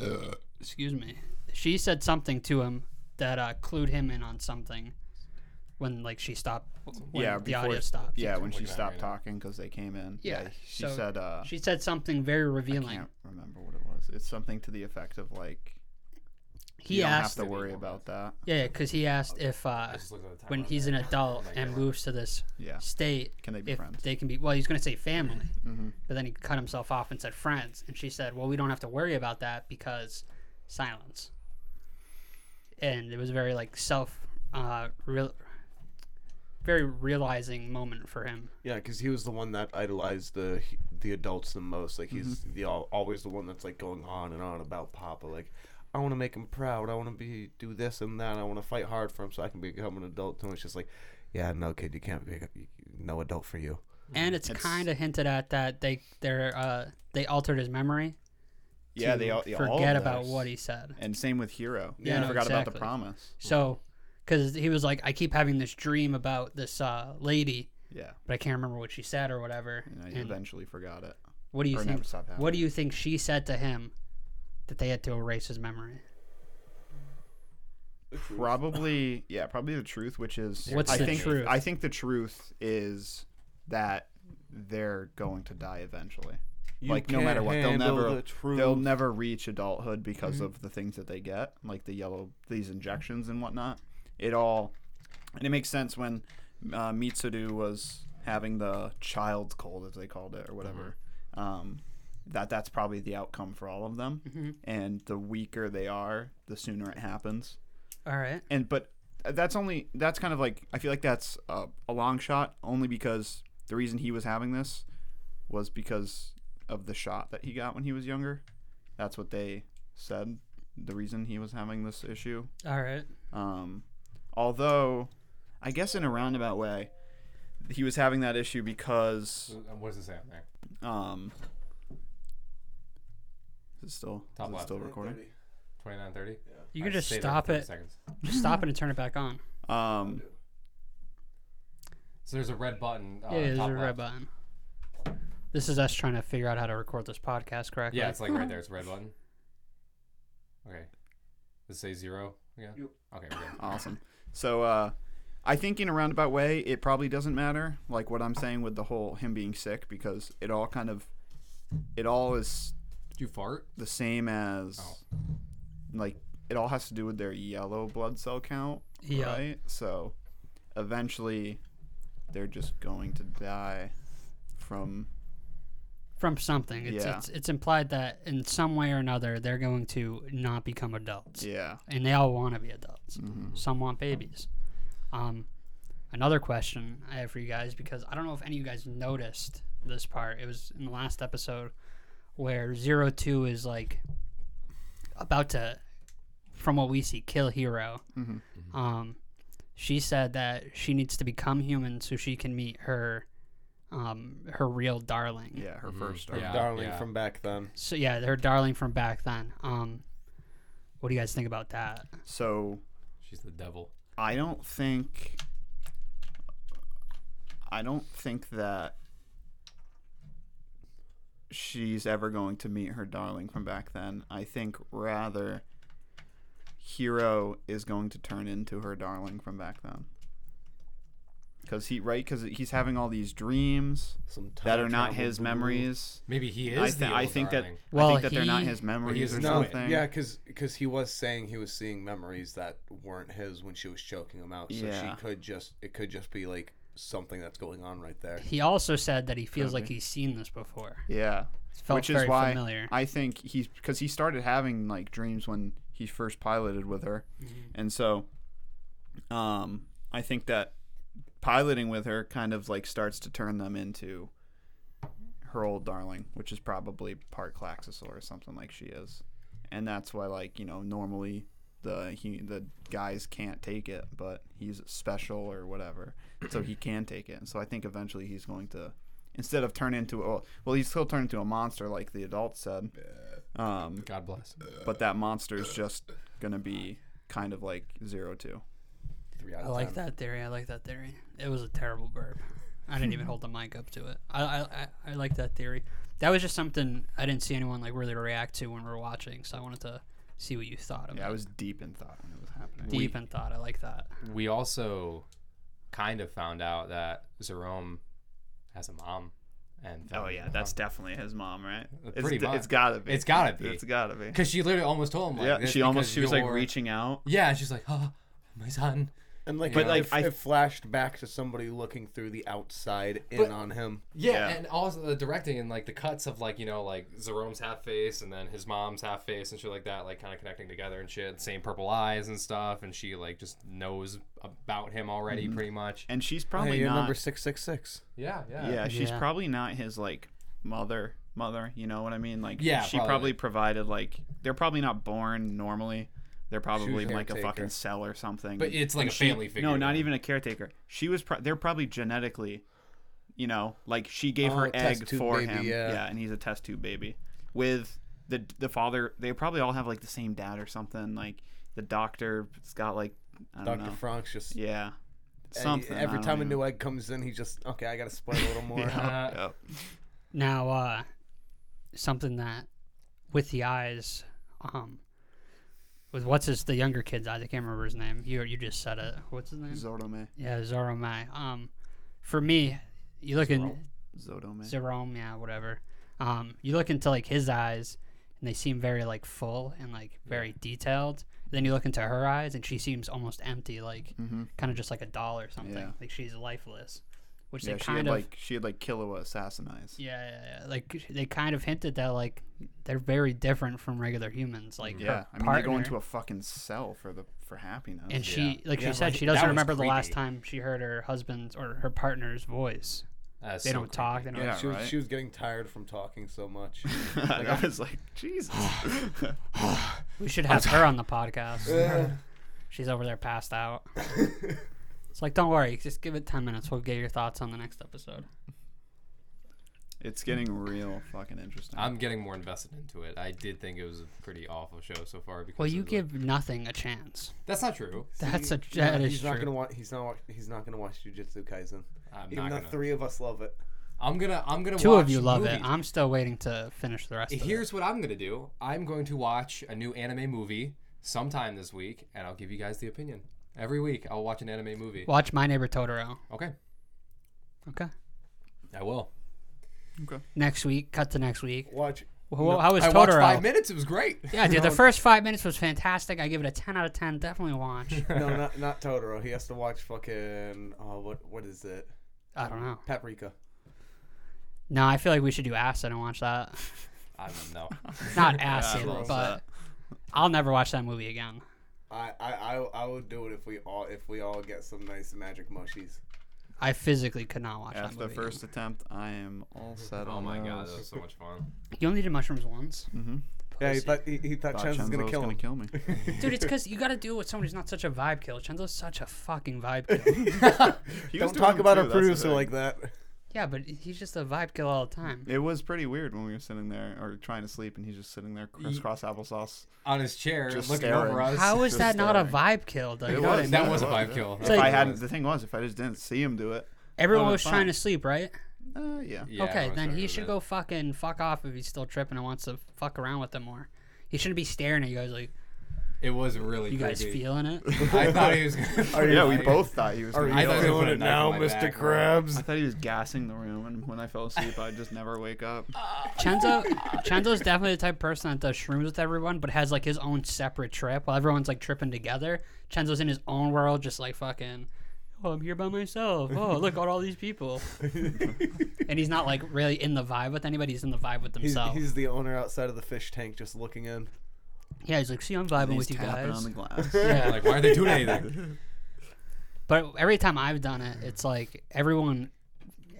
[SPEAKER 4] Uh.
[SPEAKER 2] excuse me, she said something to him that uh, clued him in on something when like she stopped. When
[SPEAKER 4] yeah,
[SPEAKER 2] the
[SPEAKER 4] before-
[SPEAKER 2] audio stopped.
[SPEAKER 4] Yeah, when
[SPEAKER 1] looking
[SPEAKER 4] she
[SPEAKER 1] at it
[SPEAKER 4] stopped
[SPEAKER 1] right now.
[SPEAKER 4] talking because they came in.
[SPEAKER 2] Yeah,
[SPEAKER 4] she
[SPEAKER 2] so
[SPEAKER 4] said. Uh,
[SPEAKER 2] she said something very
[SPEAKER 4] I
[SPEAKER 2] revealing.
[SPEAKER 4] can't remember what it was. It's something to the effect of like
[SPEAKER 2] He
[SPEAKER 4] you don't
[SPEAKER 2] asked,
[SPEAKER 4] have to worry about that.
[SPEAKER 2] yeah, because he asked if uh,
[SPEAKER 1] just looked at the
[SPEAKER 2] when
[SPEAKER 1] timeline
[SPEAKER 2] he's an adult
[SPEAKER 1] Like,
[SPEAKER 2] and
[SPEAKER 1] yeah.
[SPEAKER 2] moves to this
[SPEAKER 4] Yeah.
[SPEAKER 2] state
[SPEAKER 4] Can they be
[SPEAKER 2] if
[SPEAKER 4] friends? Mm-hmm.
[SPEAKER 2] they can be well he's going to say family but then he cut himself off and said friends and she said well we don't have to worry about that because silence and it was a very like self uh real very realizing moment for him
[SPEAKER 3] Yeah, because he was the one that idolized the the adults the most. Like he's the al always the one that's like going on and on about Papa. Like I want to make him proud. I want to be do this and that. I want to fight hard for him so I can become an adult. And it's just like, yeah, no kid, you can't be you- no adult for you.
[SPEAKER 2] and it's, kind of hinted at that they they're uh they altered his memory
[SPEAKER 4] Yeah,
[SPEAKER 2] to
[SPEAKER 4] they all, yeah, all
[SPEAKER 2] forget
[SPEAKER 4] of
[SPEAKER 2] about
[SPEAKER 4] those.
[SPEAKER 2] what he said
[SPEAKER 4] And same with Hero.
[SPEAKER 2] Yeah,
[SPEAKER 4] I
[SPEAKER 2] no,
[SPEAKER 4] forgot about
[SPEAKER 2] exactly.
[SPEAKER 4] the promise.
[SPEAKER 2] so because he was like i keep having this dream about this uh lady
[SPEAKER 4] Yeah,
[SPEAKER 2] but i can't remember what she said or whatever
[SPEAKER 4] and I
[SPEAKER 2] and
[SPEAKER 4] eventually forgot it.
[SPEAKER 2] What do you
[SPEAKER 4] Or
[SPEAKER 2] think?
[SPEAKER 4] never stopped
[SPEAKER 2] What do you think she said to him that they had to erase his memory?
[SPEAKER 4] Probably, yeah, probably the truth, which is
[SPEAKER 2] What's
[SPEAKER 4] I
[SPEAKER 2] the
[SPEAKER 4] think
[SPEAKER 2] truth?
[SPEAKER 4] I think the truth is that they're going to die eventually.
[SPEAKER 3] You
[SPEAKER 4] like no matter
[SPEAKER 3] can't
[SPEAKER 4] what, they'll
[SPEAKER 3] handle
[SPEAKER 4] never
[SPEAKER 3] the truth.
[SPEAKER 4] they'll never reach adulthood because
[SPEAKER 2] Mm-hmm.
[SPEAKER 4] of the things that they get, like the yellow these injections and whatnot. It all and it makes sense when uh, Mitsuru was having the child's cold, as they called it, or whatever.
[SPEAKER 2] Mm-hmm.
[SPEAKER 4] Um, that that's probably the outcome for all of them,
[SPEAKER 2] Mm-hmm.
[SPEAKER 4] and the weaker they are, the sooner it happens
[SPEAKER 2] All right.
[SPEAKER 4] and but that's only that's kind of like I feel like that's a, a long shot only because the reason he was having this was because of the shot that he got when he was younger. That's what they said. The reason he was having this issue.
[SPEAKER 2] All right.
[SPEAKER 4] Um, although, I guess in a roundabout way, he was having that issue because
[SPEAKER 1] What does it say on there?
[SPEAKER 4] um. Is it still
[SPEAKER 1] Top
[SPEAKER 4] is it
[SPEAKER 1] left.
[SPEAKER 4] still recording?
[SPEAKER 1] Twenty nine thirty.
[SPEAKER 2] You can just stop it.
[SPEAKER 1] Seconds.
[SPEAKER 2] Just stop it and turn it back on.
[SPEAKER 4] Um,
[SPEAKER 1] So there's a red button. Uh,
[SPEAKER 2] yeah, there's
[SPEAKER 1] top
[SPEAKER 2] a
[SPEAKER 1] left.
[SPEAKER 2] red button. This is us trying to figure out how to record this podcast correctly.
[SPEAKER 1] Yeah, it's like
[SPEAKER 2] *laughs*
[SPEAKER 1] right there. It's a red button. Okay. Does it say zero? Yeah. Okay. We're good.
[SPEAKER 4] Awesome. So uh, I think in a roundabout way, it probably doesn't matter. Like what I'm saying with the whole him being sick, because it all kind of, it all is
[SPEAKER 1] Did you fart?
[SPEAKER 4] the same as, like it all has to do with their yellow blood cell count,
[SPEAKER 2] Yeah.
[SPEAKER 4] right? So eventually, they're just going to die from
[SPEAKER 2] From something. It's,
[SPEAKER 4] Yeah.
[SPEAKER 2] it's it's implied that in some way or another they're going to not become adults.
[SPEAKER 4] yeah.
[SPEAKER 2] and they all want to be adults. Some want babies. Um, another question I have for you guys because I don't know if any of you guys noticed this part. It was in the last episode where Zero Two is like about to, from what we see, kill Hero. Um, she said that she needs to become human so she can meet her, um, her real darling.
[SPEAKER 4] Yeah, her first.
[SPEAKER 1] Yeah,
[SPEAKER 3] Darling
[SPEAKER 1] yeah.
[SPEAKER 3] from back then.
[SPEAKER 2] So yeah, her darling from back then. Um, what do you guys think about that?
[SPEAKER 4] So
[SPEAKER 1] She's the devil.
[SPEAKER 4] I don't think. I don't think that she's ever going to meet her darling from back then. I think rather Hero is going to turn into her darling from back then. Cause he right, cause he's having all these dreams
[SPEAKER 3] Some
[SPEAKER 4] that
[SPEAKER 3] time
[SPEAKER 4] are not
[SPEAKER 3] travel
[SPEAKER 4] his
[SPEAKER 3] boo-boo.
[SPEAKER 4] memories.
[SPEAKER 1] Maybe he is.
[SPEAKER 4] I,
[SPEAKER 1] the
[SPEAKER 4] th- I
[SPEAKER 1] old
[SPEAKER 4] think
[SPEAKER 1] darling.
[SPEAKER 4] that I
[SPEAKER 2] Well,
[SPEAKER 4] think that they're not
[SPEAKER 2] he-
[SPEAKER 4] his memories
[SPEAKER 1] he's
[SPEAKER 4] or
[SPEAKER 1] not.
[SPEAKER 4] something.
[SPEAKER 3] Yeah, because he was saying he was seeing memories that weren't his when she was choking him out. So
[SPEAKER 4] Yeah.
[SPEAKER 3] she could just it could just be like something that's going on right there.
[SPEAKER 2] He also said that he feels
[SPEAKER 4] Could
[SPEAKER 2] like
[SPEAKER 4] be.
[SPEAKER 2] he's seen this before.
[SPEAKER 4] Yeah.
[SPEAKER 2] Felt
[SPEAKER 4] Which
[SPEAKER 2] very
[SPEAKER 4] is why
[SPEAKER 2] familiar.
[SPEAKER 4] I think he's because he started having like dreams when he first piloted with her,
[SPEAKER 2] Mm-hmm.
[SPEAKER 4] and so, um, I think that piloting with her kind of like starts to turn them into her old darling, which is probably part Claxosaur or something like she is, and that's why like you know normally the he, the guys can't take it, but he's special or whatever, so he can take it, and so I think eventually he's going to instead of turn into a well he's still turned into a monster like the adult said um,
[SPEAKER 1] God bless.
[SPEAKER 4] but that monster is just gonna be kind of like zero two
[SPEAKER 3] Three out
[SPEAKER 2] I
[SPEAKER 3] of
[SPEAKER 2] like
[SPEAKER 3] ten.
[SPEAKER 2] that theory. I like that theory. It was a terrible burp. I didn't even hold the mic up to it. I I, I, I like that theory. That was just something I didn't see anyone like really react to when we were watching, so I wanted to see what you thought of
[SPEAKER 4] yeah i
[SPEAKER 2] it.
[SPEAKER 4] was deep in thought when it was happening
[SPEAKER 2] Deep in thought. I like that.
[SPEAKER 1] We also kind of found out that Jerome has a mom, and
[SPEAKER 4] oh
[SPEAKER 1] found
[SPEAKER 4] yeah
[SPEAKER 1] her
[SPEAKER 4] that's
[SPEAKER 1] mom.
[SPEAKER 4] definitely his mom right
[SPEAKER 1] It's Pretty d- much.
[SPEAKER 4] it's gotta be
[SPEAKER 1] It's gotta be.
[SPEAKER 4] it's gotta be
[SPEAKER 1] because she literally almost told him. Like,
[SPEAKER 4] yeah
[SPEAKER 1] "That's
[SPEAKER 4] she almost
[SPEAKER 1] because
[SPEAKER 4] she was like
[SPEAKER 1] you're-"
[SPEAKER 4] reaching out
[SPEAKER 1] Yeah, she's like, oh, my son.
[SPEAKER 3] And like,
[SPEAKER 1] But,
[SPEAKER 3] but
[SPEAKER 1] like,
[SPEAKER 3] like,
[SPEAKER 4] I-
[SPEAKER 3] it flashed back to somebody looking through the outside in
[SPEAKER 1] But-
[SPEAKER 3] on him.
[SPEAKER 1] Yeah,
[SPEAKER 4] Yeah.
[SPEAKER 1] and also the directing and like the cuts of like you know like Zerome's half face and then his mom's half face and shit like that, like kind of connecting together and shit. Same purple eyes and stuff, and she like just knows about him already pretty much.
[SPEAKER 4] and she's probably
[SPEAKER 3] hey, you're
[SPEAKER 4] not
[SPEAKER 3] number six six six.
[SPEAKER 1] Yeah,
[SPEAKER 3] Uh,
[SPEAKER 1] yeah,
[SPEAKER 4] Mm-hmm. yeah she's
[SPEAKER 2] Yeah.
[SPEAKER 4] probably not his like mother mother you know what i mean like
[SPEAKER 1] Yeah,
[SPEAKER 4] she
[SPEAKER 1] probably.
[SPEAKER 4] probably provided like they're probably not born normally they're probably in,
[SPEAKER 3] a
[SPEAKER 4] like a
[SPEAKER 3] caretaker.
[SPEAKER 4] fucking cell or something
[SPEAKER 1] But it's like
[SPEAKER 4] And
[SPEAKER 1] a family figure.
[SPEAKER 4] no not even a caretaker she was pro- they're probably genetically you know like she gave her
[SPEAKER 3] Oh, test
[SPEAKER 4] egg
[SPEAKER 3] tube
[SPEAKER 4] for
[SPEAKER 3] baby,
[SPEAKER 4] him
[SPEAKER 3] yeah.
[SPEAKER 4] and he's a test tube baby with the the father they probably all have like the same dad or something like the doctor's got like i don't
[SPEAKER 3] Doctor
[SPEAKER 4] know
[SPEAKER 3] Frank's just
[SPEAKER 4] yeah
[SPEAKER 3] and
[SPEAKER 4] something I
[SPEAKER 3] Every
[SPEAKER 4] don't
[SPEAKER 3] time a
[SPEAKER 4] even- *laughs*
[SPEAKER 3] new egg comes in, he just okay. I gotta spread a little more.
[SPEAKER 1] Uh,
[SPEAKER 4] Yep.
[SPEAKER 2] Now, uh, something that with the eyes, um, with what's his the younger kid's eyes? I can't remember his name. You you just said it. What's his name?
[SPEAKER 4] Zodome.
[SPEAKER 2] yeah, Zoromai. Um, for me, you look in
[SPEAKER 4] Zodome.
[SPEAKER 2] Jerome, yeah, whatever. Um, you look into like his eyes, and they seem very like full and like very detailed. Then you look into her eyes, and she seems almost empty, like kind of just like a doll or something.
[SPEAKER 4] Mm-hmm. Yeah.
[SPEAKER 2] Like she's lifeless, which
[SPEAKER 4] yeah,
[SPEAKER 2] they
[SPEAKER 4] she had
[SPEAKER 2] kind of
[SPEAKER 4] like she had like Killua assassin eyes.
[SPEAKER 2] yeah, yeah, yeah, like they kind of hinted that like they're very different from regular humans. Like
[SPEAKER 4] Mm-hmm. Yeah,
[SPEAKER 2] her
[SPEAKER 4] I mean
[SPEAKER 2] partner,
[SPEAKER 4] they go into a fucking cell for the for happiness.
[SPEAKER 2] and
[SPEAKER 4] *laughs*
[SPEAKER 2] she like
[SPEAKER 1] Yeah,
[SPEAKER 2] she said
[SPEAKER 1] right.
[SPEAKER 2] she
[SPEAKER 1] That
[SPEAKER 2] doesn't
[SPEAKER 1] was
[SPEAKER 2] remember the last
[SPEAKER 1] creepy.
[SPEAKER 2] time she heard her husband's or her partner's voice.
[SPEAKER 1] That's
[SPEAKER 2] They
[SPEAKER 1] so
[SPEAKER 2] don't talk. They
[SPEAKER 1] creepy.
[SPEAKER 2] don't.
[SPEAKER 4] Yeah,
[SPEAKER 3] she was
[SPEAKER 4] right.
[SPEAKER 3] she was getting tired from talking so
[SPEAKER 4] *laughs*
[SPEAKER 3] much. *laughs*
[SPEAKER 4] like, I was like, Jesus.
[SPEAKER 2] We should have
[SPEAKER 4] *laughs*
[SPEAKER 2] her on the podcast. She's over there passed out. it's like don't worry, just give it ten minutes. We'll get your thoughts on the next episode.
[SPEAKER 4] it's getting real fucking interesting.
[SPEAKER 1] I'm getting more invested into it. I did think it was a pretty awful show so far. Because
[SPEAKER 2] Well,
[SPEAKER 1] it
[SPEAKER 2] you
[SPEAKER 1] was like-
[SPEAKER 2] give nothing a chance.
[SPEAKER 1] that's not true.
[SPEAKER 2] That's a
[SPEAKER 3] No,
[SPEAKER 2] that is
[SPEAKER 3] he's not
[SPEAKER 2] true.
[SPEAKER 3] gonna watch. He's not. wa- He's not gonna watch Jujutsu Kaisen.
[SPEAKER 1] I'm
[SPEAKER 3] Even
[SPEAKER 1] not
[SPEAKER 3] though
[SPEAKER 1] gonna.
[SPEAKER 3] three of us love it.
[SPEAKER 1] I'm gonna. I'm gonna.
[SPEAKER 2] Two of
[SPEAKER 1] watch
[SPEAKER 2] you love it.
[SPEAKER 1] movies.
[SPEAKER 2] I'm still waiting to finish the rest. of it.
[SPEAKER 1] Here's what I'm gonna do. I'm going to watch a new anime movie sometime this week, and I'll give you guys the opinion. Every week, I'll watch an anime movie.
[SPEAKER 2] Watch My Neighbor Totoro.
[SPEAKER 1] Okay,
[SPEAKER 2] Okay.
[SPEAKER 1] I will.
[SPEAKER 2] Next week, cut to next week.
[SPEAKER 3] Watch.
[SPEAKER 2] Well, how was
[SPEAKER 1] I watched
[SPEAKER 2] Totoro?
[SPEAKER 1] five minutes. It was
[SPEAKER 2] *laughs*
[SPEAKER 1] great.
[SPEAKER 2] Yeah, dude, the first five minutes was fantastic. I give it a ten out of ten. Definitely watch.
[SPEAKER 3] No, not not Totoro. He has to watch fucking. Oh, what what is it?
[SPEAKER 2] I don't know.
[SPEAKER 3] Paprika.
[SPEAKER 2] No, I feel like we should do acid and watch that.
[SPEAKER 1] I don't know.
[SPEAKER 2] Not acid,
[SPEAKER 4] love
[SPEAKER 2] but I'll never watch that movie again.
[SPEAKER 3] I, I I I would do it if we all if we all get some nice magic mushies.
[SPEAKER 2] I physically could not watch that
[SPEAKER 4] After the
[SPEAKER 2] movie.
[SPEAKER 4] first attempt, I am all set.
[SPEAKER 1] Oh
[SPEAKER 4] on
[SPEAKER 1] my god,
[SPEAKER 4] those.
[SPEAKER 1] that was so much fun.
[SPEAKER 2] You only did mushrooms once,
[SPEAKER 3] Yeah, he thought he, he thought
[SPEAKER 4] Thought
[SPEAKER 3] Chen's was
[SPEAKER 4] Chenzo
[SPEAKER 3] gonna
[SPEAKER 4] was
[SPEAKER 3] kill him. *laughs*
[SPEAKER 4] me.
[SPEAKER 2] dude. It's because you got to do it with someone who's not such a vibe kill. Chenzo's such a fucking vibe kill.
[SPEAKER 4] He was
[SPEAKER 3] Don't
[SPEAKER 4] doing
[SPEAKER 3] talk
[SPEAKER 4] it
[SPEAKER 3] about
[SPEAKER 4] too,
[SPEAKER 3] a
[SPEAKER 4] that's the
[SPEAKER 3] producer
[SPEAKER 4] thing.
[SPEAKER 3] like that.
[SPEAKER 2] yeah, but he's just a vibe kill all the time.
[SPEAKER 4] It was pretty weird when we were sitting there or trying to sleep, and he's just sitting there crisscross applesauce.
[SPEAKER 1] On his chair,
[SPEAKER 4] Just
[SPEAKER 1] looking
[SPEAKER 4] staring.
[SPEAKER 1] over us.
[SPEAKER 2] How is
[SPEAKER 4] Just
[SPEAKER 2] that not a
[SPEAKER 4] staring.
[SPEAKER 2] vibe kill? Though, you
[SPEAKER 4] It
[SPEAKER 2] know what I
[SPEAKER 4] was.
[SPEAKER 2] mean?
[SPEAKER 1] *laughs* That was a
[SPEAKER 4] Yeah.
[SPEAKER 1] vibe kill.
[SPEAKER 4] If I
[SPEAKER 1] It
[SPEAKER 4] hadn't,
[SPEAKER 1] was.
[SPEAKER 4] the thing was, if I just didn't see him do it,
[SPEAKER 2] Everyone
[SPEAKER 4] Oh,
[SPEAKER 2] was
[SPEAKER 4] fine.
[SPEAKER 2] trying to sleep, right?
[SPEAKER 4] Uh, yeah.
[SPEAKER 1] Yeah,
[SPEAKER 2] okay,
[SPEAKER 1] everyone's
[SPEAKER 2] then
[SPEAKER 1] starting
[SPEAKER 2] he
[SPEAKER 1] to
[SPEAKER 2] should
[SPEAKER 1] do
[SPEAKER 2] go fucking fuck off if he's still tripping and wants to fuck around with them more. He shouldn't be staring at you guys like,
[SPEAKER 1] that. It was really.
[SPEAKER 2] you guys
[SPEAKER 1] creepy.
[SPEAKER 2] feeling it? *laughs*
[SPEAKER 1] I thought he was. Gonna *laughs*
[SPEAKER 3] *laughs*
[SPEAKER 4] Oh, yeah, we both thought he was. Gonna
[SPEAKER 1] I
[SPEAKER 4] I,
[SPEAKER 1] thought he was gonna put a knife in my back.
[SPEAKER 4] I thought he was gassing the room, and when I fell asleep, I'd just never wake *laughs* up.
[SPEAKER 2] Chenzo, Chenzo's definitely the type of person that does shrooms with everyone, but has like his own separate trip while everyone's like tripping together. Chenzo's in his own world, just like fucking, oh, I'm here by myself. Oh, look at all these
[SPEAKER 4] *laughs*
[SPEAKER 2] people. and he's not like really in the vibe with anybody. He's in the vibe with
[SPEAKER 3] He's,
[SPEAKER 2] himself.
[SPEAKER 3] he's the owner outside of the fish tank, just looking in.
[SPEAKER 2] yeah, he's like, see, I'm vibing
[SPEAKER 4] He's
[SPEAKER 2] with you
[SPEAKER 4] tapping
[SPEAKER 2] guys.
[SPEAKER 4] on the *laughs* glass.
[SPEAKER 1] Yeah, like why are they doing anything?
[SPEAKER 2] But every time I've done it, it's like everyone,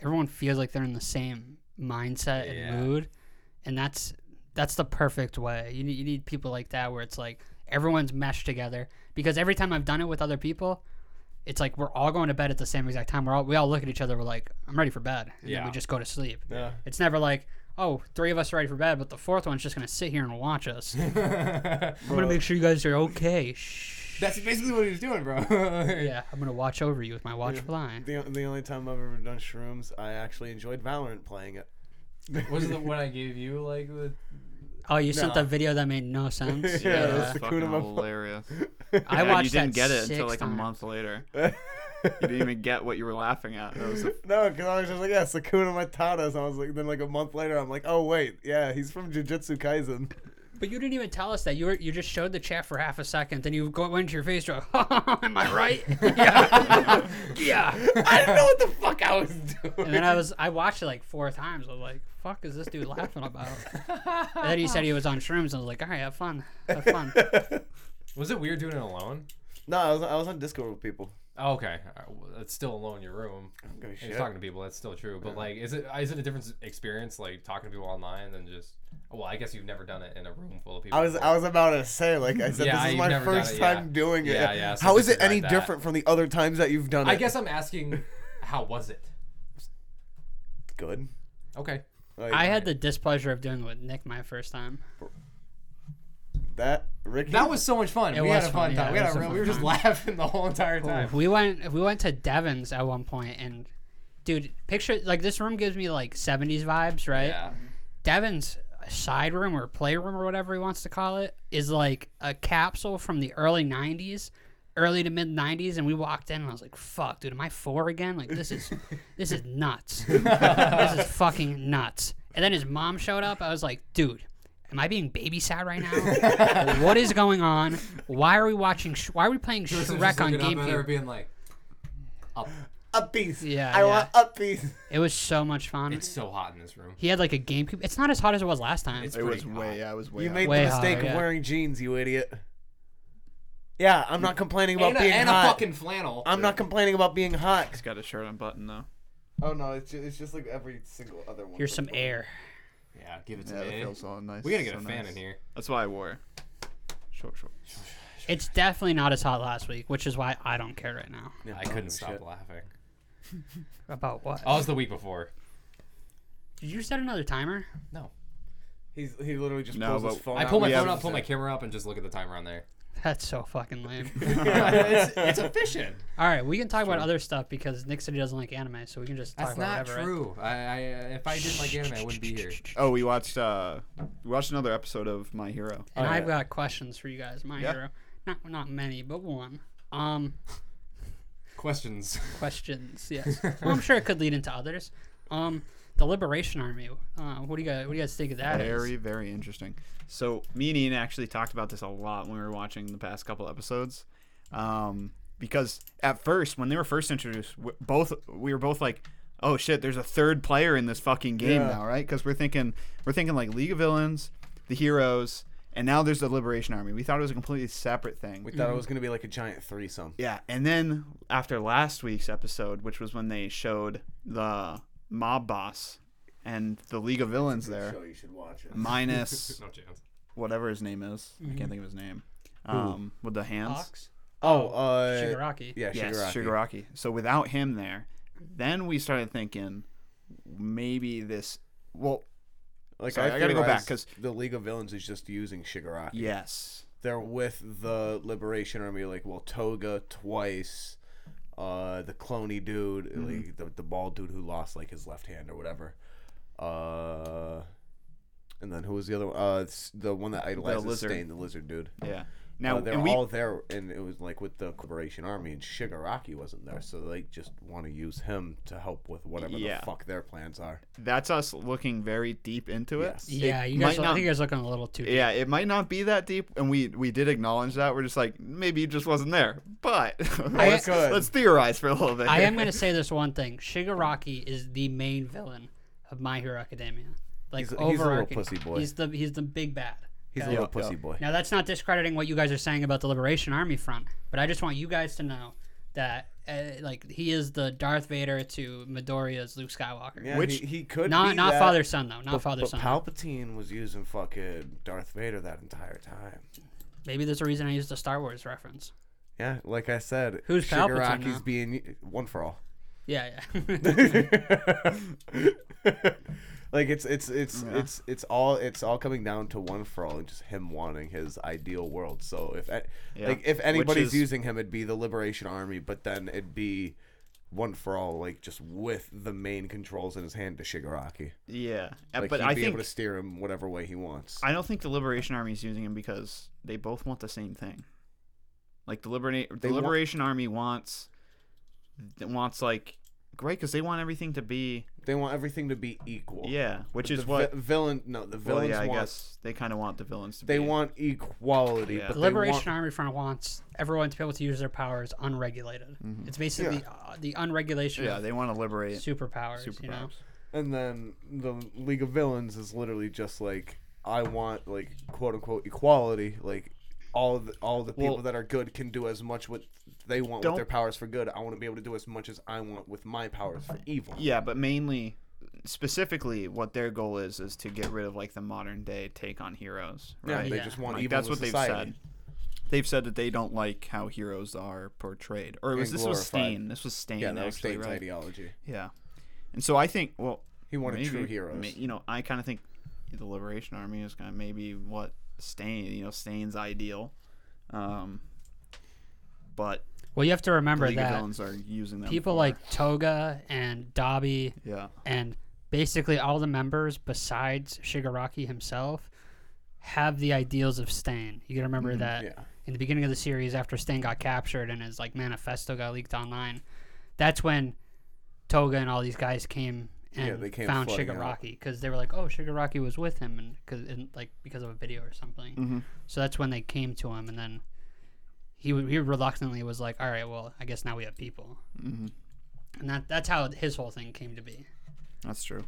[SPEAKER 2] everyone feels like they're in the same mindset and
[SPEAKER 1] Yeah.
[SPEAKER 2] mood, and that's that's the perfect way. You need, you need people like that where it's like everyone's meshed together. Because every time I've done it with other people, it's like we're all going to bed at the same exact time. We're all we all look at each other. We're like, I'm ready for bed, and then
[SPEAKER 1] Yeah.
[SPEAKER 2] we just go to sleep.
[SPEAKER 3] Yeah.
[SPEAKER 2] It's never like. Oh, three of us are ready for bed, but the fourth one's just gonna sit here and watch
[SPEAKER 1] *laughs*
[SPEAKER 2] us. I'm gonna make sure you guys are okay. Shh.
[SPEAKER 1] That's basically what he was doing, bro.
[SPEAKER 2] Yeah, I'm gonna watch over you with my watch fly.
[SPEAKER 3] The, the only time I've ever done shrooms, I actually enjoyed Valorant playing *laughs* it.
[SPEAKER 1] Wasn't the one I gave you like the?
[SPEAKER 2] Oh, you sent a video that made no sense.
[SPEAKER 4] *laughs* Yeah,
[SPEAKER 3] Yeah,
[SPEAKER 4] that's
[SPEAKER 3] that's the
[SPEAKER 4] fucking
[SPEAKER 3] Kuna
[SPEAKER 1] *laughs*
[SPEAKER 3] Mafalda.
[SPEAKER 4] hilarious.
[SPEAKER 2] I
[SPEAKER 4] and
[SPEAKER 2] watched
[SPEAKER 4] you didn't
[SPEAKER 2] that
[SPEAKER 4] get it until
[SPEAKER 2] six
[SPEAKER 4] like a
[SPEAKER 2] times.
[SPEAKER 4] month later. you didn't even get what you were laughing at. That *laughs* was a,
[SPEAKER 3] *laughs* No, because I was just like, yeah, Sakuna Matatas. I was like, then like a month later, I'm like, oh wait, yeah, he's from Jujutsu Kaisen.
[SPEAKER 2] But you didn't even tell us that. You were you just showed the chat for half a second, then you go went to your face. You're like, *laughs* "Oh, Am I
[SPEAKER 4] *laughs*
[SPEAKER 2] right? *laughs* yeah, yeah.
[SPEAKER 3] *laughs* I didn't know what the fuck I was doing.
[SPEAKER 2] And then I was I watched it like four times. I was like, "Fuck, is this dude laughing about?" And then he said he was on shrooms. and I was like, "All right, have fun, have fun."
[SPEAKER 1] Was it weird doing it alone?
[SPEAKER 3] *laughs* No, I was, I was on Discord with people.
[SPEAKER 1] Oh, okay, All right, well, that's still alone in your room.
[SPEAKER 3] I don't give a
[SPEAKER 1] And
[SPEAKER 3] shit.
[SPEAKER 1] You're talking to people. That's still true. But like, is it uh, is it a different experience like talking to people online than just? Well, I guess you've never done it in a room full of people.
[SPEAKER 3] I was
[SPEAKER 1] before.
[SPEAKER 3] I was about to say like I said
[SPEAKER 1] Yeah,
[SPEAKER 3] this
[SPEAKER 1] I've
[SPEAKER 3] is my
[SPEAKER 1] never done
[SPEAKER 3] first
[SPEAKER 1] it, yeah.
[SPEAKER 3] time doing it.
[SPEAKER 1] Yeah, yeah, so
[SPEAKER 3] How is
[SPEAKER 1] this
[SPEAKER 3] it
[SPEAKER 1] is
[SPEAKER 3] any
[SPEAKER 1] like that.
[SPEAKER 3] different from the other times that you've done it?
[SPEAKER 1] I guess I'm asking, how was it?
[SPEAKER 3] good.
[SPEAKER 1] Okay.
[SPEAKER 3] Like,
[SPEAKER 2] I had the displeasure of doing it with Nick my first time.
[SPEAKER 3] that Ricky.
[SPEAKER 1] That was so much fun.
[SPEAKER 2] It
[SPEAKER 1] we
[SPEAKER 2] was
[SPEAKER 1] had a fun
[SPEAKER 2] fun, yeah,
[SPEAKER 1] time.
[SPEAKER 2] it
[SPEAKER 1] we had
[SPEAKER 2] was
[SPEAKER 1] a
[SPEAKER 2] a
[SPEAKER 1] real,
[SPEAKER 2] fun
[SPEAKER 1] we were just
[SPEAKER 2] time.
[SPEAKER 1] laughing the whole entire time.
[SPEAKER 2] We went we went to Devon's at one point, and dude, picture like this room gives me like '70s vibes, right?
[SPEAKER 1] Yeah.
[SPEAKER 2] Devin's side room or playroom or whatever he wants to call it is like a capsule from the early 90s early to mid 90s and we walked in and i was like fuck dude am i four again like
[SPEAKER 1] *laughs*
[SPEAKER 2] this is this is nuts this is fucking nuts and then his mom showed up i was like dude am i being babysat
[SPEAKER 1] *laughs*
[SPEAKER 2] right now what is going on why are we watching Sh- why are we playing shrek on gamecube
[SPEAKER 1] being like, up.
[SPEAKER 3] up piece.
[SPEAKER 2] Yeah,
[SPEAKER 3] I
[SPEAKER 2] yeah.
[SPEAKER 3] want up piece.
[SPEAKER 2] it was so much fun
[SPEAKER 1] It's so hot in this room.
[SPEAKER 2] he had like a gamecube it's not as hot as it was last time
[SPEAKER 1] It's
[SPEAKER 4] it
[SPEAKER 1] pretty
[SPEAKER 4] was
[SPEAKER 1] hot.
[SPEAKER 4] way. Yeah, it was way.
[SPEAKER 3] You
[SPEAKER 4] out.
[SPEAKER 3] made
[SPEAKER 2] Way
[SPEAKER 3] the mistake
[SPEAKER 2] higher, yeah.
[SPEAKER 3] of wearing jeans, you idiot. Yeah, I'm not complaining about
[SPEAKER 1] and a,
[SPEAKER 3] being
[SPEAKER 1] and a
[SPEAKER 3] hot.
[SPEAKER 1] fucking flannel.
[SPEAKER 3] I'm not complaining about being hot.
[SPEAKER 4] He's got a shirt unbuttoned though.
[SPEAKER 3] Oh no, it's just, it's just like every single other one.
[SPEAKER 2] here's some air
[SPEAKER 1] yeah, give it to
[SPEAKER 4] Yeah, it
[SPEAKER 1] me.
[SPEAKER 4] feels all nice.
[SPEAKER 1] we gotta get
[SPEAKER 4] so
[SPEAKER 1] a fan
[SPEAKER 4] nice.
[SPEAKER 1] in here.
[SPEAKER 4] That's why I wore short shorts.
[SPEAKER 2] It's definitely not as hot last week, which is why I don't care right now.
[SPEAKER 1] I couldn't stop laughing.
[SPEAKER 2] About what?
[SPEAKER 1] Oh, it was the week before.
[SPEAKER 2] Did you set another timer?
[SPEAKER 1] No.
[SPEAKER 3] He's he literally just
[SPEAKER 4] No,
[SPEAKER 3] pulls his
[SPEAKER 4] but-
[SPEAKER 3] phone.
[SPEAKER 1] I
[SPEAKER 3] out.
[SPEAKER 1] pull my
[SPEAKER 4] we
[SPEAKER 1] phone
[SPEAKER 4] have-
[SPEAKER 1] up, pull my camera up, and just look at the timer on there. *laughs*
[SPEAKER 2] That's so fucking lame.
[SPEAKER 1] it's, it's efficient.
[SPEAKER 2] *laughs* All right, we can talk about other stuff because Nick said he doesn't like anime, so we can just talk
[SPEAKER 1] That's
[SPEAKER 2] about
[SPEAKER 1] not
[SPEAKER 2] whatever. right?
[SPEAKER 1] true. I, I, uh, if I didn't like anime, I wouldn't be here.
[SPEAKER 4] Oh, we watched uh, we watched another episode of My Hero.
[SPEAKER 2] And
[SPEAKER 3] Oh,
[SPEAKER 2] I've
[SPEAKER 3] yeah.
[SPEAKER 2] got questions for you guys, my
[SPEAKER 4] Yeah.
[SPEAKER 2] hero. Not not many, but one. Um,
[SPEAKER 1] Questions.
[SPEAKER 2] questions. Yes. well, I'm sure it could lead into others. Um, the Liberation Army. Uh, what do you guys What do you guys think of that? is?
[SPEAKER 4] Very, very interesting. So me and Ian actually talked about this a lot when we were watching the past couple episodes, um, because at first when they were first introduced, w- both we were both like, "Oh shit, there's a third player in this fucking game
[SPEAKER 3] Yeah.
[SPEAKER 4] now, right?" Because we're thinking we're thinking like League of Villains, the heroes, and now there's the Liberation Army. We thought it was a completely separate thing.
[SPEAKER 3] We thought it was gonna be like a giant threesome.
[SPEAKER 4] Yeah, and then after last week's episode, which was when they showed the mob boss and the League of Villains there,
[SPEAKER 3] Oh, you should watch it. *laughs*
[SPEAKER 4] minus
[SPEAKER 1] *laughs* No chance.
[SPEAKER 4] whatever his name is. I
[SPEAKER 2] Mm-hmm.
[SPEAKER 4] can't think of his name. Um, with the hands.
[SPEAKER 2] Hawks?
[SPEAKER 3] Oh, uh,
[SPEAKER 2] Shigaraki.
[SPEAKER 3] yeah,
[SPEAKER 4] Yes,
[SPEAKER 3] Shigaraki.
[SPEAKER 4] Shigaraki. So without him there, then we started thinking maybe this. Well,
[SPEAKER 3] Like
[SPEAKER 4] Sorry, I gotta go back,
[SPEAKER 3] theorized
[SPEAKER 4] 'cause-
[SPEAKER 3] the League of Villains is just using Shigaraki.
[SPEAKER 4] yes.
[SPEAKER 3] They're with the Liberation Army, like well Toga twice, uh, the cloney dude,
[SPEAKER 4] Mm-hmm.
[SPEAKER 3] like the, the bald dude who lost like his left hand or whatever. Uh, and then who was the other one? Uh, it's the one that idolizes
[SPEAKER 4] lizard.
[SPEAKER 3] Stain, the lizard dude.
[SPEAKER 4] Yeah.
[SPEAKER 3] Now
[SPEAKER 4] Now
[SPEAKER 3] they're
[SPEAKER 4] and we,
[SPEAKER 3] all there, and it was like with the Corporation Army, and Shigaraki wasn't there, so they just want to use him to help with whatever
[SPEAKER 4] Yeah.
[SPEAKER 3] the fuck their plans are.
[SPEAKER 4] that's us looking very deep into it.
[SPEAKER 3] Yes.
[SPEAKER 2] Yeah,
[SPEAKER 4] It
[SPEAKER 2] you guys.
[SPEAKER 4] might
[SPEAKER 2] I
[SPEAKER 4] not-
[SPEAKER 2] think you guys looking a little too. deep.
[SPEAKER 4] Yeah, it might not be that deep, and we we did acknowledge that. We're just like maybe it just wasn't there, but *laughs* let's,
[SPEAKER 3] good.
[SPEAKER 4] let's theorize for a little bit.
[SPEAKER 2] I am
[SPEAKER 4] here.
[SPEAKER 2] going
[SPEAKER 3] *laughs*
[SPEAKER 2] to say this one thing: Shigaraki is the main villain of My Hero Academia. Like
[SPEAKER 3] He's a- he's a little
[SPEAKER 2] overarching,
[SPEAKER 3] pussy boy.
[SPEAKER 2] He's the he's the big bad.
[SPEAKER 3] He's a
[SPEAKER 2] okay?
[SPEAKER 3] little
[SPEAKER 4] yeah.
[SPEAKER 3] pussy boy.
[SPEAKER 2] Now that's not discrediting what you guys are saying about the Liberation Army front, but I just want you guys to know that uh, like he is the Darth Vader to Midoriya's Luke Skywalker.
[SPEAKER 3] Yeah,
[SPEAKER 4] Which-
[SPEAKER 3] he, he could
[SPEAKER 2] Not
[SPEAKER 3] be
[SPEAKER 2] not
[SPEAKER 3] that,
[SPEAKER 2] father son though. Not
[SPEAKER 3] but-
[SPEAKER 2] father
[SPEAKER 3] but
[SPEAKER 2] son.
[SPEAKER 3] Palpatine was using fucking Darth Vader that entire time.
[SPEAKER 2] Maybe there's a reason I used the Star Wars reference.
[SPEAKER 3] Yeah, like I said,
[SPEAKER 2] Who's Palpatine now?
[SPEAKER 3] Shigaraki's being one for
[SPEAKER 4] *laughs*
[SPEAKER 3] all. *laughs*
[SPEAKER 2] Yeah, *laughs* yeah.
[SPEAKER 3] like it's it's it's it's it's all it's all coming down to one for all and just him wanting his ideal world. So if a-
[SPEAKER 4] Yeah.
[SPEAKER 3] like if
[SPEAKER 4] Which
[SPEAKER 3] anybody's
[SPEAKER 4] is-
[SPEAKER 3] using him, it'd be the Liberation Army, but then it'd be one for all, like just with the main controls in his hand to Shigaraki.
[SPEAKER 4] *laughs* Yeah, uh,
[SPEAKER 3] Like
[SPEAKER 4] but
[SPEAKER 3] he'd
[SPEAKER 4] I
[SPEAKER 3] be
[SPEAKER 4] think
[SPEAKER 3] able to steer him whatever way he wants.
[SPEAKER 4] I don't think the Liberation Army is using him because they both want the same thing. Like the Liberate, the
[SPEAKER 3] They want-
[SPEAKER 4] Liberation Army wants wants like great because they want everything to be
[SPEAKER 3] they want everything to be equal.
[SPEAKER 4] yeah, which
[SPEAKER 3] The
[SPEAKER 4] is what
[SPEAKER 3] vi- villain? No, the
[SPEAKER 4] well,
[SPEAKER 3] villains
[SPEAKER 4] yeah, I
[SPEAKER 3] want.
[SPEAKER 4] guess they kind of want the villains to
[SPEAKER 3] They
[SPEAKER 4] be
[SPEAKER 3] want equality, but
[SPEAKER 4] Yeah.
[SPEAKER 2] The
[SPEAKER 3] they
[SPEAKER 2] Liberation
[SPEAKER 3] want-
[SPEAKER 2] Army Front wants everyone to be able to use their powers unregulated.
[SPEAKER 3] Mm-hmm.
[SPEAKER 2] It's basically uh, the unregulation
[SPEAKER 4] yeah
[SPEAKER 2] of
[SPEAKER 4] they want to liberate
[SPEAKER 2] superpowers, you know?
[SPEAKER 4] superpowers.
[SPEAKER 3] And then the League of Villains is literally just like I want like quote unquote equality, like all the, all the people
[SPEAKER 4] Well-
[SPEAKER 3] that are good can do as much what they want with
[SPEAKER 4] Don't-
[SPEAKER 3] their powers for good. I want to be able to do as much as I want with my powers for evil.
[SPEAKER 4] Yeah, but mainly, specifically, what their goal is is to get rid of like the modern day take on heroes.
[SPEAKER 3] Yeah,
[SPEAKER 4] Right?
[SPEAKER 3] they
[SPEAKER 2] Yeah.
[SPEAKER 3] just want
[SPEAKER 4] Like,
[SPEAKER 3] evil.
[SPEAKER 4] that's
[SPEAKER 3] in
[SPEAKER 4] what
[SPEAKER 3] society.
[SPEAKER 4] they've said. They've said that they don't like how heroes are portrayed, or it was
[SPEAKER 3] And
[SPEAKER 4] this
[SPEAKER 3] glorified.
[SPEAKER 4] was Stain? This was Stain.
[SPEAKER 3] Yeah, that was
[SPEAKER 4] actually,
[SPEAKER 3] State's
[SPEAKER 4] right?
[SPEAKER 3] ideology.
[SPEAKER 4] Yeah, and so I think well,
[SPEAKER 3] He wanted
[SPEAKER 4] maybe-
[SPEAKER 3] true heroes.
[SPEAKER 4] ma- You know, I kind of think the Liberation Army is kind of maybe what Stain, you know, Stain's ideal. Um, but
[SPEAKER 2] Well, you have to
[SPEAKER 4] the
[SPEAKER 2] remember
[SPEAKER 4] League of
[SPEAKER 2] that
[SPEAKER 4] Villains are using them.
[SPEAKER 2] people
[SPEAKER 4] for-
[SPEAKER 2] like Toga and Dobby
[SPEAKER 4] yeah,
[SPEAKER 2] and basically all the members besides Shigaraki himself have the ideals of Stain. You gotta remember that
[SPEAKER 3] Mm, yeah.
[SPEAKER 2] in the beginning of the series, after Stain got captured and his like manifesto got leaked online, that's when Toga and all these guys came and
[SPEAKER 3] Yeah, they came
[SPEAKER 2] found
[SPEAKER 3] flooding out.
[SPEAKER 2] Shigaraki because they were like, "Oh, Shigaraki was with him," and, cause, and like because of a video or something.
[SPEAKER 3] Mm-hmm.
[SPEAKER 2] So that's when they came to him, and then he w- he reluctantly was like, "All right, well, I guess now we have people." Mm-hmm. And that that's how his whole thing came to be.
[SPEAKER 4] that's true.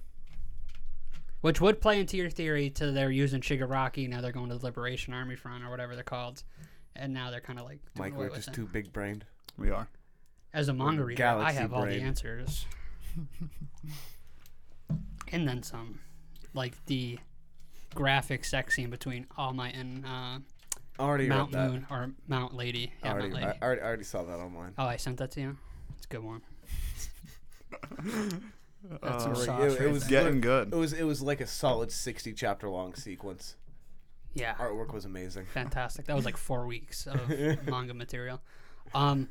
[SPEAKER 2] Which would play into your theory to they're using Shigaraki now they're going to the Liberation Army Front or whatever they're called, and now they're kind of like doing
[SPEAKER 3] Mike,
[SPEAKER 2] away
[SPEAKER 3] we're
[SPEAKER 2] with
[SPEAKER 3] just
[SPEAKER 2] it.
[SPEAKER 3] too big brained.
[SPEAKER 4] We are.
[SPEAKER 2] As a manga reader, I
[SPEAKER 3] galaxy
[SPEAKER 2] have all the
[SPEAKER 3] brain. *laughs*
[SPEAKER 2] answers, and then some, like the graphic sex scene between All Might and uh,
[SPEAKER 3] Already
[SPEAKER 2] Mount
[SPEAKER 3] read that.
[SPEAKER 2] Moon or Mount Lady. Yeah,
[SPEAKER 3] Already,
[SPEAKER 2] Mount
[SPEAKER 3] I
[SPEAKER 2] Lady.
[SPEAKER 3] already, I already saw that online.
[SPEAKER 2] oh, I sent that to you. It's a good
[SPEAKER 3] *laughs*
[SPEAKER 2] one. That's some
[SPEAKER 3] Already-
[SPEAKER 2] sauce
[SPEAKER 3] Uh, it,
[SPEAKER 2] right
[SPEAKER 3] it was
[SPEAKER 2] there.
[SPEAKER 4] Getting good.
[SPEAKER 3] It was it was like a solid sixty chapter long sequence.
[SPEAKER 2] yeah.
[SPEAKER 3] Artwork was amazing.
[SPEAKER 2] fantastic. That was like four weeks of manga material. Um,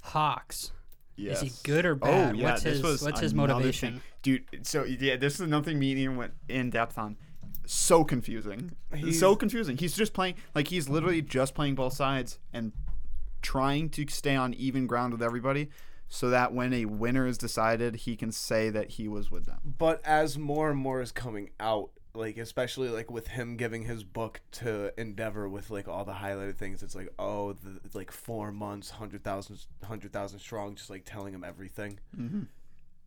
[SPEAKER 2] Hawks. Is he good
[SPEAKER 4] Oh,
[SPEAKER 2] or bad? what's his What's his
[SPEAKER 4] another
[SPEAKER 2] motivation?
[SPEAKER 4] thing. dude? So yeah, this is nothing me and Ian went in depth on. So confusing. so confusing. He's just playing like he's literally just playing both sides and trying to stay on even ground with everybody, so that when a winner is decided, he can say that he was with them.
[SPEAKER 3] but as more and more is coming out like especially like with him giving his book to endeavor with like all the highlighted things it's like oh the, it's like four months 100000 100000 strong just like telling him everything
[SPEAKER 4] Mm-hmm.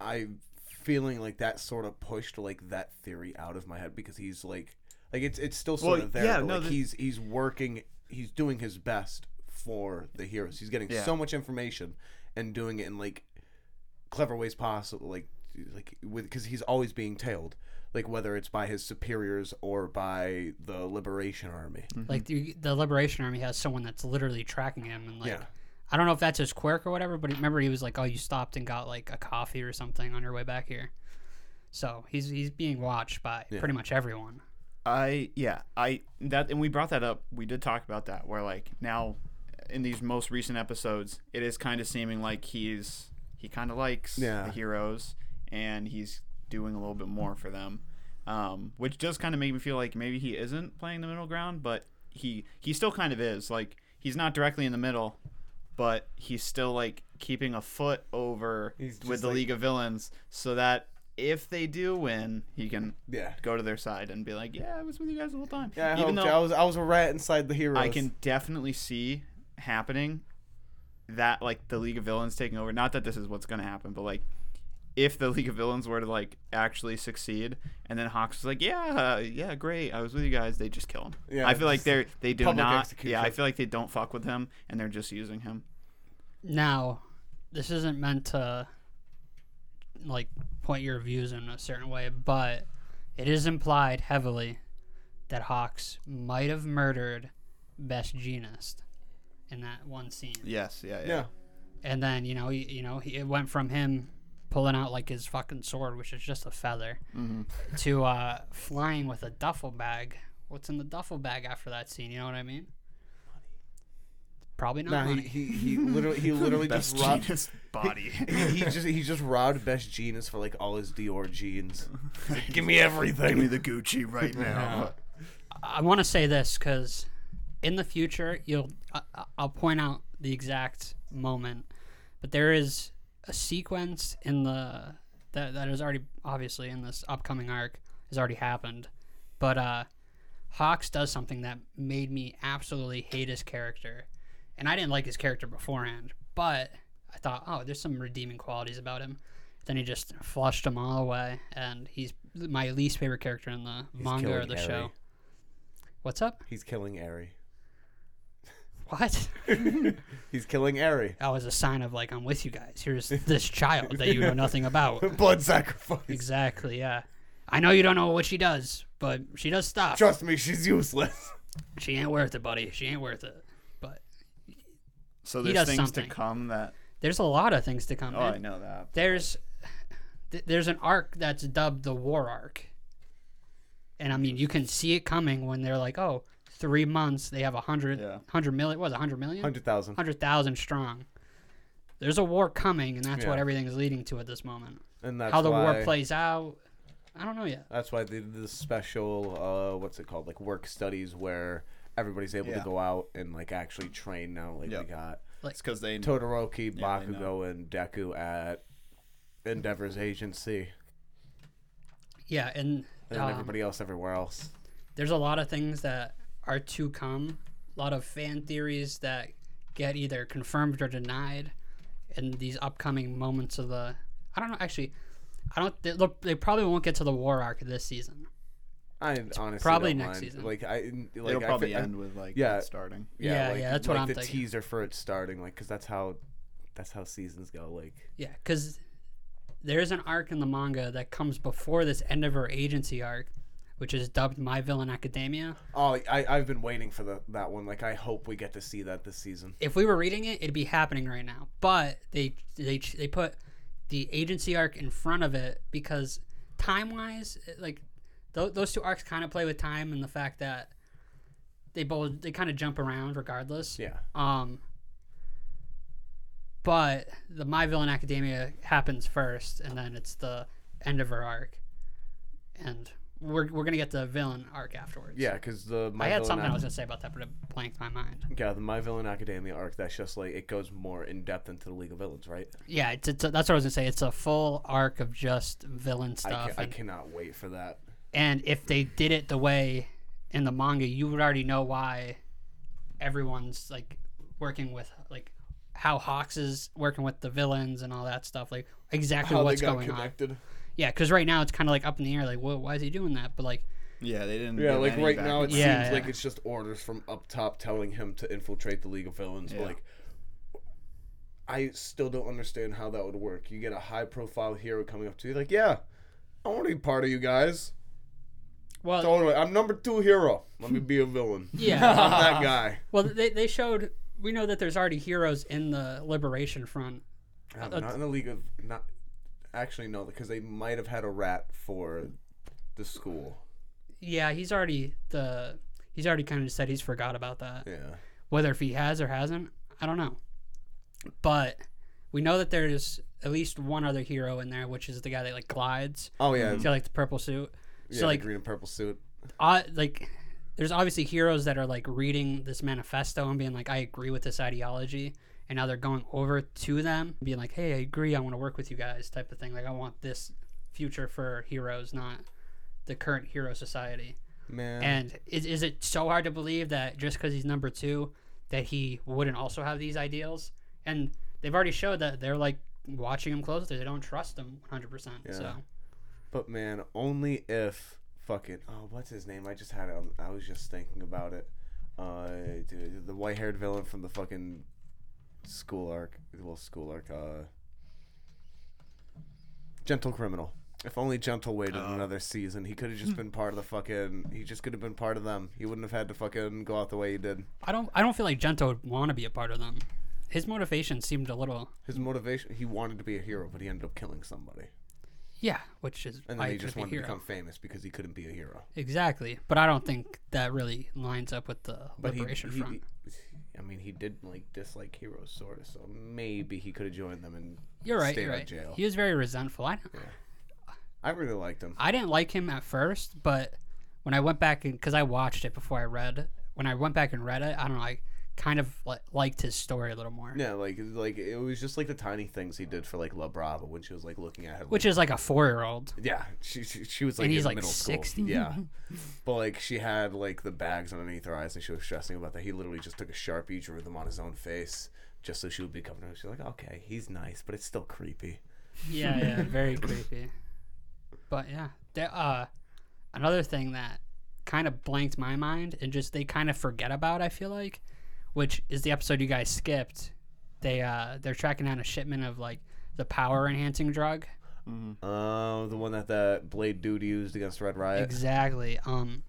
[SPEAKER 3] i'm feeling like that sort of pushed like that theory out of my head because he's like like it's it's still sort
[SPEAKER 4] Well,
[SPEAKER 3] of there
[SPEAKER 4] yeah,
[SPEAKER 3] but
[SPEAKER 4] no,
[SPEAKER 3] like
[SPEAKER 4] the-
[SPEAKER 3] he's he's working he's doing his best for the heroes he's getting
[SPEAKER 4] Yeah.
[SPEAKER 3] so much information and doing it in like clever ways possible like like with because he's always being tailed like whether it's by his superiors or by the liberation army
[SPEAKER 4] Hmm.
[SPEAKER 2] Like the, the Liberation Army has someone that's literally tracking him, and like
[SPEAKER 3] Yeah.
[SPEAKER 2] I don't know if that's his quirk or whatever, but remember he was like, "Oh, you stopped and got like a coffee or something on your way back here." So he's he's being watched by pretty much everyone.
[SPEAKER 4] I yeah I that and we brought that up. We did talk about that where like now in these most recent episodes, it is kind of seeming like he's he kind of likes
[SPEAKER 3] Yeah.
[SPEAKER 4] the heroes and he's doing a little bit more for them, um, which does kind of make me feel like maybe he isn't playing the middle ground, but he he still kind of is. Like he's not directly in the middle, but he's still like keeping a foot over
[SPEAKER 3] He's
[SPEAKER 4] with
[SPEAKER 3] just
[SPEAKER 4] the
[SPEAKER 3] like-
[SPEAKER 4] League of Villains so that. If they do win, he can
[SPEAKER 3] Yeah.
[SPEAKER 4] go to their side and be like, "Yeah, I was with you guys the whole time."
[SPEAKER 3] Yeah, I,
[SPEAKER 4] Even
[SPEAKER 3] hoped.
[SPEAKER 4] though
[SPEAKER 3] I was I was a rat inside the heroes.
[SPEAKER 4] I can definitely see happening that like the League of Villains taking over. Not that this is what's gonna happen, but like if the League of Villains were to like actually succeed, and then Hawks was like, "Yeah, yeah, great, I was with you guys," they just kill him.
[SPEAKER 3] Yeah,
[SPEAKER 4] I feel like
[SPEAKER 3] just
[SPEAKER 4] they're they do
[SPEAKER 3] public
[SPEAKER 4] not. Yeah,
[SPEAKER 3] execution.
[SPEAKER 4] I feel like they don't fuck with him, and they're just using him.
[SPEAKER 2] Now, this isn't meant to like point your views in a certain way, but it is implied heavily that Hawks might have murdered Best Genist in that one scene.
[SPEAKER 4] Yes, yeah, yeah.
[SPEAKER 3] Yeah.
[SPEAKER 2] And then, you know, he, you know, he, it went from him pulling out like his fucking sword, which is just a feather,
[SPEAKER 3] Mm-hmm.
[SPEAKER 2] to uh, flying with a duffel bag. What's in the duffel bag after that scene? You know what I mean? Probably not
[SPEAKER 3] Nah, he,
[SPEAKER 2] money.
[SPEAKER 3] he, he literally he literally
[SPEAKER 4] *laughs* Best
[SPEAKER 3] just robbed
[SPEAKER 4] genius body.
[SPEAKER 3] *laughs* he just he just robbed Best Genius for like all his Dior
[SPEAKER 4] *laughs*
[SPEAKER 3] jeans. Like, Give me everything.
[SPEAKER 4] the Gucci right now.
[SPEAKER 2] I want to say this because in the future, you'll I, I- I'll point out the exact moment, but there is a sequence in the that that is already obviously in this upcoming arc has already happened, but uh, Hawks does something that made me absolutely hate his character, and I didn't like his character beforehand, but I thought, oh, there's some redeeming qualities about him. Then he just flushed them all away, and he's my least favorite character in the manga or
[SPEAKER 7] killing
[SPEAKER 2] the
[SPEAKER 7] Harry.
[SPEAKER 2] show. What's up? *laughs*
[SPEAKER 3] He's killing Airy.
[SPEAKER 2] What?
[SPEAKER 3] He's killing Airy.
[SPEAKER 2] That was a sign of like I'm with you guys.
[SPEAKER 4] *laughs*
[SPEAKER 2] Here's this child that you know nothing about.
[SPEAKER 3] Blood sacrifice.
[SPEAKER 2] Exactly. Yeah. I know you don't know what she does, but she does stuff.
[SPEAKER 3] Trust me, she's useless.
[SPEAKER 2] She ain't worth it, buddy. She ain't worth it. But
[SPEAKER 4] So
[SPEAKER 2] He
[SPEAKER 4] there's
[SPEAKER 2] does
[SPEAKER 4] things
[SPEAKER 2] something.
[SPEAKER 4] to come that.
[SPEAKER 2] there's a lot of things to come.
[SPEAKER 4] Oh,
[SPEAKER 2] dude.
[SPEAKER 4] I know that.
[SPEAKER 2] There's th- there's an arc that's dubbed the War Arc, and I mean you can see it coming when they're like, oh, three months they have a hundred
[SPEAKER 4] Yeah.
[SPEAKER 2] hundred million. What was a hundred million?
[SPEAKER 3] *laughs* Hundred thousand.
[SPEAKER 2] Hundred thousand strong. There's a war coming, and that's what
[SPEAKER 3] Yeah.
[SPEAKER 2] everything's leading to at this moment.
[SPEAKER 3] And that's
[SPEAKER 2] how the
[SPEAKER 3] why,
[SPEAKER 2] war plays out. I don't know yet.
[SPEAKER 3] That's why they did this special uh what's it called? Like work studies where everybody's able to
[SPEAKER 4] Yeah.
[SPEAKER 3] go out and like actually train now. Like
[SPEAKER 4] Yeah.
[SPEAKER 3] we got
[SPEAKER 4] It's because they
[SPEAKER 3] Todoroki,
[SPEAKER 4] Yeah, they know.
[SPEAKER 3] Bakugo, and Deku at Endeavor's agency.
[SPEAKER 2] Yeah, and,
[SPEAKER 3] And
[SPEAKER 2] um,
[SPEAKER 3] then everybody else everywhere else.
[SPEAKER 2] there's a lot of things that are to come. A lot of fan theories that get either confirmed or denied in these upcoming moments of the. I don't know. Actually, I don't. They, look, they probably won't get to the war arc this season.
[SPEAKER 3] I honestly
[SPEAKER 2] probably
[SPEAKER 3] don't
[SPEAKER 2] next
[SPEAKER 3] mind.
[SPEAKER 2] season.
[SPEAKER 3] Like I like
[SPEAKER 4] it'll
[SPEAKER 3] I
[SPEAKER 4] probably
[SPEAKER 3] fi- I-
[SPEAKER 4] end with like
[SPEAKER 3] yeah.
[SPEAKER 4] it starting.
[SPEAKER 2] Yeah,
[SPEAKER 3] like,
[SPEAKER 2] yeah, that's what
[SPEAKER 3] like
[SPEAKER 2] I'm
[SPEAKER 3] the
[SPEAKER 2] thinking.
[SPEAKER 3] teaser for it starting, like, because that's how, that's how seasons go. Like,
[SPEAKER 2] Yeah, because there's an arc in the manga that comes before this end of her agency arc, which is dubbed My Villain Academia.
[SPEAKER 3] oh, I I've been waiting for the, that one. Like, I hope we get to see that this season.
[SPEAKER 2] if we were reading it, it'd be happening right now. But they they they put the agency arc in front of it because time wise, like th- those two arcs kind of play with time and the fact that they both they kind of jump around regardless.
[SPEAKER 3] Yeah,
[SPEAKER 2] Um. But the My Villain Academia happens first, and then it's the end of her arc, and we're we're gonna get the villain arc afterwards.
[SPEAKER 3] yeah, because the my
[SPEAKER 2] I had
[SPEAKER 3] Villain
[SPEAKER 2] something I
[SPEAKER 3] Ac-
[SPEAKER 2] was gonna say about that, but it blanked my mind.
[SPEAKER 3] yeah the My Villain Academia arc. That's just like it goes more in depth into the League of Villains, right?
[SPEAKER 2] Yeah, it's, it's that's what I was gonna say. It's a full arc of just villain
[SPEAKER 3] I,
[SPEAKER 2] stuff,
[SPEAKER 3] ca- I
[SPEAKER 2] and,
[SPEAKER 3] cannot wait for that.
[SPEAKER 2] and if they did it the way in the manga, you would already know why everyone's like working with like how Hawks is working with the villains and all that stuff, like exactly what's going on. Yeah, because right now it's kind of like up in the air, like, whoa, why is he doing that? But like,
[SPEAKER 4] Yeah, they didn't.
[SPEAKER 3] Yeah,
[SPEAKER 4] give
[SPEAKER 3] like
[SPEAKER 4] any
[SPEAKER 3] right
[SPEAKER 4] back-
[SPEAKER 3] now it
[SPEAKER 2] Yeah,
[SPEAKER 3] seems
[SPEAKER 2] yeah.
[SPEAKER 3] like it's just orders from up top telling him to infiltrate the League of Villains. but,
[SPEAKER 4] Yeah.
[SPEAKER 3] Like, I still don't understand how that would work. You get a high profile hero coming up to you, like, yeah, I want to be part of you guys.
[SPEAKER 2] well,
[SPEAKER 3] Totally, I'm number two hero. Let me be a villain.
[SPEAKER 2] *laughs* yeah,
[SPEAKER 3] I'm that guy.
[SPEAKER 2] well, they they showed we know that there's already heroes in the Liberation Front.
[SPEAKER 3] No, not Uh, in the League of not. Actually, no, because they might have had a rat for the school.
[SPEAKER 2] Yeah, he's already the he's already kind of said he's forgot about that.
[SPEAKER 3] Yeah,
[SPEAKER 2] Whether if he has or hasn't, I don't know. But we know that there is at least one other hero in there, which is the guy that like glides.
[SPEAKER 3] Oh yeah,
[SPEAKER 2] So like the purple suit.
[SPEAKER 3] yeah,
[SPEAKER 2] so
[SPEAKER 3] the
[SPEAKER 2] like
[SPEAKER 3] green and purple suit.
[SPEAKER 2] uh, like there's obviously heroes that are like reading this manifesto and being like i agree with this ideology and now they're going over to them being like hey i agree i want to work with you guys type of thing like i want this future for heroes not the current hero society
[SPEAKER 3] Man,
[SPEAKER 2] and is, is it so hard to believe that just because he's number two that he wouldn't also have these ideals and they've already showed that they're like watching him closely they don't trust him 100% so
[SPEAKER 3] Yeah. but man, only if fucking oh, what's his name? I just had it. On, I was just thinking about it. Uh, dude, the white-haired villain from the fucking school arc. Well, school arc. Uh, gentle criminal. If only Gentle waited another season, he could
[SPEAKER 2] *laughs*
[SPEAKER 3] have just been part of the fucking. He just could have been part of them. He wouldn't have had to fucking go out the way he did.
[SPEAKER 2] I don't I don't feel like Gento would want to be a part of them. His motivation seemed a little
[SPEAKER 3] His motivation. He wanted to be a hero, but he ended up killing somebody.
[SPEAKER 2] yeah, which is
[SPEAKER 3] And
[SPEAKER 2] why
[SPEAKER 3] then he
[SPEAKER 2] he could
[SPEAKER 3] just
[SPEAKER 2] be a
[SPEAKER 3] wanted to
[SPEAKER 2] hero.
[SPEAKER 3] become famous because he couldn't be a hero.
[SPEAKER 2] exactly. But I don't think that really lines up with the
[SPEAKER 3] But he,
[SPEAKER 2] liberation
[SPEAKER 3] he-
[SPEAKER 2] front.
[SPEAKER 3] I mean, he did like dislike heroes sort of, so maybe he could have joined them and
[SPEAKER 2] you're right,
[SPEAKER 3] stayed
[SPEAKER 2] you're
[SPEAKER 3] out
[SPEAKER 2] right.
[SPEAKER 3] jail.
[SPEAKER 2] He was very resentful. I,
[SPEAKER 3] I really liked him.
[SPEAKER 2] I didn't like him at first, but when I went back and because I watched it before I read, when I went back and read it, I don't know, I kind of li- liked his story a little more,
[SPEAKER 3] Yeah, like like it was just like the tiny things he did for like La Brava when she was like looking at him.
[SPEAKER 2] which is like a four year old.
[SPEAKER 3] yeah, she she, she was like
[SPEAKER 2] And he's,
[SPEAKER 3] in
[SPEAKER 2] like,
[SPEAKER 3] middle
[SPEAKER 2] 60. *laughs*
[SPEAKER 3] school. Yeah, but like she had like the bags underneath her eyes and she was stressing about that. He literally just took a sharpie, drew them on his own face, just so she would be comfortable. She's like, okay, he's nice, but it's still creepy.
[SPEAKER 2] Yeah, yeah, *laughs* very creepy. But yeah, there, uh, another thing that kind of blanked my mind and just they kind of forget about. I feel like, which is the episode you guys skipped. They uh, they're tracking down a shipment of like the power enhancing drug.
[SPEAKER 3] Um, the one that that Blade dude used against Red Riot.
[SPEAKER 2] Exactly. Um,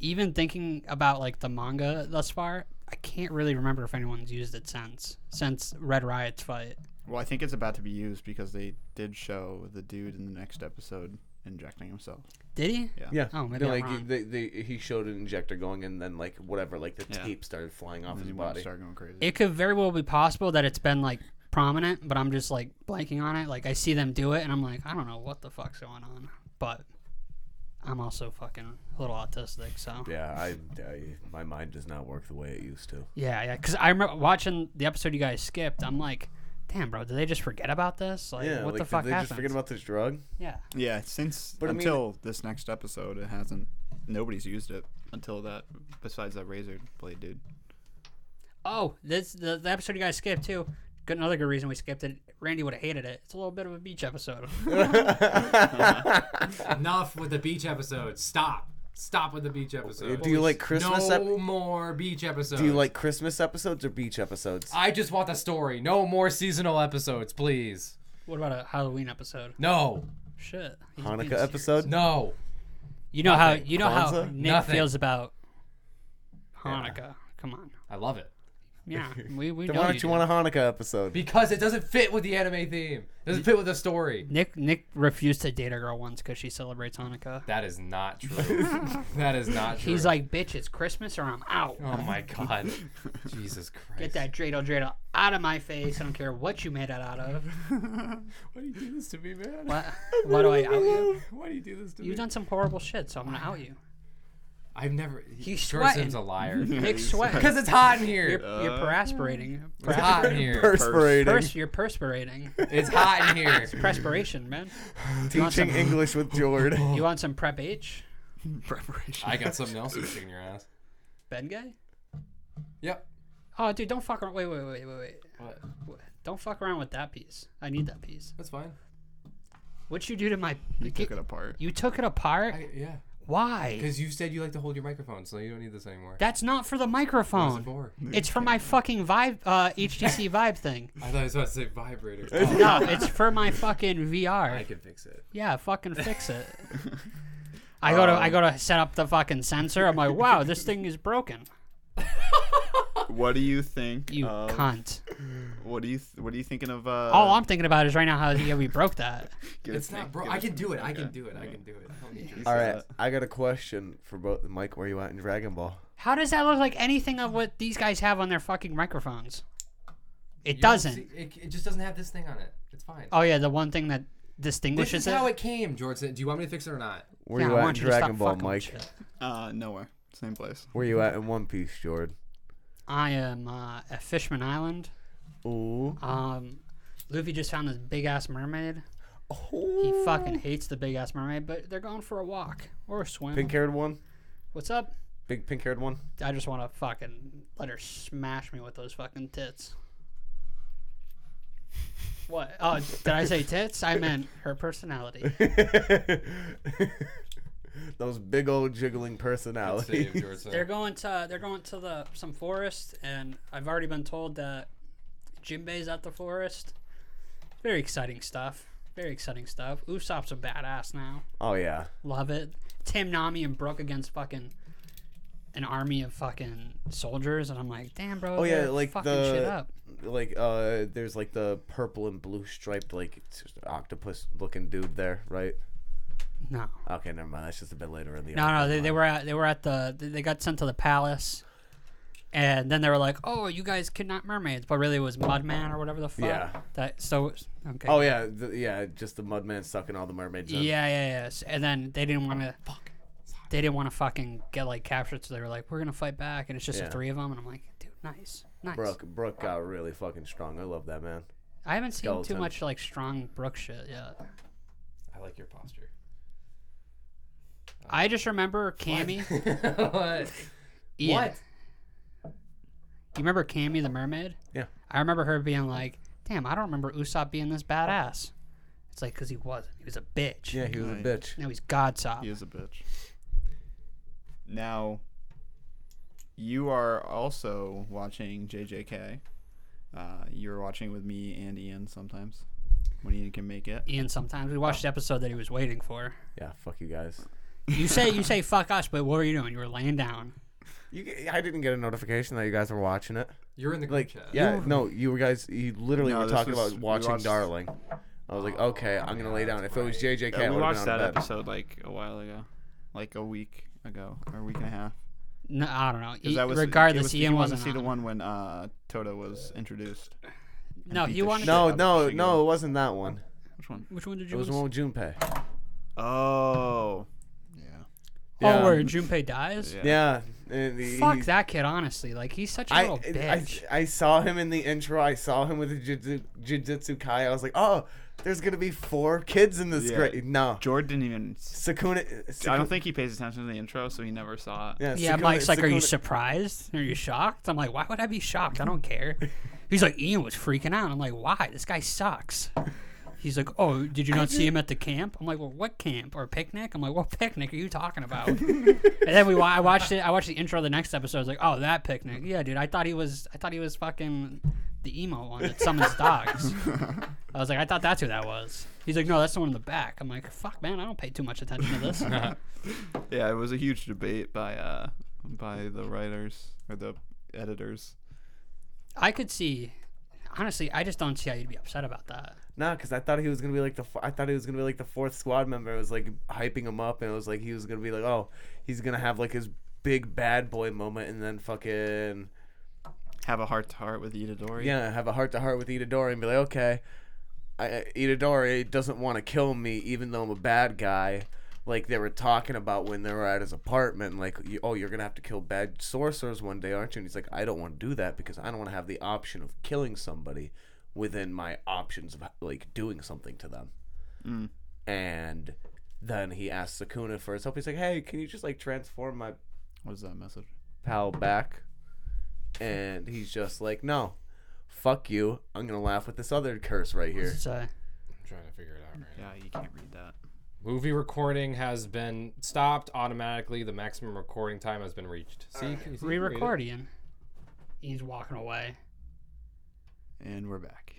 [SPEAKER 2] even thinking about like the manga thus far, I can't really remember if anyone's used it since since Red Riot's fight.
[SPEAKER 4] Well, I think it's about to be used because they did show the dude in the next episode injecting himself.
[SPEAKER 2] Did he?
[SPEAKER 3] Yeah.
[SPEAKER 2] Oh, maybe I'm
[SPEAKER 3] like
[SPEAKER 2] wrong.
[SPEAKER 3] They, they, he showed an injector going, and then like whatever, like the
[SPEAKER 4] Yeah.
[SPEAKER 3] tape started flying off
[SPEAKER 4] And then
[SPEAKER 3] his
[SPEAKER 4] he went and
[SPEAKER 3] body.
[SPEAKER 4] started going crazy.
[SPEAKER 2] it could very well be possible that it's been like prominent, but I'm just like blanking on it. Like I see them do it, and I'm like, I don't know what the fuck's going on, but I'm also fucking a little autistic, so
[SPEAKER 3] Yeah, I, I, my mind does not work the way it used to.
[SPEAKER 2] yeah, yeah. Because I remember watching the episode you guys skipped. I'm like, damn, bro, did they just forget about this? Like,
[SPEAKER 3] Yeah,
[SPEAKER 2] what
[SPEAKER 3] like
[SPEAKER 2] the fuck
[SPEAKER 3] did they
[SPEAKER 2] happened?
[SPEAKER 3] just forget about this drug?
[SPEAKER 2] yeah,
[SPEAKER 4] yeah, since
[SPEAKER 3] But I mean-
[SPEAKER 4] until this next episode, it hasn't. Nobody's used it until that. Besides that razor blade dude.
[SPEAKER 2] Oh, this the, the episode you guys skipped too. Good, another good reason we skipped it. Randy would have hated it. It's a little bit of a beach
[SPEAKER 1] *laughs*
[SPEAKER 2] episode.
[SPEAKER 1] Enough with the beach episode. Stop. Stop with the beach episode.
[SPEAKER 3] Do you like Christmas?
[SPEAKER 1] No
[SPEAKER 3] ep-
[SPEAKER 1] more beach episodes.
[SPEAKER 3] do you like Christmas episodes or beach episodes?
[SPEAKER 2] Ah,
[SPEAKER 1] I just want the story. No more seasonal episodes, please.
[SPEAKER 2] what about a Halloween episode?
[SPEAKER 1] No.
[SPEAKER 2] Shit. he's being
[SPEAKER 3] Hanukkah
[SPEAKER 2] serious.
[SPEAKER 3] episode?
[SPEAKER 1] No.
[SPEAKER 2] You know how you know how
[SPEAKER 3] Kwanzaa?
[SPEAKER 2] Nick
[SPEAKER 1] Nothing.
[SPEAKER 2] feels about Hanukkah. Come
[SPEAKER 3] *laughs*
[SPEAKER 2] on.
[SPEAKER 1] I love it.
[SPEAKER 2] Yeah, we we
[SPEAKER 3] Then
[SPEAKER 2] know
[SPEAKER 3] why don't
[SPEAKER 2] you
[SPEAKER 3] you
[SPEAKER 2] do.
[SPEAKER 3] want a Hanukkah episode?
[SPEAKER 1] Because it doesn't fit with the anime theme. It doesn't fit with the story.
[SPEAKER 2] Nick Nick refused to date a girl once because she celebrates Hanukkah.
[SPEAKER 1] That is not
[SPEAKER 2] *laughs*
[SPEAKER 1] true. that is not true.
[SPEAKER 2] He's like, bitch, it's Christmas or I'm out.
[SPEAKER 1] Oh my
[SPEAKER 2] *laughs*
[SPEAKER 1] god. Jesus Christ.
[SPEAKER 2] Get that dreidel dreidel out of my face. I don't care what you made it
[SPEAKER 1] *laughs*
[SPEAKER 2] out of.
[SPEAKER 1] Why do you do this to me, man?
[SPEAKER 2] What? Why do I out you?
[SPEAKER 1] *laughs* Why do you do this to
[SPEAKER 2] You've done some horrible shit, so I'm gonna
[SPEAKER 3] *laughs*
[SPEAKER 2] out you.
[SPEAKER 1] I've never.
[SPEAKER 2] He's
[SPEAKER 1] Short
[SPEAKER 2] sweating.
[SPEAKER 1] Sim's a
[SPEAKER 2] *laughs*
[SPEAKER 1] liar.
[SPEAKER 4] *laughs*
[SPEAKER 2] Nick's sweating.
[SPEAKER 1] Because it's hot in
[SPEAKER 2] You're,
[SPEAKER 1] here.
[SPEAKER 4] Uh,
[SPEAKER 2] you're peraspirating.
[SPEAKER 1] It's
[SPEAKER 2] Pers-
[SPEAKER 1] hot in here.
[SPEAKER 3] Perspirating,
[SPEAKER 2] pers- you're perspirating.
[SPEAKER 1] It's hot in here.
[SPEAKER 2] Perspiration, man.
[SPEAKER 3] teaching English with
[SPEAKER 2] *laughs*
[SPEAKER 3] Jord.
[SPEAKER 2] You want some prep H?
[SPEAKER 4] Preparation.
[SPEAKER 1] I got something else that's kicking your ass.
[SPEAKER 2] Ben guy?
[SPEAKER 1] Yep.
[SPEAKER 2] Oh, dude, don't fuck around. Wait, wait, wait, wait, wait.
[SPEAKER 1] What?
[SPEAKER 2] Don't fuck around with that piece. I need that piece.
[SPEAKER 1] That's fine.
[SPEAKER 2] What you do to my?
[SPEAKER 4] You took it apart.
[SPEAKER 2] You took it apart.
[SPEAKER 1] I, yeah.
[SPEAKER 2] Why?
[SPEAKER 1] Because you said you like to hold your microphone, so you don't need this anymore.
[SPEAKER 2] That's not for the
[SPEAKER 1] What is it
[SPEAKER 2] microphone.
[SPEAKER 1] for?
[SPEAKER 2] It's for my fucking vibe, uh,
[SPEAKER 4] *laughs*
[SPEAKER 2] HTC vibe thing.
[SPEAKER 1] I thought I was about to say
[SPEAKER 2] *laughs*
[SPEAKER 1] vibrator. Oh,
[SPEAKER 2] No, it's for my fucking
[SPEAKER 1] I
[SPEAKER 2] VR.
[SPEAKER 1] can fix it.
[SPEAKER 2] Yeah, fucking fix
[SPEAKER 4] *laughs*
[SPEAKER 2] it. I go to
[SPEAKER 4] Um,
[SPEAKER 2] I go to set up the fucking sensor. I'm like, wow, this thing is broken.
[SPEAKER 4] What do you think?
[SPEAKER 2] You
[SPEAKER 4] of-
[SPEAKER 2] cunt.
[SPEAKER 4] What do you th- What are you thinking of? Uh,
[SPEAKER 2] All I'm thinking about is right now how yeah, we broke that.
[SPEAKER 4] give it
[SPEAKER 1] It's
[SPEAKER 4] to me.
[SPEAKER 1] not, bro.
[SPEAKER 4] Give
[SPEAKER 1] I
[SPEAKER 4] it to
[SPEAKER 1] can
[SPEAKER 4] me.
[SPEAKER 1] do it. I
[SPEAKER 4] Okay.
[SPEAKER 1] can do it. I can do it. I don't need your-
[SPEAKER 4] He
[SPEAKER 3] All
[SPEAKER 4] said
[SPEAKER 3] right, I got a question for both Mike. Where you at in Dragon Ball?
[SPEAKER 2] How does that look like anything of what these guys have on their fucking microphones? It doesn't.
[SPEAKER 1] See, It, it just doesn't have this thing on it. It's fine.
[SPEAKER 2] Oh yeah, the one thing that
[SPEAKER 1] this
[SPEAKER 2] distinguishes
[SPEAKER 1] is how
[SPEAKER 2] it.
[SPEAKER 1] it came, Jordan. Do you want me to fix it or not?
[SPEAKER 3] Where
[SPEAKER 2] Nah,
[SPEAKER 3] you
[SPEAKER 2] I
[SPEAKER 3] at in
[SPEAKER 2] want you to stop
[SPEAKER 3] Dragon Ball,
[SPEAKER 2] fucking with
[SPEAKER 3] Mike?
[SPEAKER 2] shit.
[SPEAKER 4] Uh, nowhere. Same place.
[SPEAKER 3] Where you at in One Piece, Jordan?
[SPEAKER 2] I am uh, at Fishman Island.
[SPEAKER 3] Ooh.
[SPEAKER 2] Um, Luffy just found this big ass mermaid. He
[SPEAKER 3] Oh.
[SPEAKER 2] fucking hates the big ass mermaid, but they're going for a walk or a swim.
[SPEAKER 3] Pink haired one?
[SPEAKER 2] What's up?
[SPEAKER 3] Big pink haired one?
[SPEAKER 2] I just want to fucking let her smash me with those fucking tits. What? Oh, did I say tits? I meant her
[SPEAKER 3] *laughs*
[SPEAKER 2] personality.
[SPEAKER 3] Those big old jiggling
[SPEAKER 1] Save,
[SPEAKER 3] personalities.
[SPEAKER 1] Jordan.
[SPEAKER 2] They're going to they're going to the some forest, and I've already been told that Jinbei's at the forest. Very exciting stuff. Very exciting stuff. Usopp's a badass now.
[SPEAKER 3] Oh yeah.
[SPEAKER 2] Love it. Tim Nami and Brooke against fucking an army of fucking soldiers, and I'm like, damn, bro.
[SPEAKER 3] Oh, yeah,
[SPEAKER 2] they're
[SPEAKER 3] like
[SPEAKER 2] fucking
[SPEAKER 3] the-
[SPEAKER 2] shit up.
[SPEAKER 3] Like uh there's like the purple and blue striped like octopus looking dude there, right?
[SPEAKER 2] No.
[SPEAKER 3] Okay, never mind. That's just a bit later in the
[SPEAKER 2] No, no, they, they were at they were at the they- they got sent to the palace, and then they were like, "Oh, you guys kidnapped mermaids," but really it was Mudman or whatever the fuck.
[SPEAKER 3] Yeah.
[SPEAKER 2] That so okay.
[SPEAKER 3] Oh yeah, th- yeah, just the mudman sucking all the mermaids in.
[SPEAKER 2] yeah, yeah, yeah. S- And then they didn't want to. They didn't want to fucking get like captured, so they were like, "We're gonna fight back," and it's just
[SPEAKER 3] Yeah.
[SPEAKER 2] the three of them. And I'm like, "Dude, nice, nice."
[SPEAKER 3] Brooke Brooke got really fucking strong. I love that man.
[SPEAKER 2] I haven't seen
[SPEAKER 3] Skeleton.
[SPEAKER 2] too much like strong Brooke shit yet.
[SPEAKER 1] I like your posture.
[SPEAKER 2] I just remember Cammy.
[SPEAKER 1] what? *laughs*
[SPEAKER 2] Ian.
[SPEAKER 1] What?
[SPEAKER 2] You remember Cammy the mermaid?
[SPEAKER 3] Yeah.
[SPEAKER 2] I remember her being like, "Damn, I don't remember Usopp being this badass." It's like because he wasn't. He was a bitch.
[SPEAKER 3] Yeah, he was a bitch.
[SPEAKER 2] Now he's Godsop.
[SPEAKER 4] He is a bitch. Now, you are also watching JJK. Uh, you're watching with me and Ian sometimes when Ian can make it.
[SPEAKER 2] Ian. Sometimes we watched the episode that he was waiting for.
[SPEAKER 3] Yeah, fuck you guys.
[SPEAKER 2] You say you say fuck us, but what were you doing? You were laying down.
[SPEAKER 3] You, g- I didn't get a notification that you guys were watching it.
[SPEAKER 1] You're in the group
[SPEAKER 3] Like,
[SPEAKER 1] chat.
[SPEAKER 3] yeah, no, you guys, you literally
[SPEAKER 4] No,
[SPEAKER 3] were
[SPEAKER 4] this
[SPEAKER 3] talking
[SPEAKER 4] was-
[SPEAKER 3] about
[SPEAKER 4] we
[SPEAKER 3] watching
[SPEAKER 4] watched- Oh,
[SPEAKER 3] Darling. I was like, okay, I'm gonna lay down. If it was JJK, I
[SPEAKER 4] we
[SPEAKER 3] would
[SPEAKER 4] watched
[SPEAKER 3] have been
[SPEAKER 4] that
[SPEAKER 3] on bed.
[SPEAKER 4] episode like a while ago, like a week ago or a week and a half.
[SPEAKER 2] No, I don't know.
[SPEAKER 4] 'Cause
[SPEAKER 2] E-
[SPEAKER 4] that was-
[SPEAKER 2] regardless,
[SPEAKER 4] it was-
[SPEAKER 2] Ian
[SPEAKER 4] you wanted
[SPEAKER 2] wasn't.
[SPEAKER 4] to see the
[SPEAKER 2] on.
[SPEAKER 4] one when uh, Toto was introduced.
[SPEAKER 2] No,
[SPEAKER 4] beat
[SPEAKER 2] he
[SPEAKER 4] the
[SPEAKER 2] wanted.
[SPEAKER 4] shit
[SPEAKER 2] to-
[SPEAKER 4] out
[SPEAKER 3] No,
[SPEAKER 4] of
[SPEAKER 3] no,
[SPEAKER 4] Shigeru.
[SPEAKER 3] no, it wasn't that one.
[SPEAKER 4] Which one?
[SPEAKER 2] Which one did
[SPEAKER 3] It
[SPEAKER 2] you?
[SPEAKER 3] was the one
[SPEAKER 2] want
[SPEAKER 3] with Junpei.
[SPEAKER 4] Oh,
[SPEAKER 2] to see?
[SPEAKER 3] yeah.
[SPEAKER 2] Oh, where Junpei dies.
[SPEAKER 4] Yeah.
[SPEAKER 3] Yeah. and he-
[SPEAKER 2] Fuck
[SPEAKER 3] he-
[SPEAKER 2] that kid. Honestly, like he's such a
[SPEAKER 3] I,
[SPEAKER 2] little
[SPEAKER 3] I,
[SPEAKER 2] bitch.
[SPEAKER 3] I saw him in the intro. I saw him with the Jujutsu- Jujutsu Kai. I was like, oh, there's gonna be four kids in this
[SPEAKER 4] Yeah.
[SPEAKER 3] grade. No,
[SPEAKER 4] George didn't even.
[SPEAKER 3] Sakuna. Sakuna
[SPEAKER 4] I don't think he pays attention to the intro, so he never saw it.
[SPEAKER 3] Yeah,
[SPEAKER 2] Yeah,
[SPEAKER 3] Sakuna-
[SPEAKER 2] Mike's like, "Are you
[SPEAKER 3] Sakuna-
[SPEAKER 2] surprised? Are you shocked?" I'm like, "Why would I be shocked? I don't care." He's like, "Ian was freaking out." I'm like, "Why? This guy sucks." He's like, "Oh, did you not see him at the camp?" I'm like, "Well, what camp or picnic?" I'm like, "What picnic are you talking about?" and then we, wa- I watched it. I watched the intro of the next episode. I was like, "Oh, that picnic? Yeah, dude. I thought he was. I thought he was fucking the emo one that summons dogs." I was like, "I thought that's who that was." He's like, "No, that's the one in the back." I'm like, "Fuck, man, I don't pay too much attention to this."
[SPEAKER 4] Yeah, it was a huge debate by uh by the writers or the editors.
[SPEAKER 2] I could see. Honestly, I just don't see how you'd be upset about that.
[SPEAKER 3] Nah, because I thought he was gonna be like the f- I thought he was gonna be like the fourth squad member. It was like hyping him up, and it was like he was gonna be like, oh, he's gonna have like his big bad boy moment, and then fucking
[SPEAKER 4] Have a heart to heart with Itadori.
[SPEAKER 3] yeah, have a heart to heart with Itadori and be like, okay, I, Itadori doesn't want to kill me, even though I'm a bad guy. Like they were talking about when they were at his apartment, like, you- oh, you're gonna have to kill bad sorcerers one day, aren't you? And he's like, I don't want to do that because I don't want to have the option of killing somebody within my options of like doing something to them. And then he asks Sakuna for his help. He's like, hey, can you just like transform my
[SPEAKER 4] What is that message?
[SPEAKER 3] pal back and he's just like no fuck you i'm gonna laugh with this other curse right here
[SPEAKER 2] So
[SPEAKER 1] I'm trying to figure it out right now.
[SPEAKER 4] Yeah, you can't read that.
[SPEAKER 1] Movie recording has been stopped automatically. The maximum recording time has been reached. See, can you see- read it?
[SPEAKER 2] re-record Ian. Ian's walking away.
[SPEAKER 4] And
[SPEAKER 2] *laughs*
[SPEAKER 4] we're back.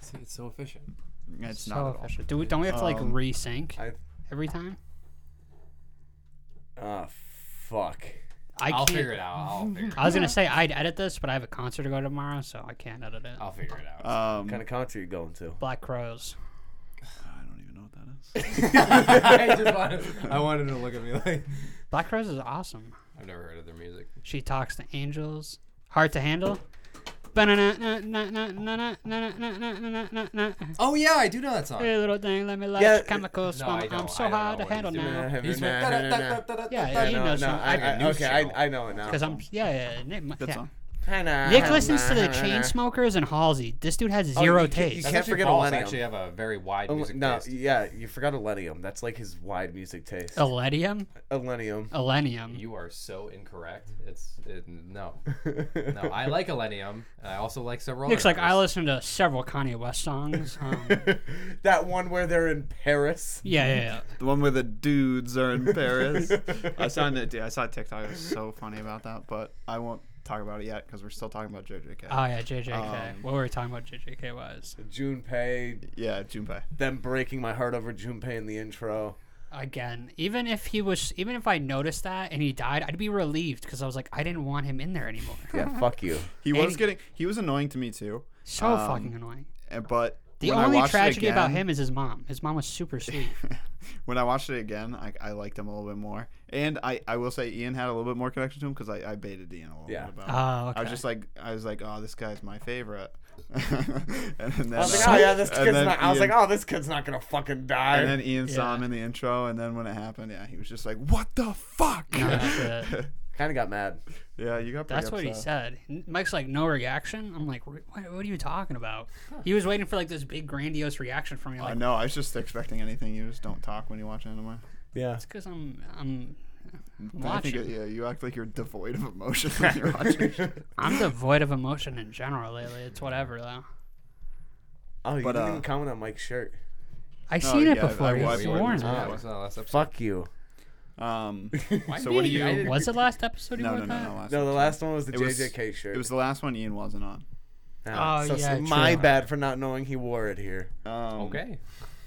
[SPEAKER 1] See, it's so efficient.
[SPEAKER 4] it's
[SPEAKER 2] so
[SPEAKER 4] not at all.
[SPEAKER 2] official. Do we, don't we have to like
[SPEAKER 4] Um,
[SPEAKER 2] resync
[SPEAKER 3] I-
[SPEAKER 2] every time?
[SPEAKER 3] ah fuck
[SPEAKER 2] I
[SPEAKER 1] I'll
[SPEAKER 2] can't.
[SPEAKER 1] figure it out. I'll figure. It
[SPEAKER 2] I was gonna say I'd edit this, but I have a concert to go to tomorrow, so I can't edit it.
[SPEAKER 1] I'll figure it out.
[SPEAKER 4] Um,
[SPEAKER 3] kind of concert you going to?
[SPEAKER 2] Black Crows.
[SPEAKER 4] I don't even know what that is.
[SPEAKER 1] *laughs* I, just wanted, *laughs* I wanted to look at me like
[SPEAKER 2] Black Crows is awesome.
[SPEAKER 1] I've never heard of their music.
[SPEAKER 2] She talks to angels. Hard
[SPEAKER 1] *laughs*
[SPEAKER 2] to handle. Hey,
[SPEAKER 1] Oh yeah, I do know that song.
[SPEAKER 2] little thing, let me love
[SPEAKER 3] Yeah,
[SPEAKER 2] your chemicals.
[SPEAKER 1] no, I
[SPEAKER 2] mama. I'm
[SPEAKER 1] don't- I
[SPEAKER 2] so
[SPEAKER 1] don't
[SPEAKER 2] hard
[SPEAKER 1] know
[SPEAKER 2] to
[SPEAKER 1] what
[SPEAKER 2] handle
[SPEAKER 1] he's doing.
[SPEAKER 2] now.
[SPEAKER 1] He's went,
[SPEAKER 3] Nah, nah, nah, nah.
[SPEAKER 2] Yeah,
[SPEAKER 3] I
[SPEAKER 2] he
[SPEAKER 3] know,
[SPEAKER 2] knows
[SPEAKER 3] no,
[SPEAKER 2] some-
[SPEAKER 3] I,
[SPEAKER 1] like a
[SPEAKER 3] I,
[SPEAKER 1] news
[SPEAKER 3] okay, I,
[SPEAKER 1] channel.
[SPEAKER 3] I know it now.
[SPEAKER 2] Because I'm, yeah, yeah. Nick,
[SPEAKER 4] That
[SPEAKER 2] yeah.
[SPEAKER 4] song.
[SPEAKER 2] Nick listens to
[SPEAKER 4] *laughs*
[SPEAKER 2] the Chainsmokers and Halsey. This dude has zero
[SPEAKER 3] you can't- you
[SPEAKER 2] taste.
[SPEAKER 1] That's
[SPEAKER 3] can't
[SPEAKER 1] actually
[SPEAKER 3] forget
[SPEAKER 1] false. I
[SPEAKER 3] Millennium.
[SPEAKER 1] actually have a very wide
[SPEAKER 3] Oh,
[SPEAKER 1] music
[SPEAKER 3] no,
[SPEAKER 1] taste.
[SPEAKER 3] yeah, you forgot Elenium. That's like his wide music taste.
[SPEAKER 2] Oh. Elenium?
[SPEAKER 3] Elenium.
[SPEAKER 2] Elenium.
[SPEAKER 1] You are so incorrect. It's it, no, no.
[SPEAKER 2] *laughs*
[SPEAKER 1] I like Elenium. I also like several.
[SPEAKER 2] Nick's
[SPEAKER 1] other
[SPEAKER 2] like, I
[SPEAKER 1] artists.
[SPEAKER 2] listen to several Kanye West songs. *laughs* Um, yeah,
[SPEAKER 3] *laughs* that one where they're in Paris.
[SPEAKER 2] yeah, yeah.
[SPEAKER 4] The one where the dudes
[SPEAKER 2] *laughs*
[SPEAKER 4] are in Paris. I saw it. dude, I saw a TikTok. It was so funny about that, but I won't talk about it yet because we're still talking about JJK.
[SPEAKER 2] Oh, yeah, JJK.
[SPEAKER 4] Um,
[SPEAKER 2] what were we talking about JJK wise?
[SPEAKER 3] Junpei,
[SPEAKER 4] yeah, Junpei.
[SPEAKER 3] them breaking my heart over Junpei in the intro.
[SPEAKER 2] Again, even if he was, even if I noticed that and he died, I'd be relieved because I was like, I didn't want him in there anymore.
[SPEAKER 3] Yeah, fuck you.
[SPEAKER 4] He was
[SPEAKER 2] he-
[SPEAKER 4] getting. He was annoying to me too.
[SPEAKER 2] So
[SPEAKER 4] Um,
[SPEAKER 2] fucking annoying.
[SPEAKER 4] and- But
[SPEAKER 2] The
[SPEAKER 4] when I
[SPEAKER 2] only
[SPEAKER 4] watched it
[SPEAKER 2] tragedy about
[SPEAKER 4] again-
[SPEAKER 2] him is his mom. His mom was super
[SPEAKER 4] *laughs*
[SPEAKER 2] sweet.
[SPEAKER 4] when I watched it again, I, I liked him a little bit more. And I, I will say Ian had a little bit more connection to him because I, I baited Ian a little
[SPEAKER 3] Yeah.
[SPEAKER 4] bit about. it.
[SPEAKER 2] oh, okay.
[SPEAKER 4] I was just like I was like, oh, this guy's my favorite. *laughs* and then
[SPEAKER 3] I was like,
[SPEAKER 4] uh,
[SPEAKER 3] oh yeah, this
[SPEAKER 4] and
[SPEAKER 3] kid's
[SPEAKER 4] then
[SPEAKER 3] not. I was
[SPEAKER 4] Ian-
[SPEAKER 3] like, oh, this kid's not gonna fucking die.
[SPEAKER 4] And then Ian saw
[SPEAKER 2] Yeah.
[SPEAKER 4] him in the intro, and then when it happened, yeah, he was just like, "What the fuck?"
[SPEAKER 2] No shit.
[SPEAKER 3] kind of got mad.
[SPEAKER 4] *laughs* yeah, you got. pretty
[SPEAKER 2] That's what he
[SPEAKER 4] upset.
[SPEAKER 2] said. N- Mike's like, no reaction. I'm like, what, what are you talking about? He was waiting for like this big grandiose reaction from me.
[SPEAKER 4] I
[SPEAKER 2] Like,
[SPEAKER 4] know. I was just expecting anything. You just don't talk when you watch anime.
[SPEAKER 3] Yeah.
[SPEAKER 2] it's because I'm, I'm, I'm
[SPEAKER 4] I think
[SPEAKER 2] watching.
[SPEAKER 4] it- yeah, you act like you're
[SPEAKER 2] *laughs*
[SPEAKER 4] devoid of emotion when you're watching. shit.
[SPEAKER 2] I'm devoid of emotion in general lately. It's whatever though.
[SPEAKER 3] Oh, you
[SPEAKER 4] But,
[SPEAKER 3] didn't
[SPEAKER 4] uh,
[SPEAKER 3] even comment on Mike's shirt.
[SPEAKER 2] I seen it
[SPEAKER 4] yeah, I- I
[SPEAKER 2] before.
[SPEAKER 4] watched
[SPEAKER 2] it's
[SPEAKER 4] it.
[SPEAKER 2] worn.
[SPEAKER 1] Yeah,
[SPEAKER 3] Oh.
[SPEAKER 1] what's that last episode?
[SPEAKER 3] Fuck you.
[SPEAKER 4] Um,
[SPEAKER 1] Why
[SPEAKER 4] so what do
[SPEAKER 1] me? I
[SPEAKER 4] you?
[SPEAKER 1] didn't-
[SPEAKER 2] Was it last episode? You
[SPEAKER 4] No,
[SPEAKER 2] wore
[SPEAKER 4] no, no,
[SPEAKER 2] that?
[SPEAKER 4] no. Last
[SPEAKER 3] No, the last one was the
[SPEAKER 4] It was-
[SPEAKER 3] JJK shirt.
[SPEAKER 4] It was the last one Ian wasn't on.
[SPEAKER 3] Ah,
[SPEAKER 2] Oh,
[SPEAKER 3] so
[SPEAKER 2] yeah,
[SPEAKER 3] my
[SPEAKER 2] true.
[SPEAKER 3] bad for not knowing he wore it here.
[SPEAKER 4] Um,
[SPEAKER 1] Okay.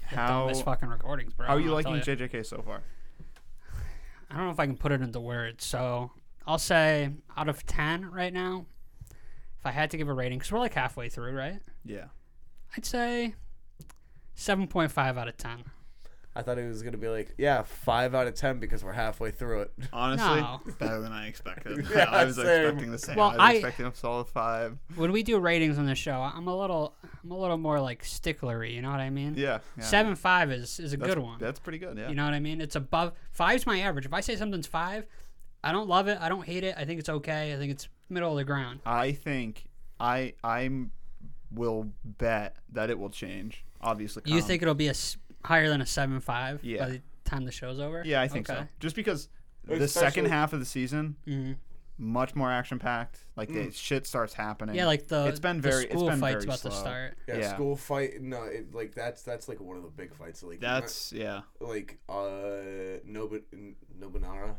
[SPEAKER 4] How
[SPEAKER 2] Dumbest fucking recordings, bro.
[SPEAKER 4] how are you
[SPEAKER 2] I'll
[SPEAKER 4] liking
[SPEAKER 2] tell ya.
[SPEAKER 4] JJK so far?
[SPEAKER 2] I don't know if I can put it into words. So I'll say out of 10 right now, if I had to give a rating, because we're like halfway through, right?
[SPEAKER 4] Yeah.
[SPEAKER 2] I'd say 7.5 out of 10.
[SPEAKER 3] I thought he was gonna be like, yeah, five out of ten because we're halfway through it. *laughs*
[SPEAKER 4] Honestly,
[SPEAKER 2] No.
[SPEAKER 4] better than I expected.
[SPEAKER 3] Yeah,
[SPEAKER 4] I was
[SPEAKER 3] same.
[SPEAKER 4] expecting the same.
[SPEAKER 2] Well,
[SPEAKER 4] I was
[SPEAKER 2] I-
[SPEAKER 4] expecting a solid five.
[SPEAKER 2] When we do ratings on the show, I'm a little, I'm a little more like sticklery. You know what I mean?
[SPEAKER 4] Yeah. yeah.
[SPEAKER 2] Seven five is is a
[SPEAKER 4] That's,
[SPEAKER 2] good one.
[SPEAKER 4] That's pretty good. Yeah.
[SPEAKER 2] You know what I mean? It's above five's my average. If I say something's five, I don't love it. I don't hate it. I think it's okay. I think it's middle of the ground.
[SPEAKER 4] I think I I'm will bet that it will change. Obviously.
[SPEAKER 2] You
[SPEAKER 4] Colin.
[SPEAKER 2] think it'll be a s- higher than a seven five
[SPEAKER 4] Um, Yeah.
[SPEAKER 2] by the time the show's over?
[SPEAKER 4] Yeah, I think so.
[SPEAKER 2] Okay. Mm-hmm.
[SPEAKER 4] Just because the second half of the season, much more action packed. Like
[SPEAKER 3] Mm.
[SPEAKER 4] the shit starts happening.
[SPEAKER 2] Yeah, like the
[SPEAKER 4] it's been
[SPEAKER 2] the
[SPEAKER 4] very
[SPEAKER 2] school
[SPEAKER 4] it's been
[SPEAKER 2] fight's
[SPEAKER 4] very
[SPEAKER 2] about
[SPEAKER 4] slow.
[SPEAKER 2] to start.
[SPEAKER 3] Yeah,
[SPEAKER 4] Yeah.
[SPEAKER 3] school fight. No, it, like that's that's like one of the big fights. Like
[SPEAKER 4] That's yeah.
[SPEAKER 3] like uh Nobu- N- Nobunara.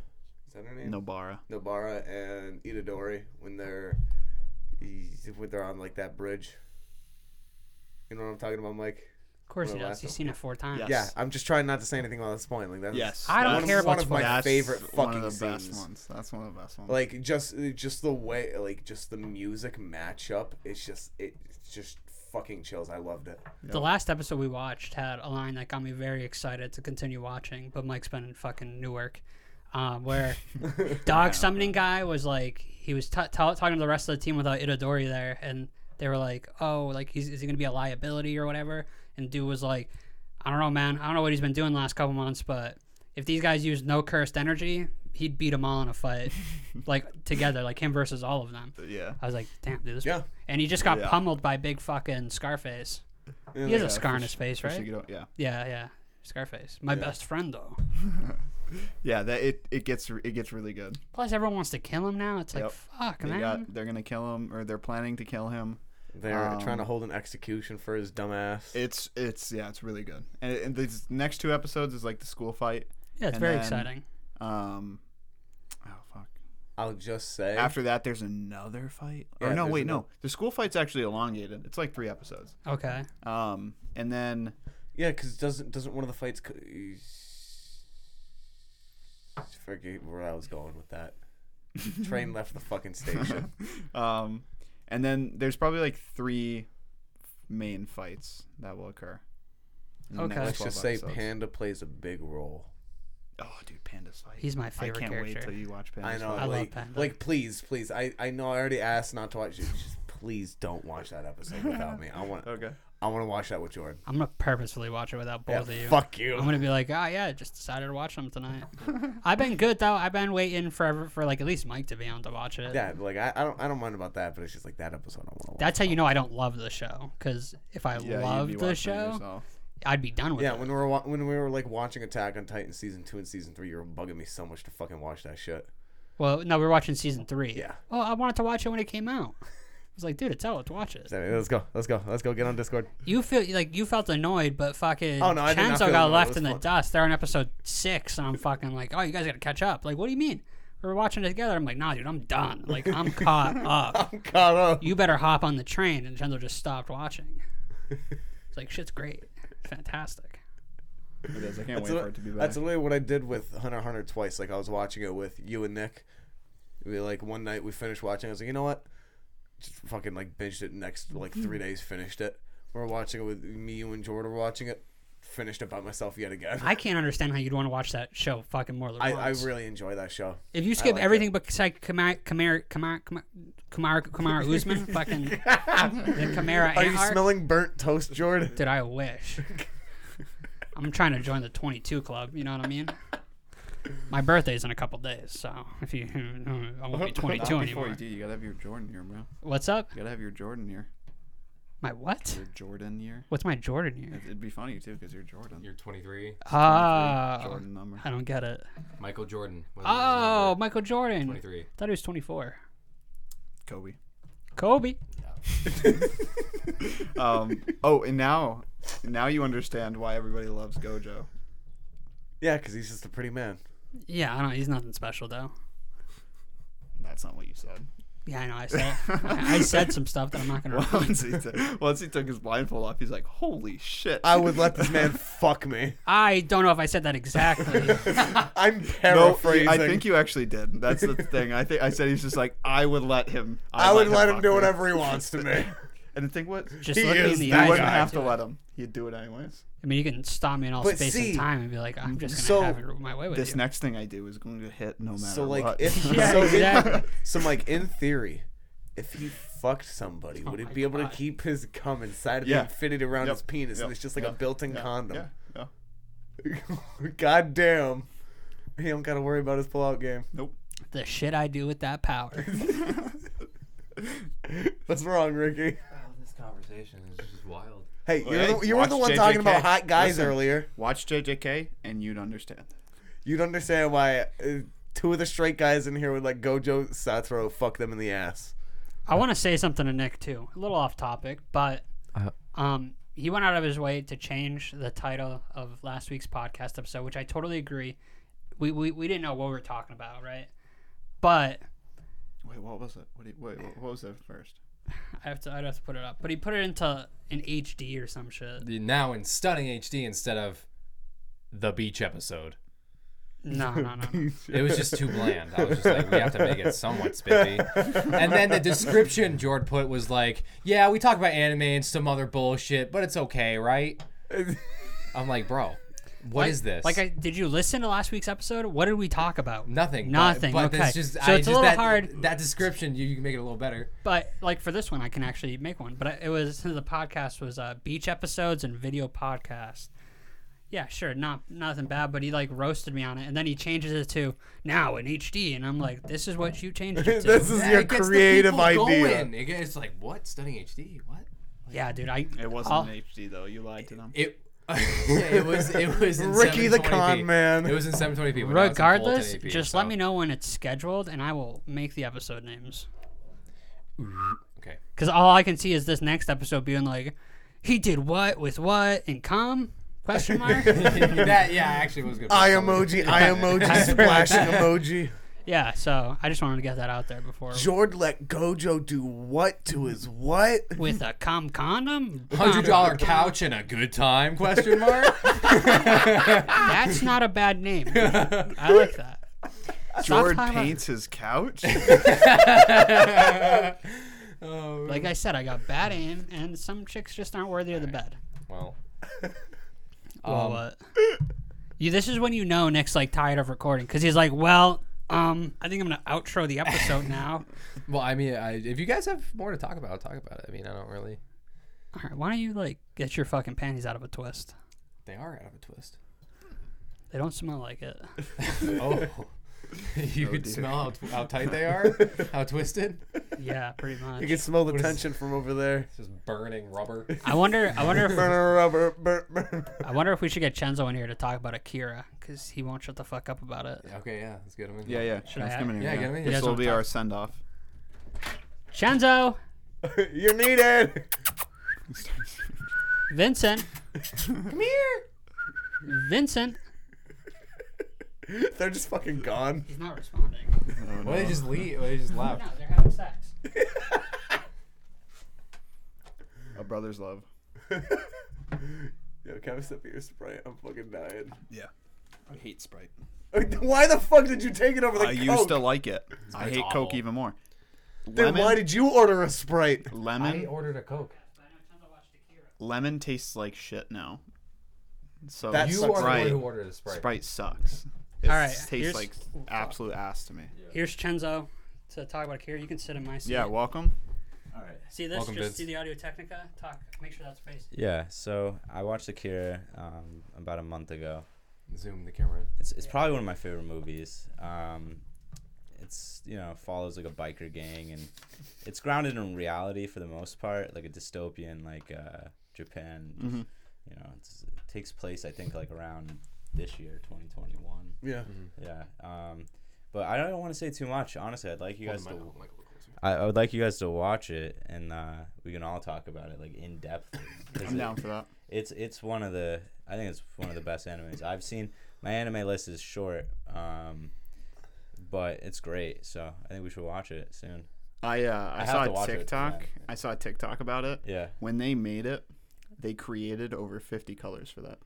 [SPEAKER 3] Is that her name?
[SPEAKER 4] Nobara.
[SPEAKER 3] Nobara and Itadori when they're when they're on like that bridge. You know what I'm talking about, Mike?
[SPEAKER 2] Of course
[SPEAKER 3] Well,
[SPEAKER 2] it
[SPEAKER 3] that's
[SPEAKER 2] does. You've seen it four times.
[SPEAKER 4] Yes.
[SPEAKER 3] Yeah, I'm just trying not to say anything while that's spoiling. That's
[SPEAKER 4] Yes.
[SPEAKER 2] I don't
[SPEAKER 3] one of-
[SPEAKER 2] care about
[SPEAKER 3] one of my
[SPEAKER 4] That's
[SPEAKER 3] favorite fucking
[SPEAKER 4] one of the
[SPEAKER 3] scenes.
[SPEAKER 4] best ones. That's one of the best ones.
[SPEAKER 3] Like just just the way like just the music matchup. It's just it it's just fucking chills. I loved it.
[SPEAKER 2] The last episode we watched had a line that got me very excited to continue watching, but Mike's been in fucking Newark, um, where dog summoning guy was like he was t- t- talking to the rest of the team without Itadori there, and they were like, "Oh, like he's, is he gonna be a liability or whatever?" And dude was like, "I don't know, man. I don't know what he's been doing the last couple months, but if these guys used no cursed energy, he'd beat them all in a fight, like together, like him versus all of them."
[SPEAKER 4] yeah.
[SPEAKER 2] I was like, "Damn, dude, this."
[SPEAKER 3] Yeah.
[SPEAKER 2] And he just got
[SPEAKER 4] Yeah.
[SPEAKER 2] pummeled by big fucking Scarface. He has a scar on his face, right?
[SPEAKER 4] Shigeru- yeah.
[SPEAKER 2] Yeah, yeah. Scarface. My best friend, though.
[SPEAKER 4] Yeah, that it, it gets re- it gets really good.
[SPEAKER 2] Plus, everyone wants to kill him now. It's like,
[SPEAKER 4] Yep.
[SPEAKER 2] fuck,
[SPEAKER 4] They
[SPEAKER 2] man.
[SPEAKER 4] got they're gonna kill him or they're planning to kill him.
[SPEAKER 3] They're
[SPEAKER 4] Um,
[SPEAKER 3] trying to hold an execution for his dumbass.
[SPEAKER 4] It's it's yeah, it's really good. And, and these next two episodes is like the school fight.
[SPEAKER 2] yeah, it's
[SPEAKER 4] and
[SPEAKER 2] very
[SPEAKER 4] then-
[SPEAKER 2] exciting.
[SPEAKER 4] Um, oh fuck.
[SPEAKER 3] I'll just say
[SPEAKER 4] After that, there's another fight.
[SPEAKER 3] Yeah,
[SPEAKER 4] or no,
[SPEAKER 3] there's
[SPEAKER 4] wait,
[SPEAKER 3] another-
[SPEAKER 4] no. The school fight's actually elongated. It's like three episodes.
[SPEAKER 2] Okay.
[SPEAKER 4] Um, and then
[SPEAKER 3] Yeah, because doesn't doesn't one of the fights? co- *laughs* Forget where I was going with that. Train left the fucking *laughs* station.
[SPEAKER 4] um, and then there's probably like three main fights that will occur. in the
[SPEAKER 2] Okay.
[SPEAKER 4] next
[SPEAKER 3] Let's
[SPEAKER 4] 12
[SPEAKER 3] just say
[SPEAKER 4] episodes.
[SPEAKER 3] Panda plays a big role.
[SPEAKER 4] Oh, dude, Panda's fight.
[SPEAKER 2] He's my
[SPEAKER 4] I
[SPEAKER 2] favorite
[SPEAKER 4] can't
[SPEAKER 2] character.
[SPEAKER 4] wait till you watch Panda's
[SPEAKER 3] I know.
[SPEAKER 4] Fight.
[SPEAKER 2] I love
[SPEAKER 3] like,
[SPEAKER 2] Panda.
[SPEAKER 3] like, please, please. I, I know. I already asked not to watch it. Just please don't watch that episode without me. I want.
[SPEAKER 4] Okay.
[SPEAKER 3] I want to watch that with Jordan.
[SPEAKER 2] I'm gonna purposefully watch it without both
[SPEAKER 3] Yeah,
[SPEAKER 2] of you.
[SPEAKER 3] Fuck you.
[SPEAKER 2] I'm gonna be like, oh yeah, just decided to watch them
[SPEAKER 4] *laughs*
[SPEAKER 2] tonight. I've been good though. I've been waiting forever for like at least Mike to be on to watch it.
[SPEAKER 3] yeah, like I, I don't. I don't mind about that, but it's just like that episode. I want to watch.
[SPEAKER 2] That's how you know I don't love the show. Because if I
[SPEAKER 4] Yeah,
[SPEAKER 2] loved
[SPEAKER 4] you'd be watching
[SPEAKER 2] the
[SPEAKER 4] it
[SPEAKER 2] show,
[SPEAKER 4] yourself.
[SPEAKER 2] I'd be done with
[SPEAKER 3] yeah,
[SPEAKER 2] it.
[SPEAKER 3] when we were wa- when we were like watching Attack on Titan season two and season three, you were bugging me so much to fucking watch that shit.
[SPEAKER 2] Well, no, we we're watching season three.
[SPEAKER 3] Yeah.
[SPEAKER 2] Oh, I wanted to watch it when it came out. I was like, dude, it's out. Let's watch it.
[SPEAKER 3] So, let's go, let's go, let's go. Get on Discord. *laughs*
[SPEAKER 2] You feel like you felt annoyed, but fucking
[SPEAKER 3] Oh, no, I did not
[SPEAKER 2] Chainsaw
[SPEAKER 3] feel
[SPEAKER 2] got
[SPEAKER 3] annoyed. It
[SPEAKER 2] left
[SPEAKER 3] was
[SPEAKER 2] in the
[SPEAKER 3] fun.
[SPEAKER 2] dust. They're on episode six, and I'm fucking like, oh, you guys gotta catch up. Like, what do you mean? We We're watching it together. I'm like, nah, dude, I'm done. Like, I'm
[SPEAKER 3] *laughs*
[SPEAKER 2] caught up.
[SPEAKER 3] I'm caught up.
[SPEAKER 2] You better hop on the train. And Chandler just stopped watching. It's like shit's great, fantastic.
[SPEAKER 4] It is. I can't
[SPEAKER 3] That's,
[SPEAKER 4] wait
[SPEAKER 3] li-
[SPEAKER 4] for it to be back.
[SPEAKER 3] that's literally what I did with Hunter x Hunter twice. Like I was watching it with you and Nick. We like one night we finished watching. I was like, you know what? Just fucking like binged it. Next like three days, finished it. We We're watching it with me, you, and Jordan. Were watching it. Finished it by myself yet again.
[SPEAKER 2] I can't understand how you'd want to watch that show fucking more than
[SPEAKER 3] I, I
[SPEAKER 2] once.
[SPEAKER 3] really enjoy that show.
[SPEAKER 2] if you skip
[SPEAKER 3] like it.
[SPEAKER 2] everything but Kamara Kamara Kamara Kamara Kamara Usman, fucking the Kamara
[SPEAKER 3] Are you
[SPEAKER 2] Anhart,
[SPEAKER 3] smelling burnt toast, Jordan?
[SPEAKER 2] Dude, I wish. I'm trying to join the 22 club. You know what I mean? My birthday's in a couple days, so if you, *laughs* I
[SPEAKER 4] *laughs*
[SPEAKER 2] won't be 22
[SPEAKER 4] Not before
[SPEAKER 2] anymore.
[SPEAKER 4] you do, you gotta have your Jordan year, bro.
[SPEAKER 2] What's up?
[SPEAKER 4] You gotta have your Jordan year.
[SPEAKER 2] My what?
[SPEAKER 4] Your Jordan year.
[SPEAKER 2] What's my Jordan year?
[SPEAKER 4] It'd be funny too, cause you're Jordan.
[SPEAKER 1] You're 23.
[SPEAKER 2] Oh,
[SPEAKER 4] Jordan number.
[SPEAKER 2] I don't get it.
[SPEAKER 1] Michael Jordan. was his
[SPEAKER 2] Oh,
[SPEAKER 1] number.
[SPEAKER 2] Michael Jordan.
[SPEAKER 1] 23.
[SPEAKER 2] thought he was 24.
[SPEAKER 4] Kobe.
[SPEAKER 2] Kobe.
[SPEAKER 4] *laughs* Um. oh, and now, now you understand why everybody loves Gojo.
[SPEAKER 3] Yeah, because he's just a pretty man.
[SPEAKER 2] Yeah, I don't. He's nothing special though.
[SPEAKER 4] That's not what you said.
[SPEAKER 2] Yeah, I know. I said I I said some stuff that I'm not gonna repeat.
[SPEAKER 4] once, he took once he took his blindfold off, he's like, "Holy shit!"
[SPEAKER 3] I
[SPEAKER 4] *laughs*
[SPEAKER 3] would let this man fuck me.
[SPEAKER 2] I don't know if I said that
[SPEAKER 3] *laughs*
[SPEAKER 2] exactly.
[SPEAKER 3] I'm
[SPEAKER 4] No,
[SPEAKER 3] paraphrasing.
[SPEAKER 4] I think you actually did. That's the thing. I think I said he's just like, "I would let him."
[SPEAKER 3] I would let him
[SPEAKER 4] fuck
[SPEAKER 3] do
[SPEAKER 4] me."
[SPEAKER 3] whatever he wants to
[SPEAKER 4] *laughs*
[SPEAKER 3] me.
[SPEAKER 4] And the thing was, you
[SPEAKER 2] Just
[SPEAKER 3] He
[SPEAKER 2] look me in
[SPEAKER 3] is
[SPEAKER 2] the
[SPEAKER 3] that
[SPEAKER 2] eye.
[SPEAKER 4] wouldn't
[SPEAKER 3] guy.
[SPEAKER 4] have to let him. He'd do it anyways.
[SPEAKER 2] I mean, you can stop me in all
[SPEAKER 3] But
[SPEAKER 2] space
[SPEAKER 3] see,
[SPEAKER 2] and time and be like, I'm just gonna
[SPEAKER 3] so
[SPEAKER 2] have it my way with
[SPEAKER 4] This
[SPEAKER 2] you.
[SPEAKER 4] next thing I do is going to hit no matter
[SPEAKER 3] So like,
[SPEAKER 4] what. *laughs*
[SPEAKER 3] if
[SPEAKER 2] Yeah,
[SPEAKER 3] so,
[SPEAKER 2] exactly.
[SPEAKER 3] in, *laughs* so like in theory, if he fucked somebody, would he
[SPEAKER 2] Oh my
[SPEAKER 3] be able
[SPEAKER 2] God.
[SPEAKER 3] to keep his cum inside of
[SPEAKER 4] Yeah.
[SPEAKER 3] him, fitted around
[SPEAKER 4] Yep.
[SPEAKER 3] his penis,
[SPEAKER 4] Yep.
[SPEAKER 3] and it's just like a
[SPEAKER 4] Yep.
[SPEAKER 3] built-in
[SPEAKER 4] yeah,
[SPEAKER 3] condom?
[SPEAKER 4] Yeah, yeah.
[SPEAKER 3] *laughs* God damn, he don't gotta worry about his pull-out game. *laughs*
[SPEAKER 4] Nope.
[SPEAKER 2] the shit I do with that power.
[SPEAKER 4] *laughs*
[SPEAKER 3] What's wrong, Ricky?
[SPEAKER 6] Oh, this conversation is just wild.
[SPEAKER 3] Hey,
[SPEAKER 4] Hey,
[SPEAKER 3] you're the, you were the
[SPEAKER 4] watch
[SPEAKER 3] one talking
[SPEAKER 4] JJK.
[SPEAKER 3] about hot guys
[SPEAKER 4] Listen.
[SPEAKER 3] earlier.
[SPEAKER 4] Watch JJK and you'd understand.
[SPEAKER 3] You'd understand why uh, two of the straight guys in here would like Gojo Satoru fuck them in the ass.
[SPEAKER 2] I want to say something to Nick too, a little off topic, but
[SPEAKER 3] Uh-huh.
[SPEAKER 2] um, he went out of his way to change the title of last week's podcast episode, which I totally agree. We we, we didn't know what we were talking about, right? But
[SPEAKER 4] Wait, what was it? What? do you- wait, what- what was it first?
[SPEAKER 2] I have to I'd have to put it up. But he put it into an HD or some
[SPEAKER 3] *laughs*
[SPEAKER 2] shit.
[SPEAKER 1] The- Now in stunning HD instead of the beach episode.
[SPEAKER 2] No, no, no. no.
[SPEAKER 1] It was just too bland. I was just like, we have to make it somewhat spiffy. And then the description Jord put was like, yeah, we talk about anime and some other bullshit, but it's okay, right? I'm like, bro, what is this?
[SPEAKER 2] Like, I, did you listen to last week's episode? What did we talk about?
[SPEAKER 1] Nothing.
[SPEAKER 2] Nothing.
[SPEAKER 1] But, but
[SPEAKER 2] okay.
[SPEAKER 1] it's just,
[SPEAKER 2] so
[SPEAKER 1] I just-
[SPEAKER 2] it's a little
[SPEAKER 1] that,
[SPEAKER 2] hard.
[SPEAKER 1] That description, you, you can make it a little better.
[SPEAKER 2] But like for this one, I can actually make one. But I- it was the podcast was uh, beach episodes and video podcast. Yeah, sure, not nothing bad. But he like roasted me on it, and then he changes it to now in HD, and I'm like, this is what you changed
[SPEAKER 3] *laughs*
[SPEAKER 2] it to.
[SPEAKER 3] this is your
[SPEAKER 1] It gets the
[SPEAKER 3] creative
[SPEAKER 1] people
[SPEAKER 3] idea.
[SPEAKER 1] Going. It gets- It's like, what? Stunning HD? What?
[SPEAKER 2] yeah, dude, I
[SPEAKER 4] It wasn't
[SPEAKER 2] I'll-
[SPEAKER 4] in HD though. You lied to them.
[SPEAKER 1] It. *laughs* it was it was in
[SPEAKER 3] Ricky the
[SPEAKER 1] 720p.
[SPEAKER 3] con man.
[SPEAKER 1] It was in 720p. but now it's in full
[SPEAKER 2] regardless,
[SPEAKER 1] 1080p,
[SPEAKER 2] just
[SPEAKER 1] so-
[SPEAKER 2] let me know when it's scheduled, and I will make the episode names.
[SPEAKER 1] Okay. *laughs*
[SPEAKER 2] Because all I can see is this next episode being like, he did what with what and com question
[SPEAKER 3] *laughs*
[SPEAKER 2] mark.
[SPEAKER 1] that yeah, actually was good.
[SPEAKER 3] Eye emoji,
[SPEAKER 2] *laughs*
[SPEAKER 3] eye emoji, splashing emoji.
[SPEAKER 2] yeah, so I just wanted to get that out there before.
[SPEAKER 3] Jord let Gojo do what to his what?
[SPEAKER 2] with a com condom?
[SPEAKER 1] Hundred dollar couch and a good time? Question mark. *laughs* Ah!
[SPEAKER 2] That's not a bad name. I like that.
[SPEAKER 4] Jord
[SPEAKER 2] Stop time-
[SPEAKER 4] paints
[SPEAKER 3] *laughs*
[SPEAKER 4] his couch.
[SPEAKER 1] oh,
[SPEAKER 2] Like I said, I got bad aim, and some chicks just aren't worthy of the bed.
[SPEAKER 1] well.
[SPEAKER 2] Well,
[SPEAKER 1] Um,
[SPEAKER 2] what? You. This is when you know Nick's like tired of recording because he's like, well, um, I think I'm gonna outro
[SPEAKER 1] *laughs*
[SPEAKER 2] the episode now.
[SPEAKER 1] Well, I mean, I, if you guys have more to talk about, talk about it. I mean, I don't really.
[SPEAKER 2] All right, why don't you like get your fucking panties out of a twist?
[SPEAKER 1] They are out of a twist.
[SPEAKER 2] They don't smell like it.
[SPEAKER 1] Oh. *laughs* you could
[SPEAKER 4] dear.
[SPEAKER 1] smell how, tw- how tight they *laughs* are, how twisted.
[SPEAKER 2] Yeah,
[SPEAKER 1] *laughs*
[SPEAKER 2] pretty much.
[SPEAKER 3] You can smell the
[SPEAKER 1] What is-
[SPEAKER 3] tension from over there.
[SPEAKER 1] It's just burning rubber.
[SPEAKER 2] I wonder. I wonder. If,
[SPEAKER 3] Burner *laughs* rubber, burn, burn.
[SPEAKER 2] I wonder if we should get Chenzo in here to talk about Akira because he won't shut the fuck up about it.
[SPEAKER 1] *laughs* Okay, yeah, let's get them in.
[SPEAKER 4] yeah, yeah.
[SPEAKER 2] Should I
[SPEAKER 4] let's
[SPEAKER 2] add-
[SPEAKER 4] come in here,
[SPEAKER 1] Yeah, get him in here.
[SPEAKER 4] This
[SPEAKER 2] You
[SPEAKER 4] will
[SPEAKER 2] guys
[SPEAKER 4] be
[SPEAKER 2] wanna
[SPEAKER 4] our send off.
[SPEAKER 2] Chenzo,
[SPEAKER 3] You're needed.
[SPEAKER 2] Vincent, come here. Vincent,
[SPEAKER 3] *laughs* They're just fucking gone.
[SPEAKER 2] he's not responding.
[SPEAKER 1] Why they just leave? Why they just left?
[SPEAKER 2] No, they're having sex.
[SPEAKER 4] A brother's love.
[SPEAKER 3] *laughs* Yo, can I have a sip of your Sprite? I'm fucking dying.
[SPEAKER 4] Yeah. I hate Sprite.
[SPEAKER 3] Why the fuck did you take it over the
[SPEAKER 4] I
[SPEAKER 3] Coke?
[SPEAKER 4] used to like it. I hate Coke
[SPEAKER 1] awful.
[SPEAKER 4] even more.
[SPEAKER 3] Then
[SPEAKER 4] lemon,
[SPEAKER 3] why did you order a Sprite?
[SPEAKER 1] I
[SPEAKER 4] lemon,
[SPEAKER 1] ordered a Coke.
[SPEAKER 4] lemon tastes like shit now. So
[SPEAKER 3] That
[SPEAKER 1] You
[SPEAKER 3] sucks.
[SPEAKER 1] are the
[SPEAKER 4] Sprite,
[SPEAKER 1] one who ordered a Sprite.
[SPEAKER 4] Sprite sucks. It
[SPEAKER 2] All right, here's-
[SPEAKER 4] tastes like absolute ass to me.
[SPEAKER 2] Here's Chenzo to talk about Akira. You can sit in my seat.
[SPEAKER 4] Yeah, welcome.
[SPEAKER 2] See this?
[SPEAKER 1] Welcome,
[SPEAKER 2] Just
[SPEAKER 1] Vince.
[SPEAKER 2] see the Audio Technica. Talk. Make sure that's spaced.
[SPEAKER 7] Yeah, so I watched Akira um, about a month ago.
[SPEAKER 1] Zoom the camera. in.
[SPEAKER 7] It's, it's probably one of my favorite movies. Um, it's you know follows like a biker gang and it's grounded in reality for the most part, like a dystopian like uh, Japan. just, You know, it's, it takes place I think like around this year, 2021.
[SPEAKER 3] Yeah.
[SPEAKER 7] Yeah. Um, but I don't want to say too much. Honestly, I'd like you guys
[SPEAKER 1] Hold
[SPEAKER 7] to.
[SPEAKER 1] the mic a little closer.
[SPEAKER 7] I, I would like you guys to watch it, and uh, we can all talk about it like in
[SPEAKER 1] *coughs*
[SPEAKER 7] depth. 'cause
[SPEAKER 4] I'm
[SPEAKER 7] it-
[SPEAKER 4] down for that.
[SPEAKER 7] it's it's one of the I think it's one of the best animes I've seen. My anime list is short, um, but it's great. So I think we should watch it soon.
[SPEAKER 4] I uh, I,
[SPEAKER 7] have to
[SPEAKER 4] saw a
[SPEAKER 7] watch it
[SPEAKER 4] TikTok.
[SPEAKER 7] tonight.
[SPEAKER 4] I saw a TikTok about it.
[SPEAKER 7] Yeah,
[SPEAKER 4] When they made it, they created over 50 colors for that.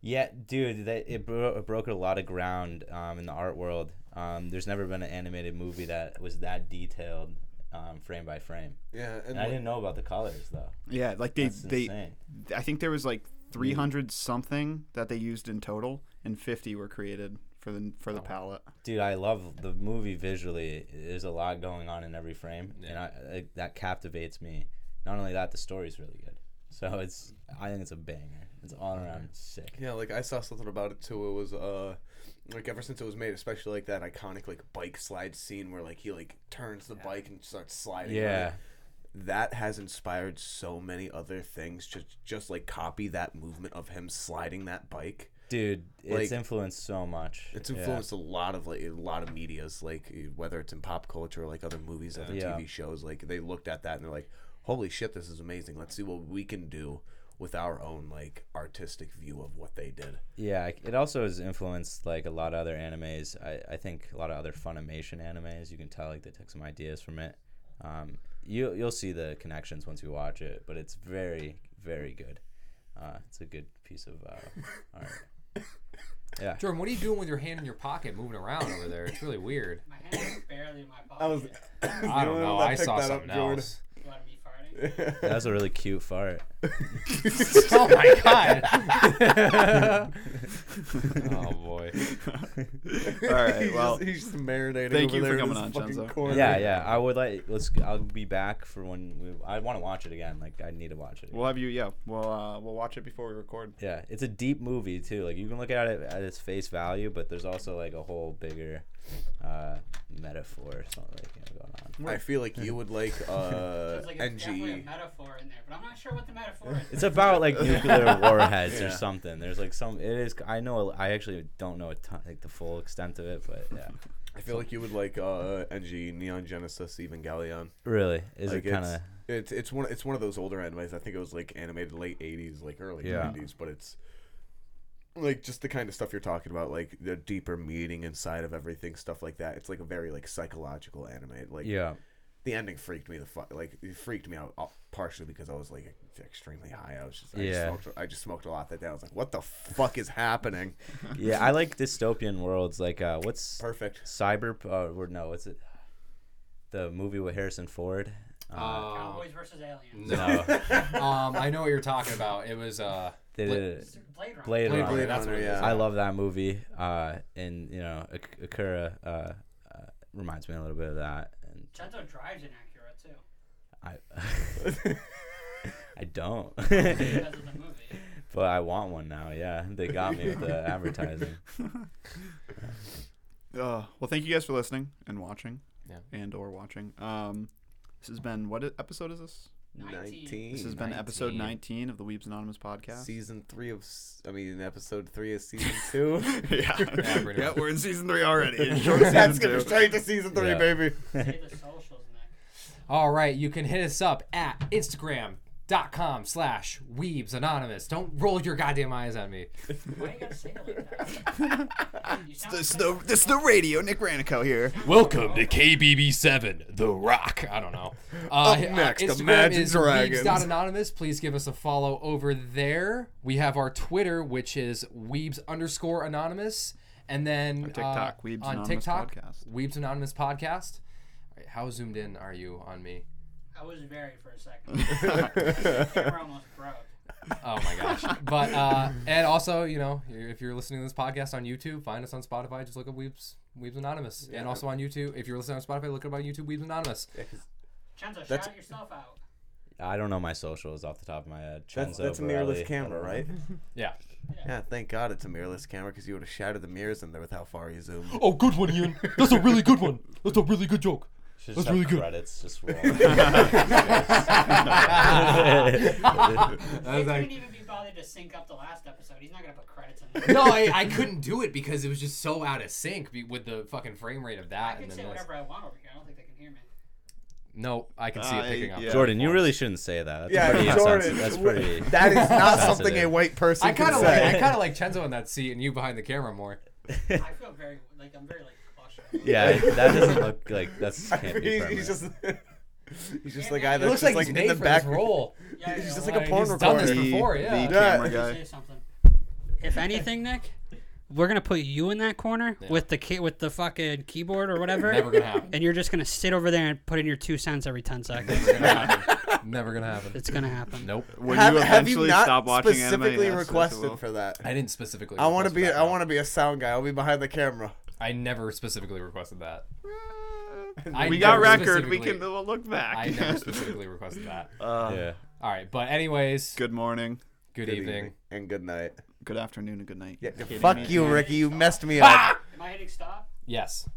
[SPEAKER 7] yeah, dude, they, it, bro- it broke a lot of ground um, in the art world. Um, there's never been an animated movie that was that detailed, um, frame by frame.
[SPEAKER 3] Yeah. And
[SPEAKER 7] And I didn't know about the colors though.
[SPEAKER 4] Yeah, like they
[SPEAKER 7] That's
[SPEAKER 4] they
[SPEAKER 7] insane.
[SPEAKER 4] I think there was like 300 something that they used in total and 50 were created for the for the
[SPEAKER 1] Oh.
[SPEAKER 4] palette.
[SPEAKER 1] *laughs*
[SPEAKER 7] dude i love the movie visually there's a lot going on in every frame and I, I that captivates me not only that the story's really good so it's i think it's a banger it's all around sick
[SPEAKER 3] Yeah, like I saw something about it too. It was uh like ever since it was made, especially like that iconic like bike slide scene where like he like turns the bike and starts sliding.
[SPEAKER 7] yeah
[SPEAKER 3] right? That has inspired so many other things to just like copy that movement of him sliding that bike.
[SPEAKER 7] dude
[SPEAKER 3] Like-
[SPEAKER 7] it's influenced so much
[SPEAKER 3] It's
[SPEAKER 7] Yeah.
[SPEAKER 3] influenced a lot of like a lot of media's like whether it's in pop culture or like other movies, other
[SPEAKER 7] Yeah.
[SPEAKER 3] TV shows. Like they looked at that and they're like, "Holy shit, this is amazing! Let's see what we can do with our own like artistic view of what they did."
[SPEAKER 7] yeah, it also has influenced like a lot of other animes i, I think a lot of other funimation animes you can tell like they took some ideas from it um, you, you'll see the connections once you watch it but it's very very good uh, it's a good piece of uh, art yeah
[SPEAKER 1] Jordan, what are you doing with your hand in your pocket, moving around over there? It's really weird. *laughs*
[SPEAKER 2] My hand is barely in my pocket.
[SPEAKER 3] was-
[SPEAKER 1] I don't know. I saw something
[SPEAKER 3] Jordan.
[SPEAKER 1] else.
[SPEAKER 2] You want me farting?
[SPEAKER 7] That was a really cute fart.
[SPEAKER 1] *laughs* oh my *laughs* god. oh boy.
[SPEAKER 4] All right,
[SPEAKER 3] he's,
[SPEAKER 4] well,
[SPEAKER 3] just, he's just marinating.
[SPEAKER 4] thank
[SPEAKER 3] over
[SPEAKER 4] you for
[SPEAKER 3] there in his
[SPEAKER 4] coming on,
[SPEAKER 3] fucking
[SPEAKER 4] Jenzo.
[SPEAKER 3] corner.
[SPEAKER 7] Yeah, yeah. I would like. Let's. I'll be back for when we. I want to watch it again. Like I need to watch it. again.
[SPEAKER 4] we'll have you yeah, we'll uh, we'll watch it before we record.
[SPEAKER 7] Yeah, it's a deep movie too. Like you can look at it at its face value, but there's also like a whole bigger uh, metaphor or something like, you know, going on.
[SPEAKER 3] I feel like you would
[SPEAKER 4] *laughs*
[SPEAKER 3] like uh,
[SPEAKER 2] It's like a,
[SPEAKER 1] E.
[SPEAKER 2] definitely a
[SPEAKER 3] NGE.
[SPEAKER 2] metaphor in there, but I'm not sure what the metaphor is.
[SPEAKER 7] It's about like nuclear warheads or
[SPEAKER 3] Yeah.
[SPEAKER 7] something. There's like some. It is. I know. I actually don't know a ton, like the full extent of it, but yeah.
[SPEAKER 3] I feel like you would like uh, NGE, Neon Genesis Evangelion.
[SPEAKER 7] Really, is
[SPEAKER 3] Like
[SPEAKER 7] it kind of.
[SPEAKER 3] it's, it's it's one it's one of those older animes. I think it was like animated late '80s, like early
[SPEAKER 7] Yeah.
[SPEAKER 3] '90s, but it's like just the kind of stuff you're talking about, like the deeper meaning inside of everything, stuff like that. It's like a very like psychological anime. Like
[SPEAKER 7] Yeah.
[SPEAKER 3] the ending freaked me the fuck like it freaked me out uh, partially because I was like extremely high. I was just I
[SPEAKER 7] Yeah.
[SPEAKER 3] just smoked I just smoked a lot that day. I was like, what the fuck is
[SPEAKER 4] *laughs*
[SPEAKER 3] happening?
[SPEAKER 7] yeah, I like dystopian worlds. Like, uh, what's
[SPEAKER 3] Perfect.
[SPEAKER 7] cyber? Uh, or no, what's it? The movie with Harrison Ford. Uh,
[SPEAKER 1] Um,
[SPEAKER 2] Cowboys versus aliens.
[SPEAKER 1] no. *laughs* um, I know what you're talking about. It was uh,
[SPEAKER 7] they
[SPEAKER 1] Bla-
[SPEAKER 7] did it.
[SPEAKER 2] Blade Runner.
[SPEAKER 7] Blade
[SPEAKER 1] Blade
[SPEAKER 7] Runner.
[SPEAKER 1] Runner, that's
[SPEAKER 3] Runner,
[SPEAKER 1] what it is.
[SPEAKER 3] yeah.
[SPEAKER 7] I love that movie. Uh, and you know, Ak- Akira uh, uh, reminds me a little bit of that. And
[SPEAKER 2] Cento drives an Acura too
[SPEAKER 7] I, *laughs* I don't, *laughs*
[SPEAKER 2] because of the movie.
[SPEAKER 7] but I want one now. Yeah, they got me
[SPEAKER 3] *laughs*
[SPEAKER 7] with the advertising.
[SPEAKER 4] Uh, well, thank you guys for listening and watching.
[SPEAKER 1] Yeah.
[SPEAKER 4] And or watching. Um, this has been what i- episode is this?
[SPEAKER 3] Nineteen.
[SPEAKER 4] This has been episode 19 of the Weebs Anonymous podcast.
[SPEAKER 3] season three of s- I mean episode three of season two.
[SPEAKER 4] *laughs*
[SPEAKER 1] Yeah,
[SPEAKER 4] yeah.
[SPEAKER 1] pretty
[SPEAKER 4] yeah,
[SPEAKER 1] much.
[SPEAKER 4] we're in season three
[SPEAKER 1] *laughs*
[SPEAKER 4] already. Enjoy
[SPEAKER 3] That's
[SPEAKER 4] season
[SPEAKER 3] gonna be
[SPEAKER 4] two.
[SPEAKER 3] straight to season three,
[SPEAKER 7] Yeah.
[SPEAKER 3] baby.
[SPEAKER 2] Say the socials next.
[SPEAKER 1] All right, you can hit us up at Instagram.com slash Weebs Anonymous. Don't roll your goddamn eyes on me.
[SPEAKER 2] Why you gotta say it like that? You sound
[SPEAKER 4] This is
[SPEAKER 2] like
[SPEAKER 4] the this is the radio. Nick
[SPEAKER 3] *laughs*
[SPEAKER 4] Ranico here.
[SPEAKER 1] Welcome to KBB7, The Rock. I don't know. Uh,
[SPEAKER 3] next,
[SPEAKER 1] Instagram
[SPEAKER 3] Imagine
[SPEAKER 1] is
[SPEAKER 3] Dragons.
[SPEAKER 1] Weebs.anonymous. Please give us a follow over there. We have our Twitter, which is Weebs underscore anonymous. And then
[SPEAKER 4] TikTok,
[SPEAKER 1] uh,
[SPEAKER 4] Weebs
[SPEAKER 1] on
[SPEAKER 4] Anonymous
[SPEAKER 1] TikTok,
[SPEAKER 4] Podcast.
[SPEAKER 1] Weebs Anonymous Podcast. All right, how zoomed in are you on me?
[SPEAKER 2] I was buried for
[SPEAKER 1] *laughs*
[SPEAKER 2] a second. Camera almost broke.
[SPEAKER 1] Oh my gosh. But uh and also, you know, if you're listening to this podcast on YouTube, find us on Spotify, just look up Weebs Weebs Anonymous. And also on YouTube, if you're listening on Spotify, look up on YouTube Weebs Anonymous.
[SPEAKER 2] Cento,
[SPEAKER 3] That's-
[SPEAKER 2] shout yourself out.
[SPEAKER 7] I don't know my socials off the top of my head.
[SPEAKER 3] That's,
[SPEAKER 7] Chenzo
[SPEAKER 3] that's a
[SPEAKER 7] Borelli.
[SPEAKER 3] mirrorless camera,
[SPEAKER 4] *laughs*
[SPEAKER 3] right?
[SPEAKER 1] Yeah.
[SPEAKER 3] Yeah, thank God it's a mirrorless camera because you would have shattered the mirrors in there with how far you zoomed.
[SPEAKER 4] *laughs*
[SPEAKER 1] Oh, good one, Ian. That's a really good one. That's a really good joke.
[SPEAKER 7] Should
[SPEAKER 1] That's
[SPEAKER 7] just have
[SPEAKER 1] really good. *laughs*
[SPEAKER 7] Credits just
[SPEAKER 4] Oh.
[SPEAKER 3] *laughs*
[SPEAKER 1] *laughs*
[SPEAKER 7] roll.
[SPEAKER 2] Nick couldn't even be bothered to sync up the last episode. He's not gonna put
[SPEAKER 1] *laughs*
[SPEAKER 2] credits in there.
[SPEAKER 1] No, I, I couldn't do it because it was just so out of sync be- with the fucking frame rate of
[SPEAKER 2] I
[SPEAKER 1] that
[SPEAKER 2] can
[SPEAKER 1] and the
[SPEAKER 2] say
[SPEAKER 1] noise.
[SPEAKER 2] whatever I want over here. I don't think they can hear me.
[SPEAKER 1] No, I can see
[SPEAKER 4] Uh,
[SPEAKER 1] it picking up.
[SPEAKER 4] yeah.
[SPEAKER 7] *laughs* Jordan, you really shouldn't say that. That's
[SPEAKER 3] Yeah,
[SPEAKER 7] pretty
[SPEAKER 3] Jordan,
[SPEAKER 7] insensitive. That's
[SPEAKER 3] w-
[SPEAKER 7] pretty.
[SPEAKER 3] That is not something a
[SPEAKER 7] sensitive.
[SPEAKER 3] white person
[SPEAKER 1] I kind
[SPEAKER 3] can
[SPEAKER 1] of like
[SPEAKER 3] say.
[SPEAKER 1] I kind of like Chenzo in that seat and you behind the camera more.
[SPEAKER 2] I feel very like I'm very like cautious.
[SPEAKER 7] *laughs* Yeah, that doesn't look like
[SPEAKER 3] *laughs* *laughs*
[SPEAKER 7] that's
[SPEAKER 3] I
[SPEAKER 7] can't
[SPEAKER 3] mean,
[SPEAKER 7] be
[SPEAKER 3] he's,
[SPEAKER 7] permanent.
[SPEAKER 3] he's just he's just
[SPEAKER 2] Yeah,
[SPEAKER 3] the
[SPEAKER 2] yeah,
[SPEAKER 3] guy
[SPEAKER 2] it
[SPEAKER 1] It
[SPEAKER 3] that's
[SPEAKER 1] looks
[SPEAKER 3] just
[SPEAKER 1] like,
[SPEAKER 3] like
[SPEAKER 1] he's
[SPEAKER 3] in
[SPEAKER 1] made
[SPEAKER 3] the
[SPEAKER 1] for this
[SPEAKER 3] back.
[SPEAKER 1] role.
[SPEAKER 2] Yeah,
[SPEAKER 3] He's
[SPEAKER 2] yeah,
[SPEAKER 3] just
[SPEAKER 2] well,
[SPEAKER 3] like a
[SPEAKER 1] Like,
[SPEAKER 3] porn
[SPEAKER 1] he's done
[SPEAKER 3] recorder.
[SPEAKER 1] this
[SPEAKER 4] The,
[SPEAKER 1] before,
[SPEAKER 4] the
[SPEAKER 1] yeah.
[SPEAKER 4] camera
[SPEAKER 2] I
[SPEAKER 4] guy.
[SPEAKER 2] say something. If anything, Nick, we're gonna put you in that corner with the key, with the fucking keyboard or whatever.
[SPEAKER 1] Never gonna happen.
[SPEAKER 2] And you're just gonna sit over there and put in your two cents every ten seconds.
[SPEAKER 1] Never gonna happen. Never gonna happen.
[SPEAKER 2] it's gonna happen.
[SPEAKER 1] Nope.
[SPEAKER 4] When
[SPEAKER 3] have,
[SPEAKER 4] you
[SPEAKER 3] have you
[SPEAKER 4] eventually
[SPEAKER 3] not
[SPEAKER 4] stop watching
[SPEAKER 3] specifically
[SPEAKER 4] anime,
[SPEAKER 3] requested for that?
[SPEAKER 1] I didn't specifically.
[SPEAKER 3] I want to
[SPEAKER 1] request
[SPEAKER 3] be
[SPEAKER 1] that,
[SPEAKER 3] I
[SPEAKER 1] no.
[SPEAKER 3] want to be a sound guy. I'll be behind the camera.
[SPEAKER 1] I never specifically requested that. I
[SPEAKER 4] that. We got
[SPEAKER 1] never
[SPEAKER 4] record. We
[SPEAKER 1] specifically-
[SPEAKER 4] can we'll look back.
[SPEAKER 1] I
[SPEAKER 4] *laughs*
[SPEAKER 1] never specifically requested that.
[SPEAKER 7] yeah.
[SPEAKER 1] All right, but anyways, good,
[SPEAKER 4] good morning,
[SPEAKER 1] evening.
[SPEAKER 3] and good night.
[SPEAKER 4] good afternoon, and good night.
[SPEAKER 1] *laughs*
[SPEAKER 3] Yeah, fuck you, Ricky. You messed me up.
[SPEAKER 2] Am I hitting stop?
[SPEAKER 1] Yes.